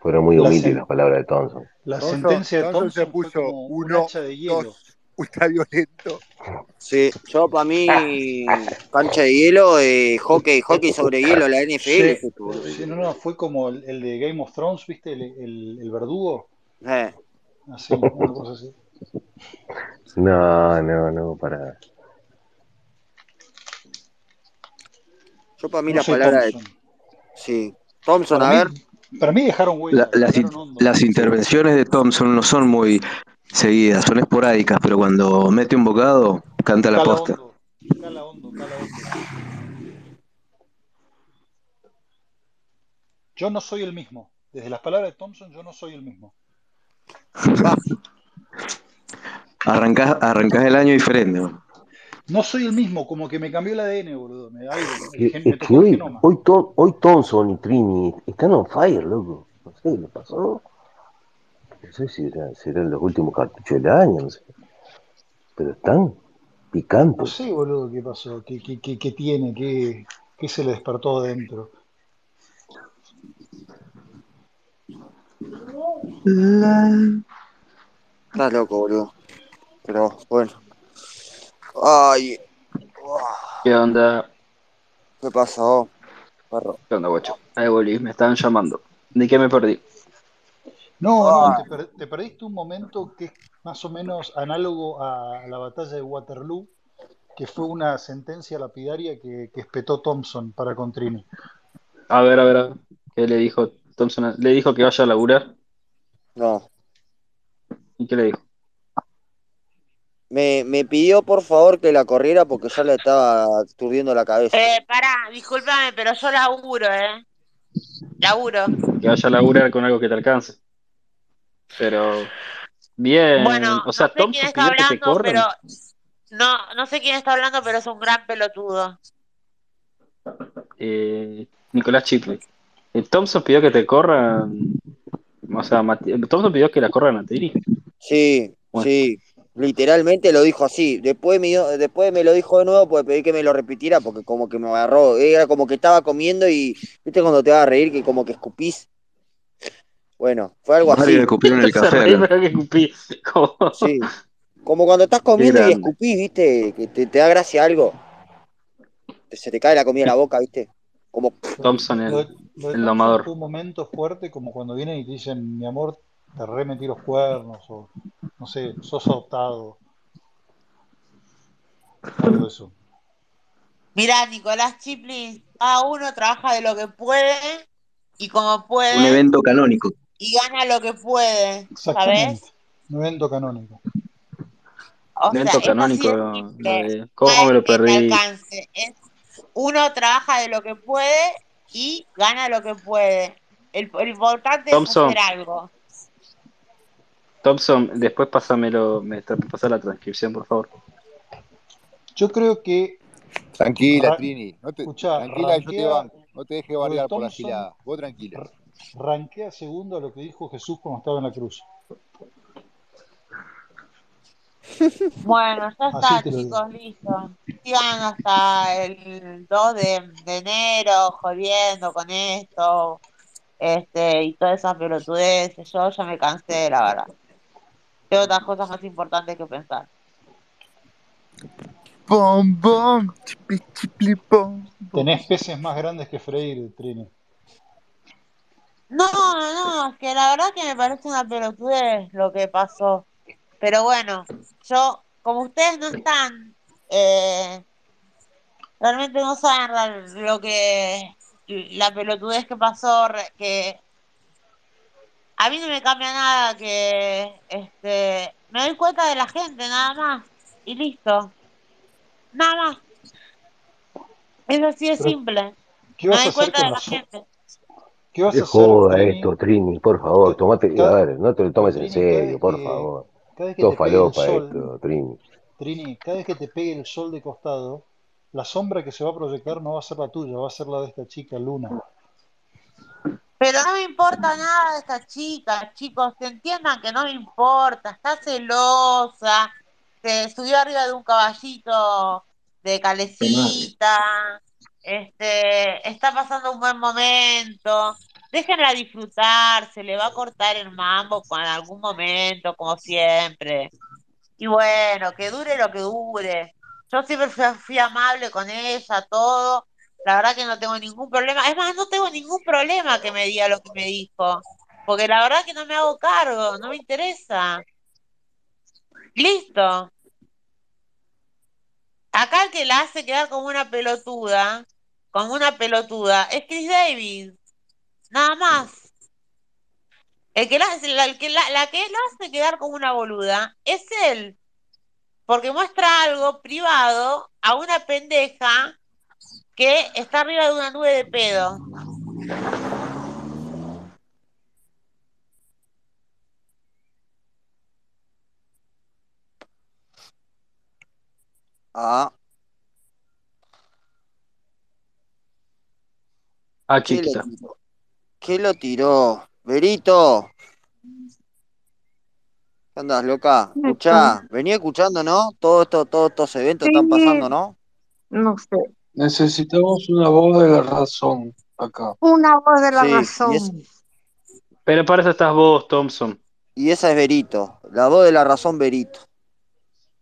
Q: fueron muy
H: La,
Q: humildes
H: sen-
Q: las palabras de Thompson.
H: la
R: Thompson,
H: sentencia de
R: Thompson se
H: Thompson fue
R: puso
H: como un
R: uno,
H: hacha de hielo.
R: dos, ultraviolento.
A: Sí, yo para
H: Ah.
A: mí, cancha de hielo, eh, hockey, hockey sobre hielo, la NFL es
H: Sí,
A: esto, boludo.
H: sí, no, no, fue como el, el de Game of Thrones, ¿viste? El, el- el verdugo,
A: Eh,
H: así, una cosa así.
Q: No, no, no, para.
A: yo para mí
H: No
A: la
H: soy
A: palabra de...
H: Thompson.
A: Sí, Thompson,
H: Para
A: a
H: mí,
A: ver.
H: para mí dejaron
S: La-
H: huella,
S: las, in-
H: dejaron hondo.
S: las intervenciones de Thompson no son muy seguidas, son esporádicas, pero cuando mete un bocado, canta la
H: Cala
S: posta.
H: hondo, cala hondo, cala hondo. Yo no soy el mismo. Desde las palabras de Thompson, yo no soy el mismo.
A: Va,
S: Arrancás, arrancás el año diferente. ¿no?
H: No soy el mismo, como que me cambió el ADN, boludo. Me, algo, el
Q: Que-
H: gen- me
Q: es que
H: tocó el
Q: hoy,
H: genoma.
Q: Eh, hoy, Tom- hoy Thompson y Trini están on fire, loco. No sé qué les pasó. No sé si era- serán los últimos cartuchos del año, no sé. Pero están
H: No
Q: picantes.
H: sé, boludo, qué pasó, qué, qué, qué, qué tiene, qué, qué se le despertó adentro.
A: estás loco, boludo. Pero bueno. Ay,
E: ¿Qué onda?
A: ¿qué pasó, perro?
E: ¿Qué onda, guacho? Ahí volví, me estaban llamando. ¿De qué me perdí?
H: No, no,
A: Ay,
H: te, per- te perdiste un momento que es más o menos análogo a la batalla de Waterloo, que fue una sentencia lapidaria que, que espetó Thompson para con Trini.
E: A ver, a ver, a ver. ¿Qué le dijo Thompson? a- Le dijo que vaya a laburar.
A: No.
E: ¿Y qué le dijo?
A: Me, me pidió por favor que la corriera porque ya le estaba turbiendo la cabeza.
B: Eh, pará, discúlpame, pero yo laburo, ¿eh? Laburo.
E: que vaya a laburar con algo que te alcance. Pero, bien,
B: Bueno,
E: o sea,
B: no sé
E: Tom
B: quién
E: te
B: está
E: pidió que te
B: hablando,
E: corran.
B: pero no, no sé quién está hablando, pero es un gran pelotudo.
E: Eh, Nicolás Chipley. Eh, Thompson pidió que te corran. O sea, Mati- Thompson pidió que la corran a Tiri.
A: Sí, sí. Literalmente lo dijo así. Después me, dio- después me lo dijo de nuevo porque pedí que me lo repitiera porque como que me agarró. Era como que estaba comiendo y viste cuando te vas a reír que como que escupís. Bueno, fue algo así.
S: Varios escupieron el café acá.
A: Sí. Como cuando estás comiendo y
S: grande.
A: escupís, viste, que te, te da gracia algo. Te- Se te cae la comida en la boca, viste. Como
E: Thompson,
H: Lo de, lo
E: el,
H: de
E: el
H: Thompson
E: domador.
H: fue un momento fuerte como cuando vienen y te dicen, mi amor, te remetí los cuernos, o no sé, sos adoptado, todo eso.
B: Mirá, Nicolás Chipley, cada uno trabaja de lo que puede y como
S: Un
B: puede
S: evento canónico.
B: y gana lo que puede, ¿sabes?
H: Exactamente. Un evento canónico.
B: O sea,
E: Evento
B: es así
E: canónico,
B: de
E: lo
B: simple.
E: de
B: No
E: cómo me
B: es
E: lo
B: que te
E: perdí.
B: alcance, es uno trabaja de lo que puede y gana lo que puede. El, el importante es
E: Thompson.
B: hacer algo.
E: Thompson, después pásamelo, me tra- pasa la transcripción, por favor.
H: Yo creo que... Ah.
R: Tranquila,
H: Ra-
R: Trini. No te,
H: Escuchá,
R: tranquila, yo te
H: ranquea
R: banco. No te dejes
H: lo de
R: bardear por la
H: Thompson,
R: gilada. Vos tranquila.
H: ranquea segundo a lo que dijo Jesús cuando estaba en la cruz.
B: Bueno, ya
H: Así
B: está,
H: te lo digo.
B: chicos, listo. Sigan hasta el 2 de, de enero jodiendo con esto, este, y todas esas pelotudeces. Yo ya me cansé, la verdad. Tengo otras cosas más importantes que pensar.
R: Pom, pom, chipi, chipli, pom, pom.
H: Tenés peces más grandes que Freire, Trini.
B: No, no, es que la verdad que me parece una pelotudez lo que pasó. Pero bueno, yo, como ustedes no están, eh, realmente no saben la- lo que, la pelotudez que pasó, re- que a mí no me cambia nada, que este, me doy cuenta de la gente, nada más, y listo, nada más, es así de
H: Pero,
B: simple,
H: ¿qué
B: me
H: vas a
B: doy
H: hacer
B: cuenta
H: con
B: de la
H: las... o-
B: gente.
H: ¿Qué vas
Q: Qué
H: a hacer,
Q: joda
H: Trini?
Q: esto, Trini, por favor, tomate, a
H: Cada,
Q: ver, no te lo tomes en
H: Trini, cada
Q: serio,
H: vez
Q: por
H: que,
Q: favor.
H: cada vez que
Q: Todo
H: te pegue el
Q: falopa
H: sol,
Q: esto, Trini.
H: Trini, cada vez que te pegue el sol de costado, la sombra que se va a proyectar no va a ser la tuya, va a ser la de esta chica Luna.
B: Pero no me importa nada de esta chica, chicos, que entiendan que no me importa, está celosa, se subió arriba de un caballito de calecita, este, está pasando un buen momento, déjenla disfrutar, se le va a cortar el mambo en algún momento, como siempre. Y bueno, que dure lo que dure. Yo siempre fui, fui amable con ella, todo. La verdad que no tengo ningún problema. Es más, no tengo ningún problema que me diga lo que me dijo. Porque la verdad que no me hago cargo, no me interesa. Listo. Acá el que la hace quedar como una pelotuda, como una pelotuda, es Chris Davis. Nada más. El que la, la- el que la, la que la hace quedar como una boluda es él. Porque muestra algo privado a una pendeja que está arriba de una nube de pedo.
A: Ah,
E: Ah,
A: ¿qué lo
E: chiquita.
A: tiró? ¿Qué lo tiró? Berito, ¿qué andás, loca? Escuchá, venía escuchando, ¿no? Todo esto, todos estos eventos están pasando, ¿no?
J: No sé.
O: Necesitamos una voz de la razón acá.
J: Una voz de la
A: Sí, y, es-
J: razón.
E: Pero para eso estás vos, Thompson.
A: y esa es Berito, la voz de la razón Berito.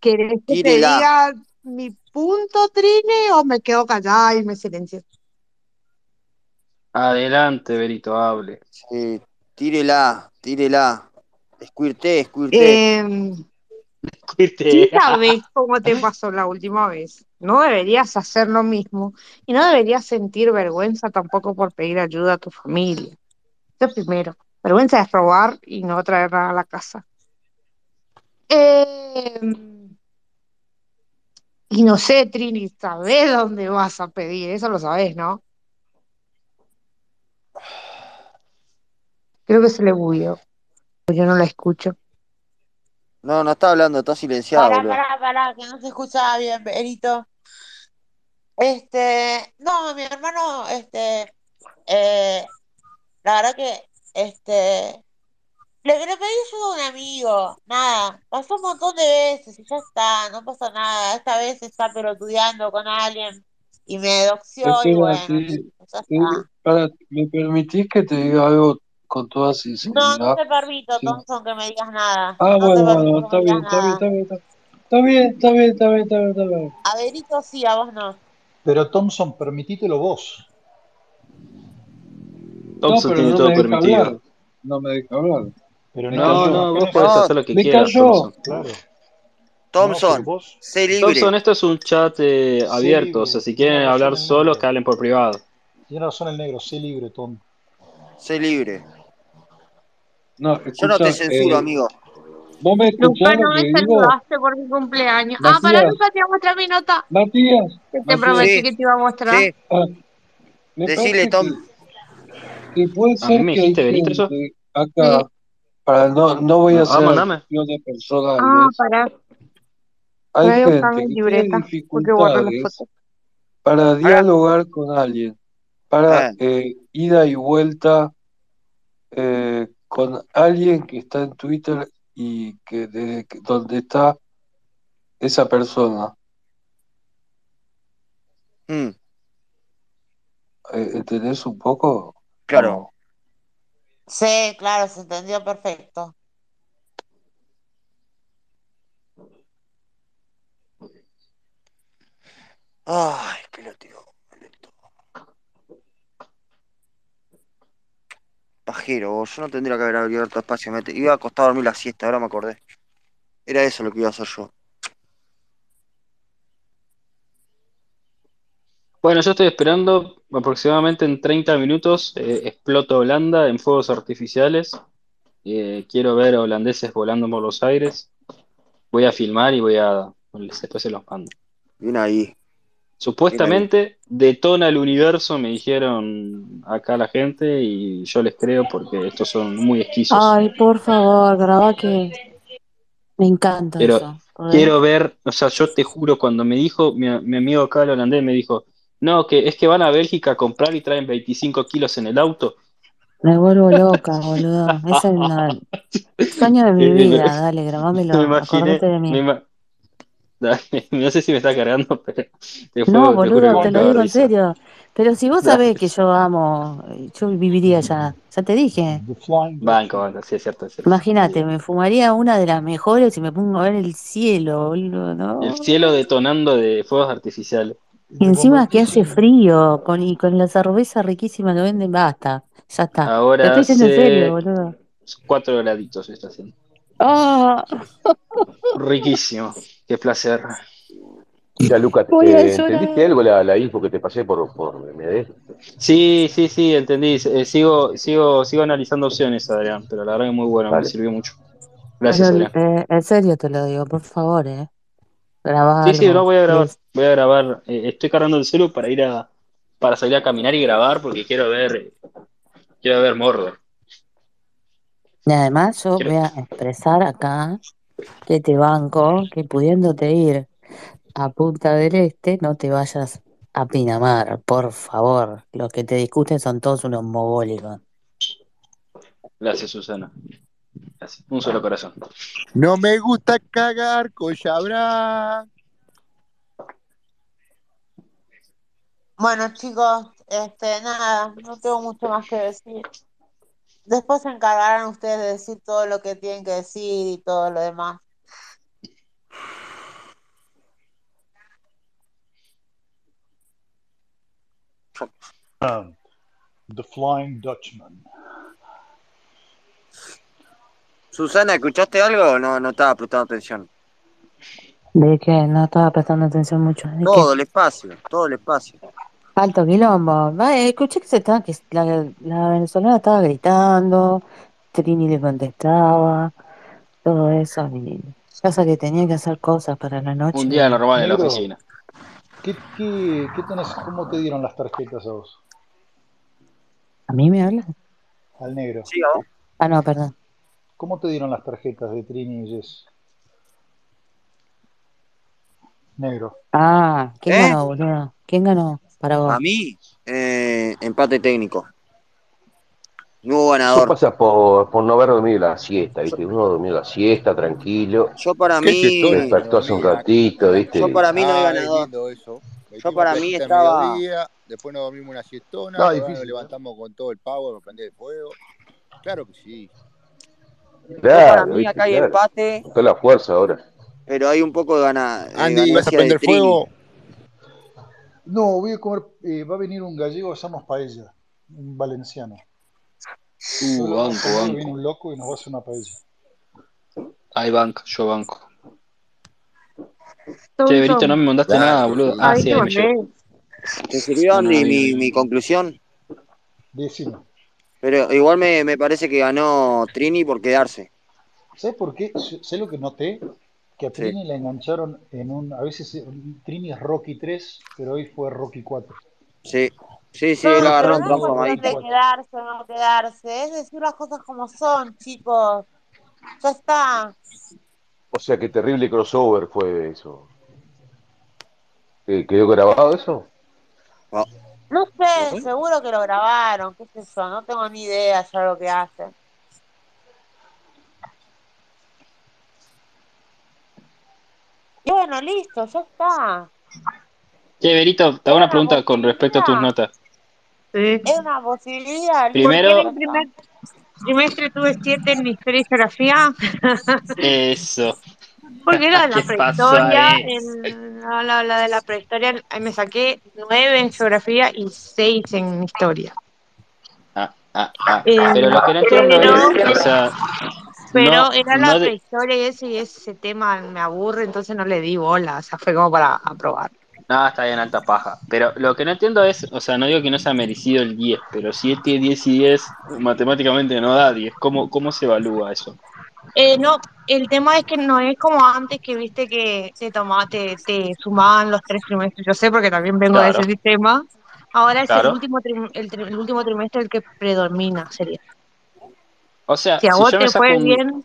J: ¿Querés que te
A: Tírela.
J: diga mi punto, Trini, o me quedo callada y me silencio?
E: Adelante, Berito, hable.
A: Sí, tírela, tírela. Escuirté, escuirté.
J: Eh, sí
A: Este,
E: Escuirte.
J: sabes cómo te pasó la última vez. No deberías hacer lo mismo y no deberías sentir vergüenza tampoco por pedir ayuda a tu familia. Eso primero. Vergüenza es robar y no traer nada a la casa. Eh,
T: Y no sé, Trini, sabés dónde vas a pedir, eso lo sabés, ¿no? Creo que se le bugueó. Yo no la escucho.
A: No, no está hablando, está silenciado,
B: Pará,
A: boludo.
B: pará, pará, que no se escuchaba bien, Benito. Este, no, mi hermano, este, eh, la verdad que, este, le, le pedí ayuda a un amigo, nada, pasó un montón de veces y ya está, no pasa nada, esta vez está pelotudeando con alguien y me
O: Pues
B: doxió y
O: Espera,
B: bueno,
O: que-
B: ya
O: que-
B: está.
O: para- ¿me permitís que te diga algo con toda
B: No, no
O: sinceridad?
B: te permito,
O: Sí.
B: Thompson, que me digas nada,
O: Ah,
B: no te
O: bueno, bueno,
B: permito que
O: está
B: me
O: bien,
B: digas
O: está bien,
B: nada.
O: está bien, está está bien, está bien, está bien, está bien, está bien.
B: A Benito sí, a vos no.
H: Pero Thompson, permitítelo vos.
O: No,
E: Thompson
O: pero
E: tiene
O: no
E: todo
O: me deja hablar,
E: permitido.
O: no me deja hablar.
H: Pero
O: Me
E: No,
O: cayó.
E: no, vos podés hacer lo que
O: me
E: quieras,
O: cayó.
E: Thompson.
H: Claro.
A: Thompson, sé
E: Thompson,
A: libre.
E: esto es un chat eh,
H: Sé
E: abierto, o
H: libre.
E: sea, si
H: Tiene
E: quieren
H: razón
E: hablar
H: el
E: solos, que
H: negro.
E: hablen por privado.
H: Tiene razón el negro. Sé libre, Tom.
A: Sé libre.
O: No,
A: Yo no
O: escucha,
A: te censuro,
O: eh,
A: amigo.
O: ¿vos me escuchás
T: Luca,
O: lo
T: no
O: que
T: me
O: digo?
T: saludaste por mi cumpleaños. Ah, pará,
O: Matías,
T: Luca, te voy a mostrar mi nota
O: Matías,
T: que te
O: Matías.
T: prometí que te iba a mostrar.
A: Sí,
O: Ah, me
A: decile,
O: parece
A: Tom.
O: que, que puede
E: ¿A mí
O: ser
E: me
O: que hay
E: dijiste Benito yo?
O: gente
T: Sí.
O: acá, para no, no voy a
E: Ah,
O: hacer
E: mandame.
O: acusación de
T: Ah,
O: personales,
T: pará.
O: hay
T: Voy a buscar
O: gente
T: mi
O: que tiene
T: libreta porque borro las
O: dificultades
T: fotos.
O: para
A: Pará.
O: dialogar con alguien, para
A: Ah,
O: eh, ida y vuelta eh, con alguien que está en Twitter y que desde que- donde está esa persona.
A: mm,
O: Eh, ¿Entendés un poco? ¿O
A: claro.
O: no?
B: Sí, claro, se entendió perfecto.
A: Ay, qué latido. Pajero, vos. yo no tendría que haber abierto espacio. Me te- iba a costar dormir la siesta, ahora me acordé. Era eso lo que iba a hacer yo.
E: Bueno, yo estoy esperando aproximadamente en 30 minutos. eh, exploto Holanda en fuegos artificiales. Eh, quiero ver holandeses volando por los aires. Voy a filmar y voy a. Después se los mando.
A: Bien ahí, bien ahí.
E: Supuestamente detona el universo, me dijeron acá la gente, y yo les creo porque estos son muy esquizos.
U: Ay, por favor, graba que me encanta
E: Pero
U: eso. ¿podés?
E: quiero ver, o sea, yo te juro, cuando me dijo, mi, mi amigo acá, el holandés, me dijo, no, que es que van a Bélgica a comprar y traen 25 kilos en el auto.
U: Me vuelvo loca, boludo. Es el no- sueño de mi
E: Eh,
U: vida.
E: me,
U: Dale,
E: me
U: grabámelo. Acordate
E: imaginé,
U: de
E: me
U: mí.
E: ima- no sé si me está cargando, pero te
U: No,
E: juro, te juro que me
U: boludo, te lo
E: cago de
U: digo en
E: risa.
U: serio. Pero si vos sabés que yo amo, yo viviría ya. Ya te dije.
H: The Flying
E: Banco,
H: Dutchman.
E: banco, sí, es cierto, es cierto.
U: Imagínate, me fumaría una de las mejores y me pongo a ver el cielo, boludo,
E: El
U: ¿no?
E: cielo detonando de fuegos artificiales.
U: Y
H: Te
U: encima que
H: convertís
U: hace
H: en...
U: frío, con, y con la cerveza riquísima que venden, basta, ya está. Te
E: Ahora
U: estoy diciendo en serio,
E: hace
U: boludo.
E: 4 graditos está haciendo.
U: Ah,
E: Riquísimo, qué placer.
Q: Mira, Lucas,
U: voy a
Q: ¿entendiste
U: llorar.
Q: algo la, la info que te pasé por, por MD?
E: Sí, sí, sí, entendí. Eh, sigo, sigo, sigo analizando opciones, Adrián, pero la verdad que muy bueno, me
Q: Dale.
E: sirvió mucho.
U: Pero
E: Gracias, Adrián.
U: eh, en serio te lo digo, por favor, eh. Graba
E: Sí, sí, no
U: algo,
E: voy a grabar,
U: please.
E: voy a grabar. Eh, estoy cargando el celu para ir a, para salir a caminar y grabar porque quiero ver, quiero ver Mordor.
U: Y además yo
E: Quiero-
U: voy a expresar acá que te banco, que pudiéndote ir a Punta del Este, no te vayas a Pinamar, por favor. Los que te discuten son todos unos mogólicos.
E: Gracias, Susana. Gracias. Un solo corazón.
R: No me gusta cagar con Shabran.
B: Bueno, chicos, este, nada, no tengo mucho más que decir. Después se encargarán ustedes de decir todo lo que tienen que decir y todo lo demás.
H: Ah, The Flying Dutchman.
A: Susana, ¿escuchaste algo o no, no estaba prestando atención?
U: De que no estaba prestando atención mucho, de que
A: Todo el espacio, todo el espacio.
U: alto quilombo. Va, eh, escuché que se estaba, que la, la venezolana estaba gritando, Trini le contestaba, todo eso. Pasa que tenía que hacer cosas para la noche.
E: Un día lo roban en la
H: Negro.
E: oficina.
H: ¿Qué, qué, qué tenés, ¿Cómo te dieron las tarjetas a vos?
U: ¿A mí me habla?
H: Al negro.
U: Ah, no, perdón.
H: ¿Cómo te dieron las tarjetas de Trini y Jess? Negro.
U: Ah, ¿quién
A: ¿Eh?
U: ganó, boludo? ¿Quién ganó? Para vos.
A: A mí, eh, empate técnico. No hubo
Q: Eso
A: ganador.
Q: pasa por, por no haber dormido la siesta, ¿viste? Uno dormido la siesta, tranquilo.
A: Yo para
Q: ¿Qué
A: mí-
Q: se Despertó hace un ratito, ¿viste?
A: Yo para mí no hay
R: Ah, es
A: ganador.
R: lindo eso.
A: Yo para mí
R: playita de
A: estaba.
R: mediodía, después nos dormimos una siestona,
A: No,
R: ahora
A: difícil,
R: nos
A: ¿no?
R: levantamos con todo el power, nos prende el fuego. Claro que sí.
A: Yo para
Q: Claro,
A: mí
Q: ¿viste?
A: acá hay
Q: Claro.
A: empate,
Q: Está la fuerza ahora.
A: pero hay un poco de gana. de
R: Andy, ¿vas a
A: ganancia de
R: prender
A: Trini.
R: fuego?
H: No, voy a comer. eh, va a venir un gallego, hacemos paella. Un valenciano.
E: Uh, banco,
H: Seguro
E: banco.
H: Viene un loco y nos va a hacer una paella.
E: Hay banco, yo banco.
A: Todo
E: Che, Benito,
A: eso.
E: no me mandaste
A: Claro
E: nada,
A: que
E: boludo.
A: sí.
E: Ah,
A: Ahí
E: sí,
A: te
E: ahí me llegó.
A: mandé. ¿Te sirvió,
E: Ah,
A: Andy,
E: bien,
A: mi,
E: bien.
A: mi conclusión?
H: Decime.
A: Pero igual me, me parece que ganó Trini por quedarse.
H: ¿Sabes por qué? Sé sé lo que noté. Que a
A: Sí.
H: Trini la engancharon en un. A veces eh, Trini es Rocky 3, pero hoy fue Rocky 4.
A: Sí, sí, sí,
H: No,
A: él agarró
H: pero
A: un
H: no es
A: transformadito.
H: cuestión
B: de quedarse o no quedarse, es decir las cosas como son, chicos. Ya está.
Q: O sea, qué terrible crossover fue eso. Eh, ¿Quedó grabado eso?
B: No sé, seguro que lo grabaron, qué sé yo, no tengo ni idea ya lo que hacen. Y bueno, listo, ya está.
E: Che, Benito, te hago una pregunta con respecto a tus notas.
B: Es una posibilidad. listo,
E: Primero-
B: ya
T: Porque en el
B: está.
T: primer trimestre tuve siete en historia y geografía.
E: Eso.
T: Porque era de la
E: ¿Qué pasa,
T: prehistoria,
E: eh?
T: en, no, la, la de la prehistoria, ahí me saqué nueve en geografía y seis en historia.
E: Ah, ah, ah.
T: Eh,
E: Pero lo que no entiendo es, o sea,
T: Pero
E: no,
T: era la
E: no de-
T: prehistoria y ese, y ese tema me aburre, entonces no le di bola, o sea, fue como para aprobar.
E: No, está bien alta paja. Pero lo que no entiendo es, o sea, no digo que no se ha merecido el 10, pero 7, 10 y 10 matemáticamente no da 10. ¿Cómo, cómo se evalúa eso?
T: Eh, no, el tema es que no es como antes que viste que te toma, te, te sumaban los tres trimestres. Yo sé porque también vengo de
E: Claro.
T: ese sistema. Ahora es el
E: Claro.
T: último, trim- el, tri- el último trimestre el que predomina, sería.
E: O sea,
T: Si a
E: si
T: vos
E: yo me
T: te
E: saco
T: fue
E: un...
T: bien,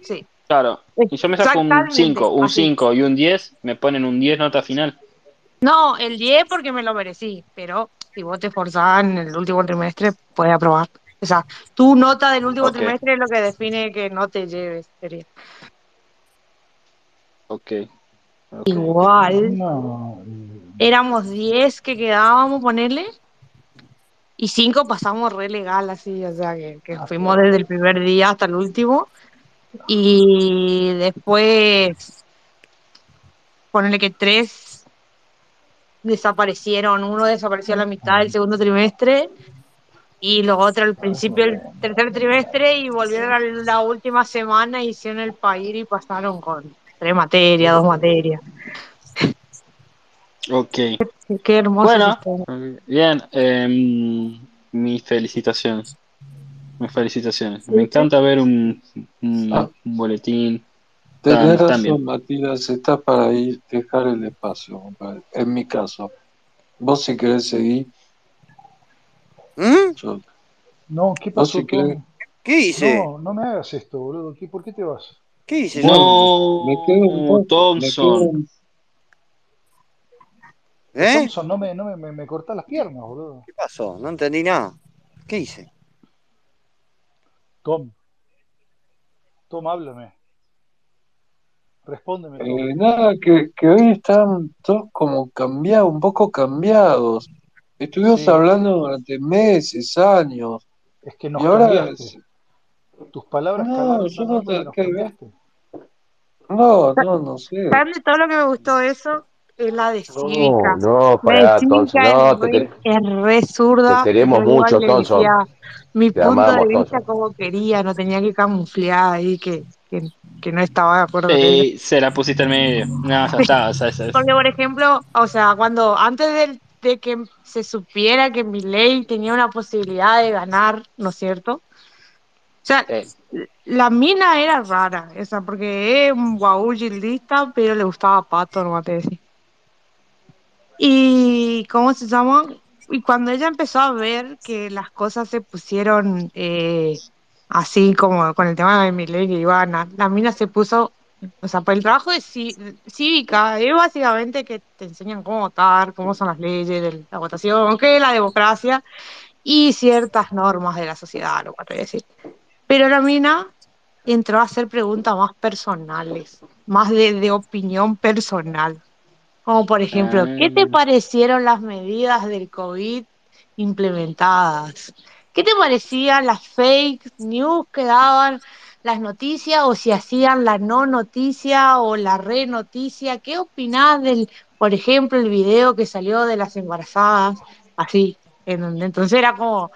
T: sí.
E: Claro. Si yo me saco un
T: Exactamente,
E: 5, un
T: así.
E: 5 y un 10, me ponen un 10 nota final.
T: No, el 10 porque me lo merecí, pero si vos te esforzás en el último trimestre, puedes aprobar. O sea, tu nota del último
E: Ok,
T: trimestre es lo que define que no te lleves, sería.
E: ok. ok.
T: Igual,
H: No.
T: éramos 10 que quedábamos, ponerle, y 5 pasamos re legal, así, o sea, que,
B: Ah.
T: que fuimos desde el primer día hasta el último, y después, ponerle que 3 desaparecieron, uno desapareció a la mitad del segundo trimestre, y los otros al principio del tercer trimestre y volvieron a la última semana, hicieron el país y pasaron con tres materias, dos materias.
E: Ok.
T: Qué, qué hermoso
E: Bueno,
T: sistema.
E: bien. em, mis felicitaciones. Mis felicitaciones. Me
O: Sí, sí.
E: encanta ver un, un- un boletín tan,
O: Tenés
E: tan bien.
O: razón, Matías, estás para ir, dejar el espacio, compadre. En mi caso, vos si querés seguir, yo-
H: No, ¿qué
O: vos
H: pasó,
O: si querés,
H: Tom?
A: ¿Qué hice?
H: No, no me hagas esto, boludo. ¿Qué- ¿Por qué te vas?
A: ¿Qué hice yo?
E: No,
O: me quedo entonces, me quedo
E: Thompson.
O: en-
A: ¿Eh?
H: Thompson, no me, no me, me, me cortás las piernas, boludo.
A: ¿Qué pasó? No entendí nada. ¿Qué hice?
H: Tom, Tom, háblame. Respóndeme, Tom.
O: Eh, nada, que, que hoy están todos como cambiados, un poco cambiados. Estuvimos
H: Sí,
O: hablando durante meses, años,
H: es que
O: y
H: nos
O: ahora
H: cambiaste. Tus palabras
O: no,
H: calaron
O: yo
H: tan
O: no
H: hondo que
O: te,
H: nos
O: que-
H: cambiaste.
O: no, no, no sé.
T: ¿Saben de todo lo que me gustó de eso? Es la de
Q: Mm. No,
T: cívica.
Q: no,
T: La de
Q: pará, Tonson.
T: cívica es
Q: No, te,
T: re,
Q: quer-
T: es re
Q: te
T: zurda y
Q: queremos
T: yo igual
Q: mucho,
T: le decía
Q: Tonson.
T: mi
Q: Te
T: punto de
Q: amamos,
T: vista
Q: Tonson.
T: como quería, no tenía que camuflear ahí que, que, que no estaba de acuerdo con ella.
E: Sí, se la pusiste al medio. No, ya está. o sea, es- es-
T: Porque, por ejemplo, o sea, cuando antes del- de, que se supiera que Milei tenía una posibilidad de ganar, ¿no es cierto? O sea, la mina era rara, esa, porque es un guau gildista, pero le gustaba pato, no te decir. Y cómo se llama, y cuando ella empezó a ver que las cosas se pusieron eh, así como con el tema de Miley y Ivana, la mina se puso, o sea, por el trabajo de cí- cívica es básicamente que te enseñan cómo votar, cómo son las leyes de la votación, qué es la democracia y ciertas normas de la sociedad, lo que te voy a decir. Pero la mina entró a hacer preguntas más personales, más de, de opinión personal. Como por ejemplo, ¿qué te
G: Ah.
T: parecieron las medidas del COVID implementadas? ¿Qué te parecían las fake news que daban las noticias o si hacían la no noticia o la re noticia? ¿Qué opinás del, por ejemplo, el video que salió de las embarazadas? Así, en donde entonces era como,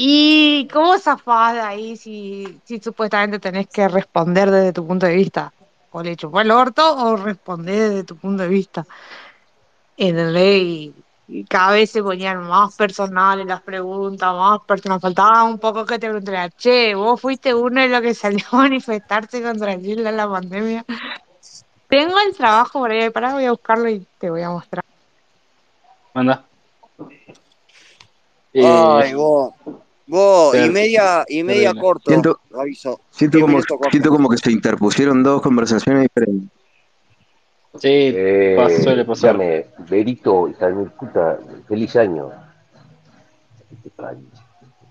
T: ¿Y cómo zafás de ahí si, si supuestamente tenés que responder desde tu punto de vista? ¿O le chupó el orto o respondés desde tu punto de vista? ¿Entendés? Y, y cada vez se ponían más personales las preguntas, más personales. Faltaba un poco que te preguntara, che, vos fuiste uno de los que salió a manifestarse contra Chile en la pandemia. Tengo el trabajo por ahí, pará, voy a buscarlo y te voy a mostrar.
E: Manda.
A: Ay,
E: Eh,
A: vos. Vos, y
S: Ter-
A: media, y media
S: terrible.
A: corto,
S: Siento-
A: lo aviso.
S: Siento
A: Diez
S: como,
A: minutos corto.
S: siento como que se interpusieron dos conversaciones diferentes.
E: Sí, pas- suele pasar.
Q: Eh, Dame, Berito, hija de mi puta, feliz año.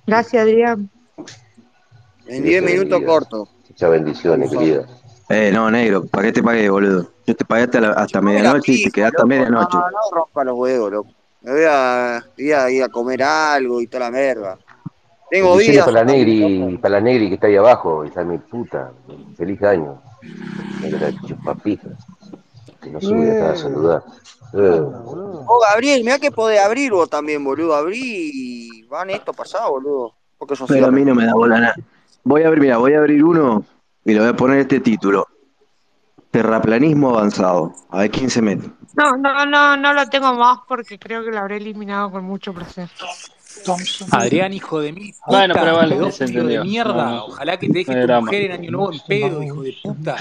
T: Gracias, Adrián.
Q: Dios
A: En diez
Q: te
A: minutos
Q: bendiga.
A: corto.
Q: Muchas bendiciones,
A: Por favor.
Q: querida.
S: Eh, no, negro, ¿para qué te pagué, boludo? Yo te pagué hasta, la- hasta
A: Me voy a la
S: medianoche y te
A: pija,
S: quedaste a
A: loco. No,
S: medianoche.
A: no rompa los huevos, loco. Me voy a, voy a ir a comer algo y toda la merda. Tengo
Q: Bendiciones
A: vida,
Q: para la
A: Satanás,
Q: negri,
A: loco.
Q: para la negri que está ahí abajo, hija de mi puta. Feliz año. Negra chupapija, que no sube acá a saludar. Eh,
A: Vos, Gabriel, mirá que podés abrir vos también, boludo. Abrí y van esto pasado, boludo. Porque yo
S: Pero a
A: cierro.
S: mí no me da bola nada. Voy a abrir, mira, voy a abrir uno y le voy a poner este título. Terraplanismo avanzado. A ver quién se mete.
T: No, no, no, no lo tengo más porque creo que lo habré eliminado con mucho placer.
L: Adrián, hijo de mi
E: Ah, Bueno, pero
L: puta,
E: vale, se
L: pedófilo de
E: entendió. No, no,
L: mierda. Ojalá que te
E: no
L: deje
E: hay
L: tu
E: drama.
L: mujer en Año Nuevo en pedo, hijo de puta.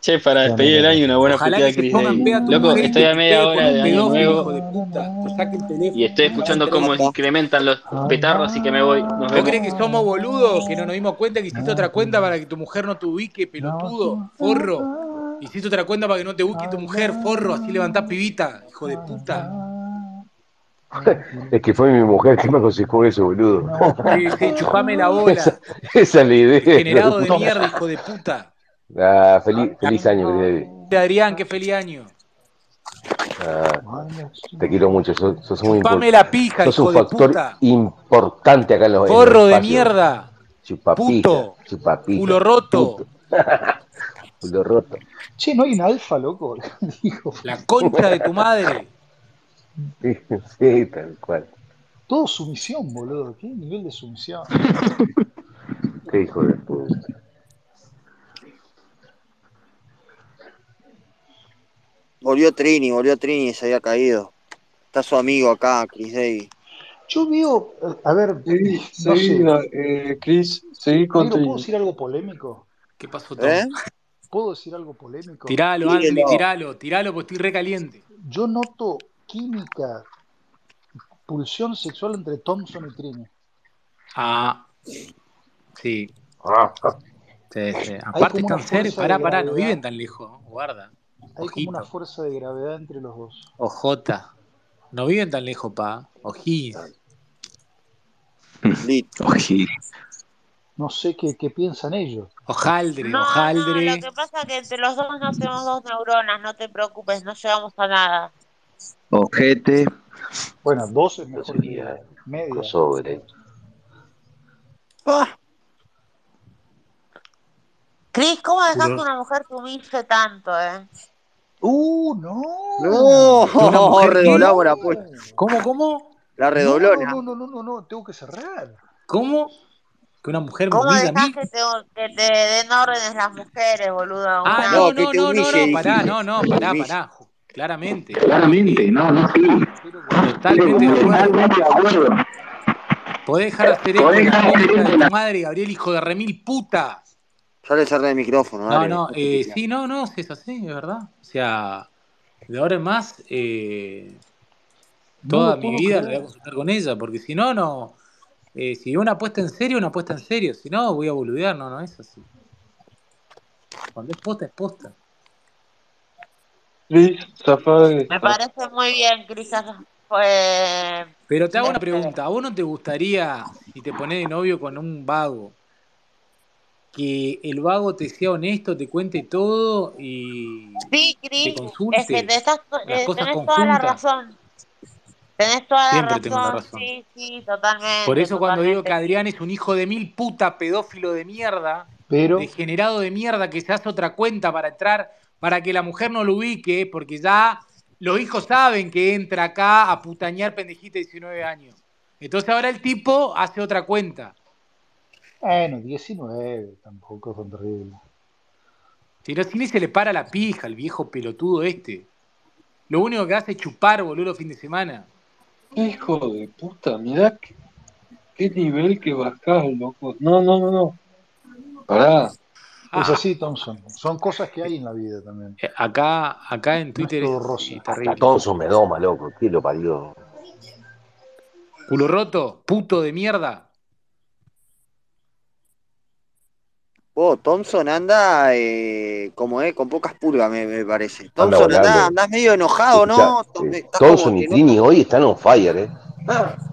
E: Che, para despedir el año, una buena
L: Ojalá
E: puteada
L: que
E: de
L: te
E: Chris
L: pongan
E: Davis.
L: peda tu
E: Loco,
L: mujer y
E: estoy
L: te
E: a media
L: tutee por
E: hora
L: un
E: de año
L: pedófilo, hijo
E: nuevo
L: de puta. Te saque el teléfono,
E: y estoy
L: no vas a
E: escuchando
L: tener
E: cómo
L: hijos.
E: incrementan los petardos, así que me voy. Nos
L: ¿Vos
E: vemos.
L: crees que somos boludos? Que no nos dimos cuenta que hiciste otra cuenta para que tu mujer no te ubique, pelotudo, forro. Hiciste otra cuenta para que no te ubique tu mujer, forro. Así levantás pibita, hijo de puta.
Q: Es que fue mi mujer que me aconsejó eso, boludo.
L: Sí, sí, chupame la bola.
Q: Esa, esa es la idea, hijo de
L: Degenerado de
Q: puta.
L: mierda, hijo de puta.
Q: Ah, feliz, feliz año, querida Evi.
L: Adrián, qué feliz año.
Q: Ah, te quiero mucho, sos, sos muy
L: Chupame
Q: impor-
L: la pija,
Q: sos un
L: hijo de
Q: factor
L: puta.
Q: importante acá en los, en los
L: Forro de
Q: espacios.
L: mierda.
Q: Chupapija,
L: Puto.
Q: chupapija,
L: Culo roto.
Q: puto, culo roto.
H: Che, no hay un alfa, loco. Digo,
L: La concha de tu madre.
Q: Sí, sí, tal cual.
H: todo sumisión, boludo. Qué nivel de sumisión.
Q: Qué hijo de puta.
A: Volvió Trini, volvió Trini, se había caído. Está su amigo acá, Chris Davis.
H: Yo veo, a ver,
O: Seguí,
H: no
O: seguí,
H: sé,
O: eh, Cris, seguí con
H: negro, ¿puedo
O: Trini.
H: decir algo polémico?
L: ¿Qué pasó, Tom?
A: ¿Eh?
H: ¿Puedo decir algo polémico?
L: Tiralo, Anthony,
A: Tírelo.
L: tiralo, tiralo, porque estoy recaliente.
H: Yo noto química, pulsión sexual entre Thompson y Trini.
L: Ah, sí. Sí, sí.
H: Ah. Hay
L: Aparte
H: como una
L: están cerca.
H: fuerza de
L: Pará, pará, no
H: gravedad,
L: viven tan lejos. Guarda.
H: hay como una
L: Ojito.
H: fuerza de gravedad entre los dos.
L: Ojota. No viven tan lejos, pa. Ojín.
A: Lit.
S: Ojí.
H: No sé qué, qué piensan ellos.
L: Ojaldre,
B: No, no,
L: ojaldre.
B: lo que pasa es que entre los dos no tenemos dos neuronas, no te preocupes, no llegamos a nada.
S: Ojete.
H: Bueno, dos es
Q: Esto
H: mejor que
Q: sería
H: media.
Q: crossover, ¿eh?
B: Cris, ¿cómo dejas que
L: Culo.
B: una mujer te humille tanto, eh?
H: ¡Uh,
A: No,
H: no!
L: ¿Que una mujer qué?
A: redoblamos la apuesta.
H: ¡No!
L: ¿Cómo, cómo?
A: La
H: No, no,
A: redoblona.
H: no, no, no, no, no, tengo que cerrar.
L: ¿Cómo? ¿Que una mujer me
B: ¿Cómo
L: humilla a
B: dejas
L: mí?
B: que te, que te den órdenes las mujeres, boludo?
L: Ah,
B: Una...
L: no,
A: No, que
L: no,
A: te
L: no, no,
A: humille,
L: no, pará,
A: dijiste.
L: no, no,
A: Que te
L: pará,
A: humille.
L: pará. jo- Claramente,
S: Claramente, no, no, sí.
H: Pero con
L: totalmente de acuerdo.
S: Totalmente de acuerdo.
L: Podés dejar asterisco en la concha de tu madre, Gabriel, hijo de remil puta.
A: Ya le cerré el micrófono.
L: No,
A: dale.
L: no, eh, sí, no, no, sí, es así, es verdad. O sea, de ahora en más, eh, toda
A: No lo
L: mi
A: puedo
L: vida la
A: creer.
L: voy a consultar con ella, porque si no, no. eh, si una apuesta en serio, una apuesta en serio. Si no, voy a boludear, no, no es así. Cuando es posta, es posta.
O: Cris, zafá de
B: Me
O: esta.
B: parece muy bien, Cris. Pues,
L: Pero te hago una pregunta. ¿A vos no te gustaría, si te pones de novio con un vago, que el vago te sea honesto, te cuente todo y
B: sí,
L: te
B: Cris, es que
L: consulte?
B: te estás-
L: Las cosas
B: eh, tenés toda la
L: conjuntas.
B: razón. Tenés toda la
L: Siempre
B: razón.
L: tengo la razón. Pues-
B: Sí, sí, totalmente.
L: Por eso cuando digo
B: totalmente.
L: que Adrián es un hijo de mil puta, pedófilo de mierda,
H: Pero-
L: degenerado de mierda, que se hace otra cuenta para entrar, para que la mujer no lo ubique, porque ya los hijos saben que entra acá a putañear pendejita de 19 años. Entonces ahora el tipo hace otra cuenta.
H: Bueno, 19 tampoco es tan terrible.
L: Si no, si ni se le para la pija al viejo pelotudo este. Lo único que hace es chupar, boludo, los fin de semana.
O: Hijo de puta, mirá qué, qué nivel que bajás, loco. No, no, no, no. Pará.
L: Ah.
H: Es así, Thompson. Son cosas que hay en la vida también.
L: Eh, Acá, acá en Twitter
H: todo
L: es así,
Q: Hasta
L: terrible.
Q: Thompson me doma, loco. ¿Qué lo parió?
L: Culo roto, puto de mierda.
A: Vos, Thompson anda, eh, como es, con pocas pulgas, me, me parece.
Q: Anda
A: Thompson, andá,
Q: volando.
A: andás medio enojado, ¿no?
Q: Escuchá, eh,
A: Estás como
Q: Thompson y
A: que no-
Q: Trini hoy están on fire, ¿eh?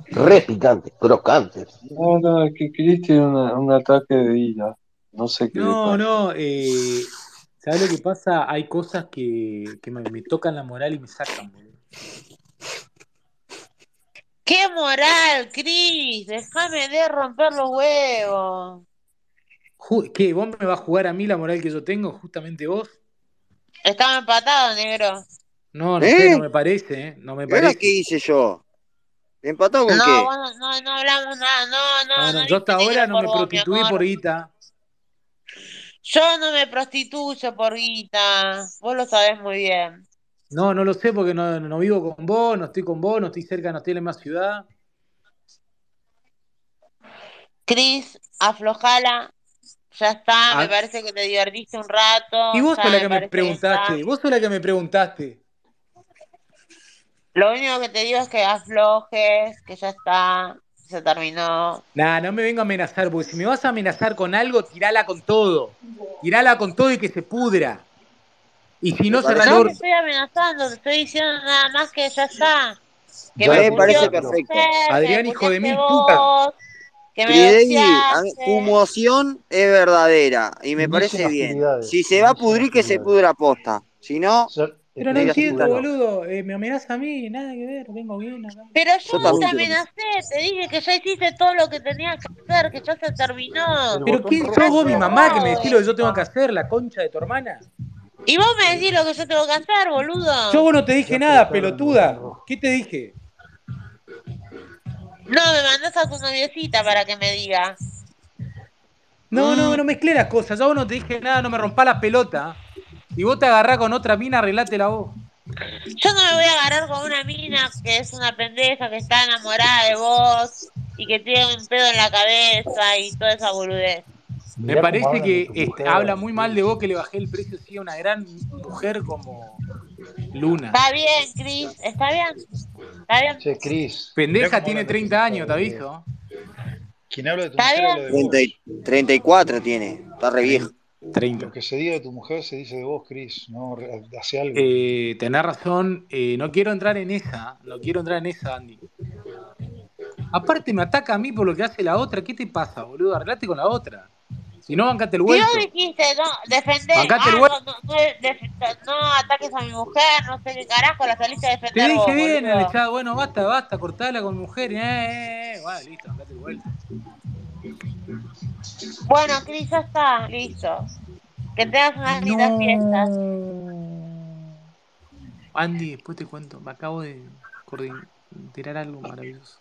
Q: Re picantes, crocantes.
O: No, no, es que Cris tiene una- un ataque de ira. No sé qué le
L: No,
O: pasa.
L: no, eh, ¿sabes lo que pasa? Hay cosas que, que me, me tocan la moral y me sacan, boludo.
B: ¡Qué moral, Cris! Déjame de romper los huevos.
L: Ju- ¿Qué? ¿Vos me vas a jugar a mí la moral que yo tengo? ¿Justamente vos?
B: Estaba empatado, negro.
L: No, no sé, no me parece, ¿eh? No me
A: ¿Y ahora
L: parece.
A: qué hice yo? ¿Te empató con
B: No,
A: qué?
B: vos no, no, no hablamos nada. No, no,
L: Ah, No,
B: no
L: no, yo
B: dije
L: hasta ahora
B: negro
L: no
B: por
L: me
B: vos, mi
L: prostituí por
B: amor.
L: guita.
B: Yo no me prostituyo por guita. Vos lo sabés muy bien.
L: No, no lo sé porque no, no vivo con vos, no estoy con vos, no estoy cerca, no estoy en la misma ciudad.
B: Cris, aflojala. Ya está, me
L: Ah,
B: parece que te divertiste un rato.
L: y vos
B: Ya
L: sos la
B: me
L: que me
B: parece que está.
L: preguntaste, vos sos la que me preguntaste.
B: Lo único que te digo es que aflojes, que ya está. Se terminó.
L: Nah, no me vengo a amenazar, porque si me vas a amenazar con algo, tirala con todo. Tirala con todo y que se pudra. Y si no, cerrá el
B: No te
L: orto.
B: estoy amenazando, te estoy diciendo nada más que ya está. Que
L: Ya
B: me
L: lo
B: puteó
L: escuché,
B: tu
L: pero-
B: mujer, que me
L: Adrián, hijo de
B: puteaste
L: mil puta.
B: vos, que me
A: Tridevi, a mí, tu
B: doxeaste.
A: moción es verdadera y me parece bien.
H: hostilidades,
A: Si se va a pudrir, que se pudra posta. Si no,
L: Pero no
A: negra
L: entiendo,
A: cinta no.
L: boludo. eh, me amenaza a mí, nada que ver, vengo bien acá.
B: Pero yo
A: Yo
B: no te
A: también quiero.
B: amenacé, te dije que ya hiciste todo lo que tenías que hacer, que ya se terminó.
L: Pero ¿quién
B: Ya
L: sos vos, mi
B: se
L: mamá, que me
B: acabó
L: decís lo que yo
B: esto.
L: tengo que hacer, la concha de tu hermana?
B: Y vos me decís lo que yo tengo que hacer, boludo.
L: Yo vos no te dije nada, pelotuda. ¿Qué te dije?
B: No, me mandás a tu noviecita para que me diga.
L: No, no, no mezclé las cosas. Yo vos no te dije nada, no me rompá la pelota. Y vos te agarrás con otra mina, arreglátela vos.
B: Yo no me voy a agarrar con una mina que es una pendeja, que está enamorada de vos y que tiene un pedo en la cabeza y toda esa boludez.
L: Me
H: Mirá cómo
L: parece
H: hablan de
L: que
H: tu
L: este,
H: mujer,
L: habla muy mal de vos que le bajé el precio sí a una gran mujer como Luna.
B: Está bien, Cris, está bien, está bien,
H: Che, Cris.
L: Pendeja
H: mirá cómo
L: tiene
H: hablan de tu
L: 30 años, te
H: mujer, boludo.
L: aviso.
H: Quien habla de tu
B: está
H: mujer habla de
B: bien.
A: Treinta
H: vos.
A: y- 34 tiene, está re viejo.
L: 30.
H: Lo que se diga de tu mujer se dice de vos, Cris. No, Re- hace algo.
L: Eh, tenés razón, eh, no quiero entrar en esa, no quiero entrar en esa, Andy. Aparte me ataca a mí por lo que hace la otra, ¿qué te pasa, boludo? Arreglate con la otra. Si no, bancate el
B: Si vos
L: vuelto.
B: dijiste, no, defender,
L: Bancate el
B: ah,
L: vuelto.
B: no, no, no, def- no ataques a mi mujer, no sé qué carajo, la saliste a
L: Te
B: defender
L: dije
B: vos,
L: bien en el
B: boludo.
L: chat, bueno, basta, basta, cortala con mujer. Eh, eh, eh. Bueno, listo, bancate el vuelto.
B: Bueno, Cris, ya está, listo. Que tengas unas lindas fiestas.
L: No. Andy, después te cuento, me acabo de coordinar tirar algo maravilloso.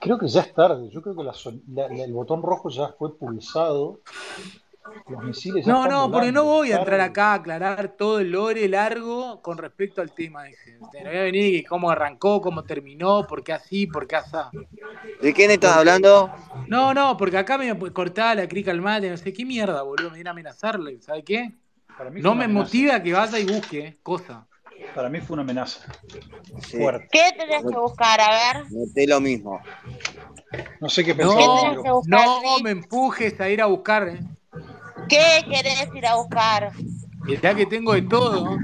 H: Creo que ya es tarde. Yo creo que la son- la- la- el botón rojo ya fue pulsado Los misiles ya
L: No,
H: están
L: no, porque
H: volando,
L: no voy a
H: Harry.
L: entrar acá a aclarar todo el lore largo con respecto al tema. Dije, Usted, no voy a venir y cómo arrancó, cómo terminó, por qué así, por qué asá.
A: ¿De quién estás hablando?
L: No, no, porque acá me cortaba la crica al mate, no sé qué mierda, boludo, me viene a amenazarle, ¿sabe qué?
H: mí fue
L: No
H: una
L: me
H: amenaza.
L: motiva que vaya y busque cosa.
H: Para mí fue una amenaza.
A: Fuerte.
B: ¿Qué tenés que buscar? A ver.
A: Noté lo mismo.
H: No sé qué
B: pensás, ¿Qué tenés que
L: No,
B: buscar,
L: no me empujes a ir a buscar. ¿eh?
B: ¿Qué querés ir a buscar?
L: Mirá que tengo de todo.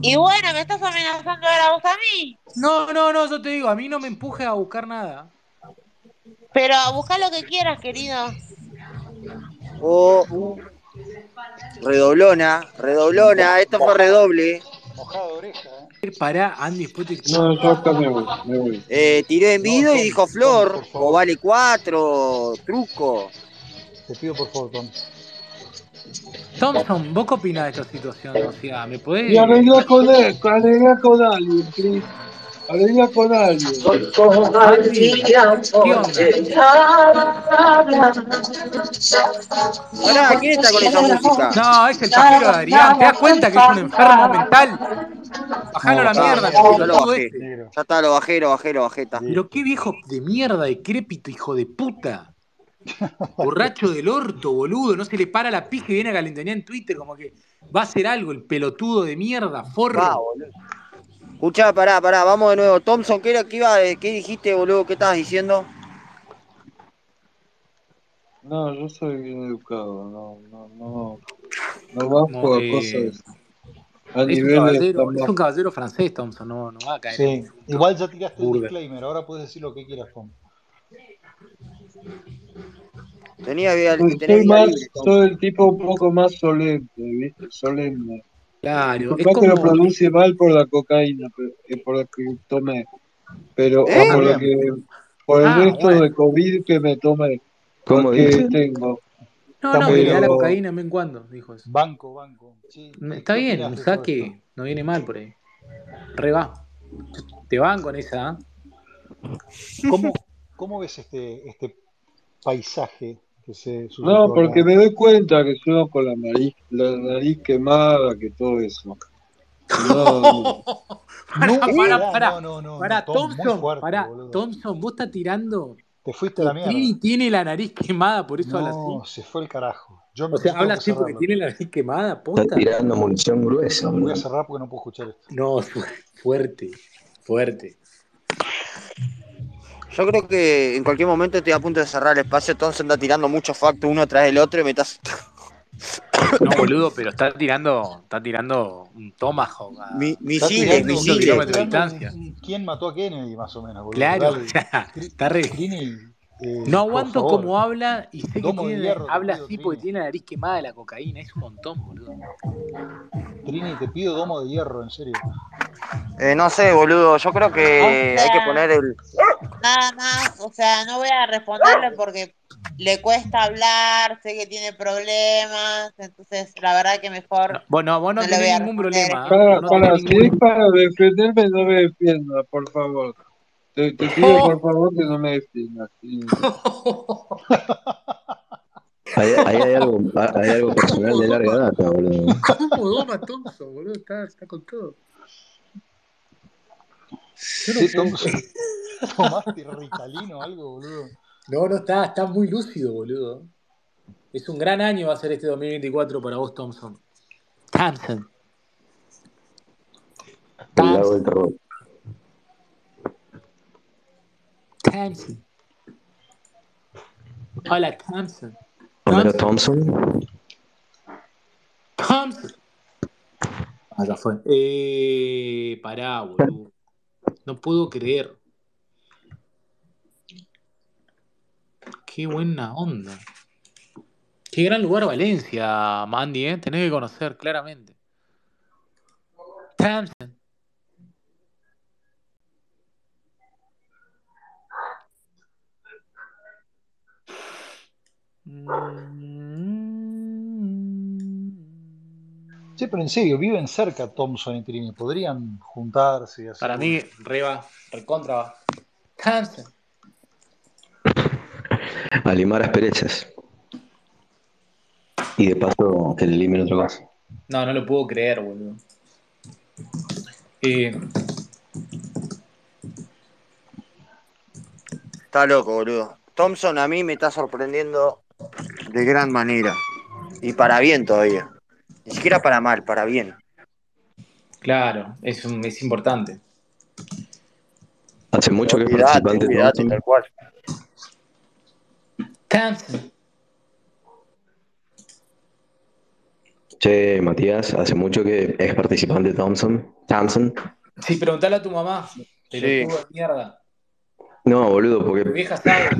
B: Y bueno, me estás amenazando ahora vos a mí.
L: No, no, no, yo te digo, a mí no me empujes a buscar nada.
B: Pero busca lo que quieras, querido.
A: Oh, redoblona, redoblona, esto fue redoble.
H: ¿eh?
L: Pará, Andy, después te...
O: No, yo acá me voy, me voy.
A: Eh, tiré en vido y dijo Flor, o vale cuatro, truco.
H: Te pido por favor, Tom.
L: Thompson, ¿vos qué opinás de esta situación? O sea, ¿me podés...?
O: Y arregla con él, arregla con alguien, Cris. Arregla con alguien.
L: Andy, ¿qué
A: Pará, ¿quién está con esa música?
L: No, es el pajero de Adrián. ¿Te das cuenta que es un enfermo mental? Bajalo a la
A: Ah,
L: mierda,
A: ya, ya lo
L: pelotudo
A: bajé.
L: este.
A: Ya está, lo bajé, lo bajé, lo bajé. está.
L: Pero qué viejo de mierda, decrépito, hijo de puta. Borracho del orto, boludo. No se le para la pija y viene a calentonear en Twitter como que va a hacer algo el pelotudo de mierda,
A: Va,
L: forro.
A: boludo. Escuchá, pará, pará, vamos de nuevo. Thompson, ¿qué, era, qué, iba, qué dijiste, boludo? ¿Qué estabas diciendo?
O: No, yo soy bien educado, no, no, no. No bajo a
L: eh,
O: cosas a
L: Es un,
O: niveles
L: caballero,
O: tan
L: es un
O: bajos.
L: caballero francés, Thompson. No, no va a caer.
H: Sí. Igual ya tiraste el
L: Burda.
H: disclaimer, ahora puedes decir lo que quieras, Tom.
A: Tenía vía,
O: Soy,
A: tenés
O: soy
A: vía
O: más,
A: libre, Thompson.
O: soy el tipo un poco más solemne, ¿viste? Solemne.
L: Claro, es
O: Capaz que lo
L: como.
O: pronuncie mal por la cocaína, pe- eh, por lo que tomé, pero,
L: ¿Eh?
O: o por lo que, por el
L: Ah,
O: resto
L: bueno.
O: de COVID que me tomé,
S: ¿Cómo
O: porque
S: dice?
O: tengo,
L: No, no, que le da la
O: pero
L: cocaína de vez en cuando, dijo eso.
H: Banco, banco. Sí.
L: No,
H: ¿Qué,
L: Está
H: qué
L: bien,
H: opinas
L: un
H: de todo esto?
L: saque no viene mal por ahí. Re va. Te van con esa. ¿ah?
H: ¿Cómo, cómo ves este, este paisaje que se
O: no,
H: suscitó
O: porque
H: acá?
O: me doy cuenta que yo con la nariz, la nariz quemada, que todo eso. No,
L: Pará,
H: No,
L: pará,
H: pará,
L: pará.
H: no, no, no, no,
L: Pará,
H: Tom, muy
L: Thompson,
H: fuerte,
L: pará.
H: boludo.
L: Thompson, vos estás tirando
H: Te fuiste a
L: que
H: la
L: Trini
H: mierda.
L: tiene la nariz quemada, por eso habla así.
H: No, se fue el carajo. Yo,
L: O
H: yo
L: sea,
H: tengo
L: habla
H: que
L: así porque
H: cerrarlo.
L: tiene la nariz quemada,
S: Está
L: posta.
S: tirando munición gruesa,
H: Lo voy a
S: boludo.
H: cerrar porque no puedo escuchar esto.
L: No, fu- fuerte, fuerte.
A: Yo creo que en cualquier momento estoy a punto de cerrar el espacio. Thompson está tirando muchos factos uno tras el otro y me estás.
L: No, boludo, pero está tirando, está tirando un tomahawk
A: Mi-
L: a
H: Está
A: misiles,
H: tirando,
L: 5
H: está
A: misiles.
L: kilómetros de
H: tirando un,
L: distancia.
H: un quién mató a Kennedy, más o menos, boludo.
L: Claro, o
H: Dale,
L: sea,
H: Tri-
L: está re.
H: Trini,
L: No
H: eh, por
L: aguanto
H: favor.
L: cómo habla y sé que
H: Domo de
L: tiene,
H: hierro, te
L: habla
H: pido,
L: así porque
H: Trini.
L: tiene la nariz quemada de la cocaína. Es un montón, boludo.
H: Trini, te pido domo de hierro, en serio.
A: Eh, no sé, boludo. Yo creo que
L: Ah.
A: hay que poner el.
B: Nada más, o sea, no voy a responderle porque le cuesta hablar, sé que tiene problemas, entonces la verdad que mejor
L: Bueno, vos no
B: no le voy
L: tenés
B: a
L: ningún
H: Eh,
B: responder.
L: problema, ¿ah?
O: para,
L: Vos no tenés
O: para, si
L: ningún.
O: es para defenderme, no me defienda, por favor. Te, te pido
H: Oh.
O: por favor que no me defiendas. sí.
S: Ahí, ahí hay algo, hay algo personal de larga data, boludo.
L: ¿Cómo doma Thompson, boludo? Está, está con todo. Yo no
H: ¿Qué,
L: puedo.
H: Tom? ¿Tomaste Ritalino o algo, boludo?
L: No, no, está, está muy lúcido, boludo. Es un gran año va a ser este 2024 para vos, Thompson. Thompson.
S: El lago
L: Thompson.
S: del terror.
L: Thompson. Hola, Thompson.
S: Homero
L: Thompson.
S: Thompson.
L: Thompson. Ah, ya fue. Eh, pará, boludo. No puedo creer. Qué buena onda. Qué gran lugar Valencia, Mandy, ¿eh? Tenés que conocer claramente. Thompson.
H: Sí, pero en serio, viven cerca Thompson y Trini. Podrían juntarse y hacer
L: Para
H: un...
L: mí, reba, recontra va. Thompson.
S: A limar asperezas. Y de paso que le elimine otro caso.
L: No, no lo puedo creer, boludo. Eh,
A: Está loco, boludo. Thompson a mí me está sorprendiendo de gran manera. Y para bien todavía. Ni siquiera para mal, para bien.
L: claro, es, un- es importante.
S: Hace mucho que es
A: Olvidate,
S: participante de
A: olvidate, tal cual.
S: Che, Matías, hace mucho que es participante Thompson. Thompson.
L: Sí, preguntale a tu mamá. Pelotudo de mierda.
S: No, boludo, porque
L: Tu vieja sabe.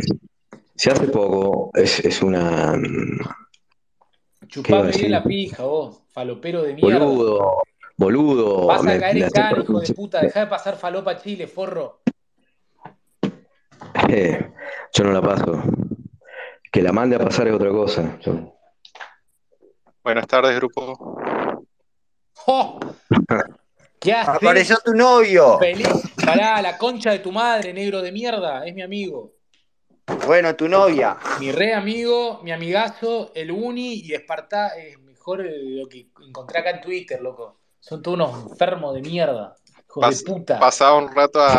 S: si hace poco es, es una. mm, ¿Qué iba a
L: Chupame
S: decir?
L: bien la pija, vos. Falopero de mierda.
S: Boludo, boludo.
L: Vas a
S: me-
L: caer
S: me
L: en
S: hace
L: cana,
S: par-
L: hijo de puta. Deja de pasar falopa a Chile, forro.
S: Eh, yo no la paso. Que la mande a pasar es otra cosa. Yo-
F: Buenas tardes, grupo.
L: ¡Jo! ¿Qué haces?
F: Apareció tu novio.
L: Feliz. Pará, la concha de tu madre, negro de mierda. Es mi amigo.
A: Bueno, tu novia.
L: Mi re amigo, mi amigazo, el uni y Esparta es mejor eh, lo que encontré acá en Twitter, loco. Son todos unos enfermos de mierda. Hijos de
F: Pas-
L: puta.
F: pasaba un rato a, a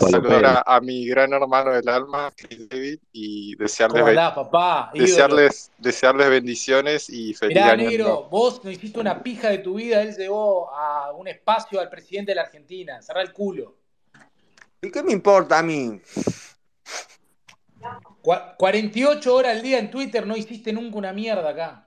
S: Palo
F: saludar
S: Pérez.
F: a, a mi gran hermano del alma, Chris David, y desearles,
L: ¿Cómo
F: be-
L: andás, papá? Ídolo.
F: desearles, desearles bendiciones y feliz
L: Mirá,
F: año nuevo.
L: negro, vos no hiciste una pija de tu vida, él llevó a un espacio al presidente de la Argentina. Cerrá el culo.
A: ¿Y qué me importa a mí?
L: Cua- 48 horas al día en Twitter, no hiciste nunca una mierda acá.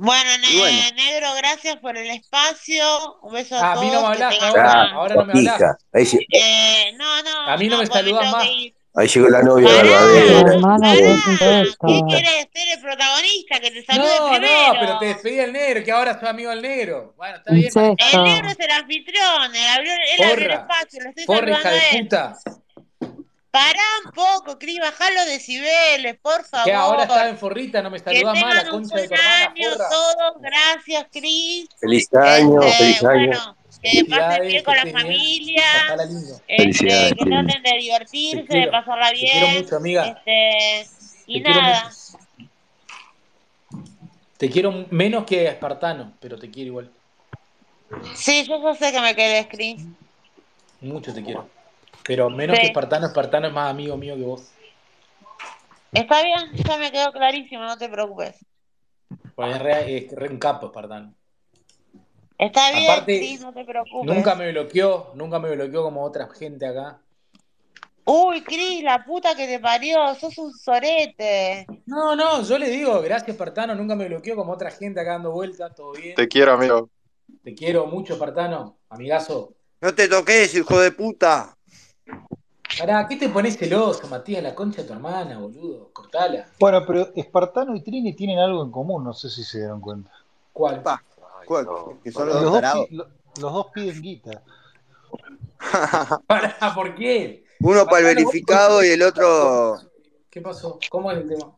B: Bueno, ne-
L: Y bueno.
B: Eh, negro, gracias por el espacio. Un beso a,
L: Ah, A
B: todos.
L: mí no me
B: que
L: hablas
B: tengan
L: ahora,
B: una-
L: ahora no me hablas.
Q: Ahí, lle-
B: Eh, no, no,
L: A mí no me
B: porque me
L: saludás
B: tengo
L: más.
B: que ir.
Q: ahí llegó la novia
B: Pará,
Q: verdadera. Eh,
U: Hermano, ¿qué es esto?
B: ¿qué querés ser el protagonista? Que te salude
L: No,
B: primero.
L: no, pero te despedí al negro, que ahora soy amigo del negro. Bueno, está bien, Matías.
B: El
U: Incesto.
B: negro es el anfitrión, él abrió, él abrió el
L: Porra.
B: espacio, lo estoy
L: Porra,
B: saludando
L: hija de
B: a él.
L: puta.
B: Pará un poco, Cris, bajá los decibeles, por
L: Que ahora estás
B: favor.
L: en forrita, no me
B: Que
L: saludás más, la
B: tengan un
L: concha de
B: buen
L: tu hermana,
B: año
L: porra.
B: todos, gracias, Cris.
Q: Feliz año, feliz
B: Este,
Q: año.
B: bueno, que pasen bien
L: Felicidades, que
B: con la
L: estés bien.
B: familia,
L: Pasala lindo.
B: este,
Q: Felicidades,
B: que
Q: Cris.
B: traten de
L: Te
B: divertirse, de
L: quiero.
B: pasarla
L: Te quiero
B: bien,
L: mucho, amiga.
B: este, y
L: Te quiero mucho.
B: nada.
L: Te quiero menos que a Espartano, pero te quiero igual.
B: Sí, yo ya sé que me querés, Cris.
L: Mucho te quiero. Pero menos que
B: Sí.
L: Espartano, Espartano es más amigo mío que vos.
B: Está bien, ya me quedó clarísimo, no te preocupes.
L: Porque es re, es re un capo, Espartano.
B: Está bien,
L: Aparte,
B: Cris, no te preocupes.
L: nunca me bloqueó, nunca me bloqueó como otra gente acá.
B: Uy, Cris, la puta que te parió, sos un sorete.
L: No, no, yo le digo, gracias, Espartano, nunca me bloqueó como otra gente acá dando vueltas, todo bien.
F: Te quiero, amigo.
L: Te quiero mucho, Espartano, amigazo.
A: No te toques, hijo de puta.
L: Pará, ¿qué te pones celoso, Matías? La concha de tu hermana, boludo. Cortala.
H: Bueno, pero Espartano y Trini tienen algo en común, no sé si se dieron cuenta.
L: ¿Cuál?
A: ¿Cuál? Que son los
H: Los
A: dos
H: dos,
A: tarados.
H: pi- lo- los dos piden guita.
L: Pará, Ah, ¿por qué? Espartano,
A: Uno para el
L: vos por
A: verificado y
L: qué?
A: el otro.
L: ¿Qué pasó? ¿Cómo es el tema?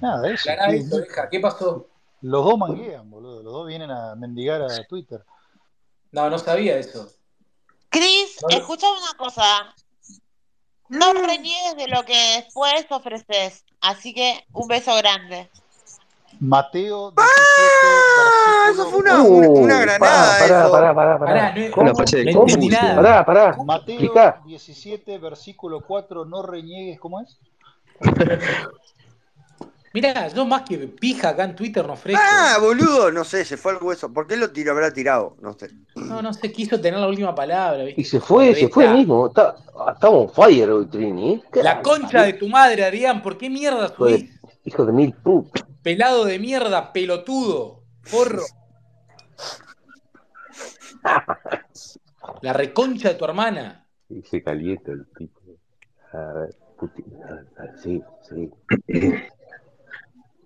H: Nada, eso,
L: Aclará
H: piden
L: eso,
H: guita.
L: deja. ¿Qué pasó?
H: Los dos manguean, boludo. Los dos vienen a mendigar a Twitter.
L: No, no sabía eso.
B: Cris,
L: No lo-
B: escucha una cosa. No reniegues de lo que después ofreces. Así que un beso grande.
H: Mateo 17,
L: Ah,
H: versículo
A: fue una- una- una
H: Oh,
A: granada,
I: Pará, pará,
A: eso.
I: pará, pará,
L: Pará,
I: pará.
L: no,
I: ¿Cómo?
L: no entendí
I: ¿Cómo?
L: nada.
I: Pará, pará.
H: Mateo
I: Explicá.
H: 17, versículo 4, no reniegues, ¿cómo es?
L: Mirá, yo más que pija acá en Twitter no ofrezco.
A: Ah, boludo, no sé, se fue al hueso. ¿Por qué lo tiró? Habrá tirado, no sé.
L: No, no sé, quiso tener la última palabra,
I: Y
L: ¿viste?
I: se
L: Hijo de
I: fue, se fue
L: reta.
I: mismo. Está, está on fire hoy, Trini. ¿eh? ¿Qué
L: La
I: la
L: concha
I: parió?
L: de tu madre, Adrián, ¿por qué mierda
I: Hijo de,
L: subís?
I: hijo de mil putas.
L: Pelado de mierda, pelotudo, forro. La reconcha de tu hermana.
Q: Y se calienta el tipo. A ver, puti- a- a- sí, sí.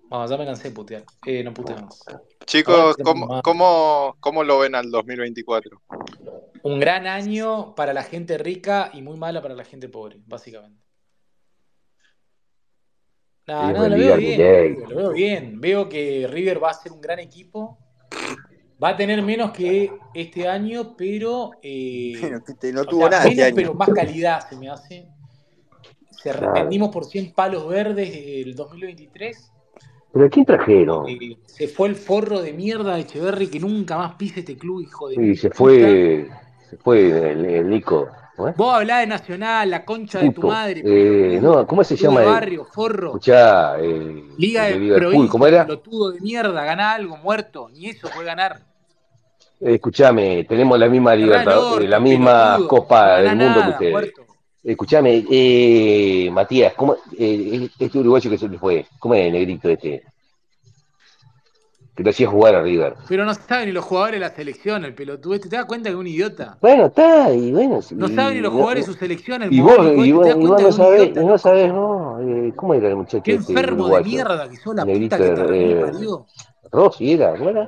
L: Vamos, ya me cansé de putear. Eh, no puteo más. Ahora
F: Chicos,
L: te mando
F: ¿cómo,
L: más.
F: cómo, cómo lo ven al 2024?
L: Un gran año para la gente rica y muy mala para la gente pobre, básicamente. No,
Q: Dios
L: no, lo veo
Q: bendiga a
L: bien,
Q: Milei.
L: boludo, lo veo bien. Veo que River va a ser un gran equipo. Va a tener menos que este año, pero. eh,
A: Bueno, que te- no
L: o
A: tuvo
L: sea,
A: nada este
L: menos,
A: año.
L: pero más calidad se me hace. Te
Q: Claro.
L: arrepentimos por 100 palos verdes el 2023.
Q: ¿Pero a quién trajeron?
L: Eh, se fue el forro de mierda de Echeverry que nunca más pise este club, hijo de
Q: Sí, se fue, se fue el, el Nico. ¿cómo es?
L: Vos hablás de Nacional, la concha de tu
Q: Puto.
L: madre,
Q: Eh, no, ¿cómo se
L: club
Q: llama?
L: de
Q: el-
L: barrio, forro,
Q: Escuchá, eh,
L: liga
Q: el
L: de
Q: Liverpool,
L: provincia,
Q: ¿cómo era?
L: pelotudo de mierda, ganá algo, muerto, ni eso fue ganar.
Q: Eh, Escuchame, tenemos la misma
L: Cerrá el
Q: libertad,
L: orto,
Q: eh, la misma
L: pelotudo, no
Q: copa
L: ganás
Q: del mundo que
L: nada,
Q: ustedes.
L: muerto.
Q: Escuchame, eh, Matías, ¿cómo, eh, este uruguayo que se le fue, ¿cómo es el negrito este? Que lo hacía jugar a River.
L: Pero no saben ni los jugadores de la selección, el pelotudo este, te das cuenta que es un idiota.
Q: Bueno, está, y bueno.
L: No
Q: y
L: saben ni los
Q: no-
L: jugadores de su selección, el
Q: y vos,
L: mogólico
Q: y
L: este,
Q: vos,
L: te das
Q: y vos
L: cuenta
Q: no
L: que es un
Q: sabés,
L: idiota.
Q: y no sabés, ¿no? Eh, ¿Cómo era el muchacho
L: Qué
Q: este
L: enfermo de
Q: uruguayo?
L: mierda que sos
Q: El
L: la puta
Q: negrito
L: que te remil
Q: eh,
L: parió.
Q: Rossi era, ¿no era?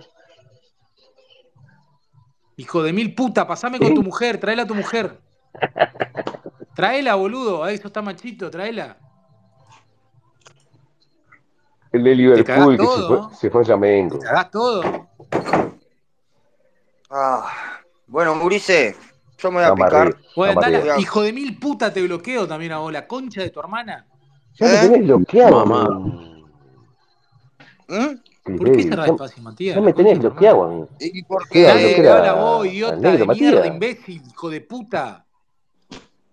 L: Hijo de mil puta, pasame con tu mujer, traela a tu mujer. Traela, boludo, eh, sos está machito, traela.
Q: El de
L: Te cagás
Q: Liverpool que se fue,
L: todo, ¿Eh?
Q: se fue a
L: te
Q: Flamengo.
L: cagás todo.
A: Ah, bueno, Murice, yo me voy a
Q: Vamos
A: picar.
Q: arriba,
L: Bueno,
Q: vamos
L: andala,
Q: arriba.
L: hijo de mil puta, te bloqueo también a vos, la concha de tu hermana.
Q: Ya me tenés bloqueado. Mamá.
A: ¿Mm?
L: ¿Por qué cerrás
Q: ya,
L: espacio, Matías?
Q: ya
L: La
Q: me
L: concha
Q: tenés
L: de tu hermana.
Q: bloqueado. a mí.
A: Y
Q: Seba,
L: Nadie te
Q: bloquea
L: habla a vos,
Q: a- al
L: idiota
Q: negro
L: de mierda,
Q: Matías.
L: imbécil, hijo de puta.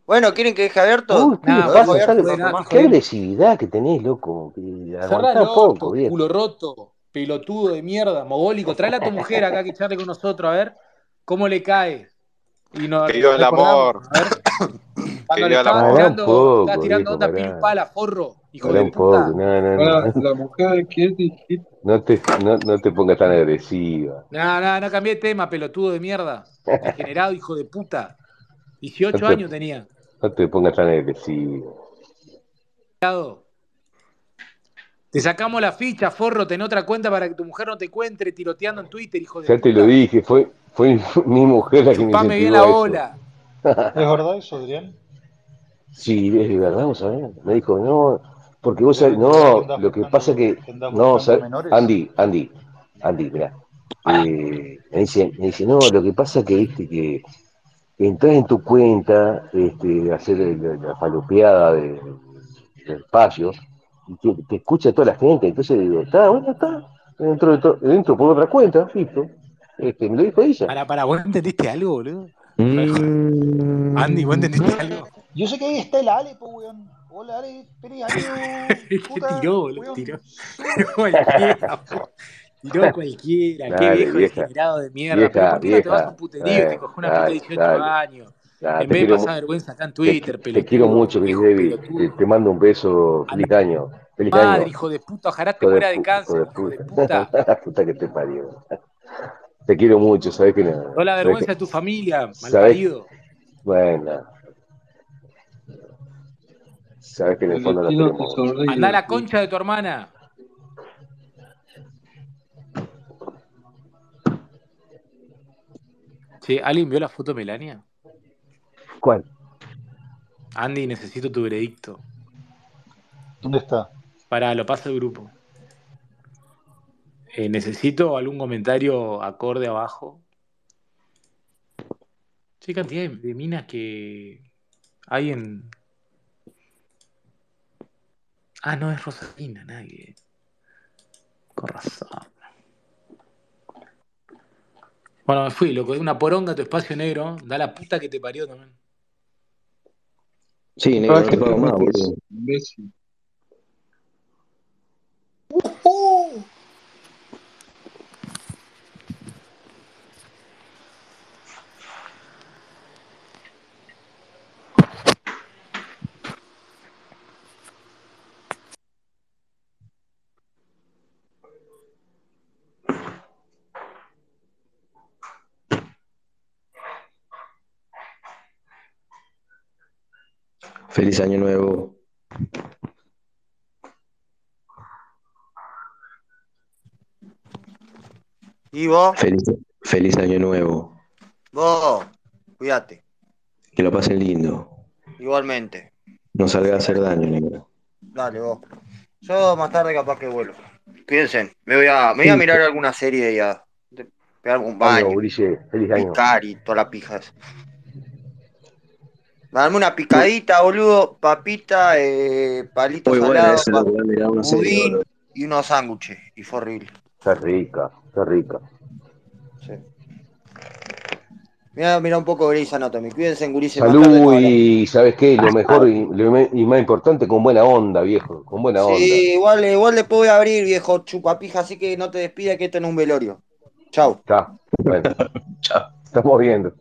A: Bueno, ¿quieren que deje abierto?
Q: Uy, ¿qué le
A: Lo dejo
Q: pasa?
A: abierto
Q: Sale-
A: un rato más.
Q: qué agresividad que tenés, loco. que
L: Cerrá
Q: Aguantá
L: el
Q: un poco,
L: orto,
Q: viejo.
L: culo roto, pelotudo de mierda, mogólico. Traela a tu mujer acá que charle con nosotros, a ver cómo le cae. Y nos
F: Que viva el
L: recordamos,
F: amor.
L: a ver,
F: Que
L: cuando
F: viva
L: le
F: el
L: estabas
F: amor.
Q: Pará un
L: tirando, estabas
Q: poco,
L: tirando
Q: viejo,
L: onda pil
Q: pará.
L: pala, forro, hijo
Q: Pará
L: de
Q: un poco,
L: puta.
Q: no, no,
O: Ahora,
Q: no.
O: la mujer de quién dijiste,
Q: No te, no, no te pongas tan agresiva.
L: No, no, no cambié de tema, pelotudo de mierda. Degenerado, hijo de puta.
Q: No
L: 18
Q: te,
L: años tenía.
Q: no te pongas tan agresiva.
L: Te sacamos la ficha, forro, ten otra cuenta para que tu mujer no te encuentre tiroteando en Twitter, hijo de
Q: Ya te lo
L: puta.
Q: dije, fue, fue mi mujer la que me
L: Chupame bien
Q: incentivó
L: la
Q: a eso.
L: ola.
H: ¿Es verdad eso, Adrián?
Q: Sí, es verdad, vamos a ver. Me dijo, no, porque vos
H: ¿Debe
Q: sabés,
H: creer que
Q: no,
H: andás
Q: lo que pasa
H: buscando,
Q: que,
H: que andás
Q: no,
H: buscando
Q: sabés-
H: menores?
Q: Andy, Andy, Andy, mirá. Eh, me, dice, me dice, no, lo que pasa que, viste, que entras en tu cuenta, este, hacer el- la, la falopeada de- del espacio, y te, te escucha toda la gente. Entonces digo, está, bueno, está, dentro, de to- dentro por otra cuenta, listo. Este, me lo dijo ella.
L: Para, para, ¿vos entendiste algo, boludo? Andy, ¿vos entendiste algo?
Q: Yo
H: Yo sé que ahí está el Alepo, weón. Hola, Ale, vení, adiós,
L: ¿Qué
H: puta,
L: tiró, boludo?
H: weón.
L: Tiró, tiró cualquiera, po. Tiró cualquiera. Qué
Q: Dale,
L: viejo
Q: vieja,
L: degenerado de mierda. Pero ¿por
Q: vieja,
L: qué no te vas a un
Q: vieja.
L: puterío y te
Q: eh,
L: coges una piba de
Q: Dale,
L: 18
Q: dale,
L: años?
Q: dale,
L: En vez
Q: te
L: de
Q: quiero,
L: pasar
Q: mu-
L: vergüenza acá en
Q: te, qui-
L: Twitter,
Q: te quiero
L: pelotudo,
Q: mucho, Chris
L: viejo
Q: David. Te,
L: pelotudo.
Q: te mando un beso,
L: A la
Q: feliz año, feliz
L: madre,
Q: año,
L: hijo de puta, ojalá te
Q: hijo de,
L: muera de
Q: pu- hijo
L: cáncer,
Q: de
L: hijo de
Q: puta,
L: puta.
Q: la puta que te parió. Te quiero mucho, sabes que, no-
L: Toda la
Q: sabés que,
L: vergüenza de tu familia,
Q: sabés,
L: malparido.
Q: bueno, sabes que en el
O: el
Q: fondo nos
O: destino te
Q: queremos mucho.
L: Andá a
O: sonríe.
L: la concha de tu hermana. Che, ¿alguien vio la foto de Melania?
Q: ¿Cuál?
L: Andy, necesito tu veredicto.
H: ¿Dónde está?
L: Para, lo paso al grupo. Eh, necesito algún comentario acorde abajo. Che, cantidad de, de minas que hay en. Ah, no, es Rosalina, nadie. Con razón. Bueno, me fui, loco. Una poronga a tu espacio negro. Da la puta que te parió también.
S: Sí, negro,
O: ¿Para
S: no
O: qué
S: te
O: te
S: pago más,
O: metes,
S: boludo.
O: imbécil?
H: Uh,
S: Feliz año nuevo.
A: Y vos,
S: Feliz, feliz año nuevo.
A: vos, cuídate,
S: Que lo pasen lindo.
A: igualmente.
S: No salga a hacer daño, negro.
A: Dale, vos. Yo más tarde capaz que vuelvo. Cuídense, me voy a, me voy a
Q: Sí,
A: mirar alguna serie y a de- pegarme un
Q: año,
A: baño,
Q: Ulises, feliz año.
A: picar y toda la pija esa. Dame una picadita, boludo, papita, eh, palito
Q: Muy buena
A: salado,
Q: esa, la verdad, mirá, en serio,
A: budín
Q: boludo.
A: y unos sándwiches. Y fue horrible.
Q: Está rica, está rica.
A: Mira, mira un poco Grey's Anatomy. Cuídense, gurises.
Q: Salud y, ¿sabes qué? Lo mejor y, lo me- y más importante, con buena onda, viejo, con buena onda.
A: Sí, igual, igual le puedo abrir, viejo chupapija, así que no te despidas que esto no es un velorio. Chau.
Q: Está, bueno. Estamos viendo.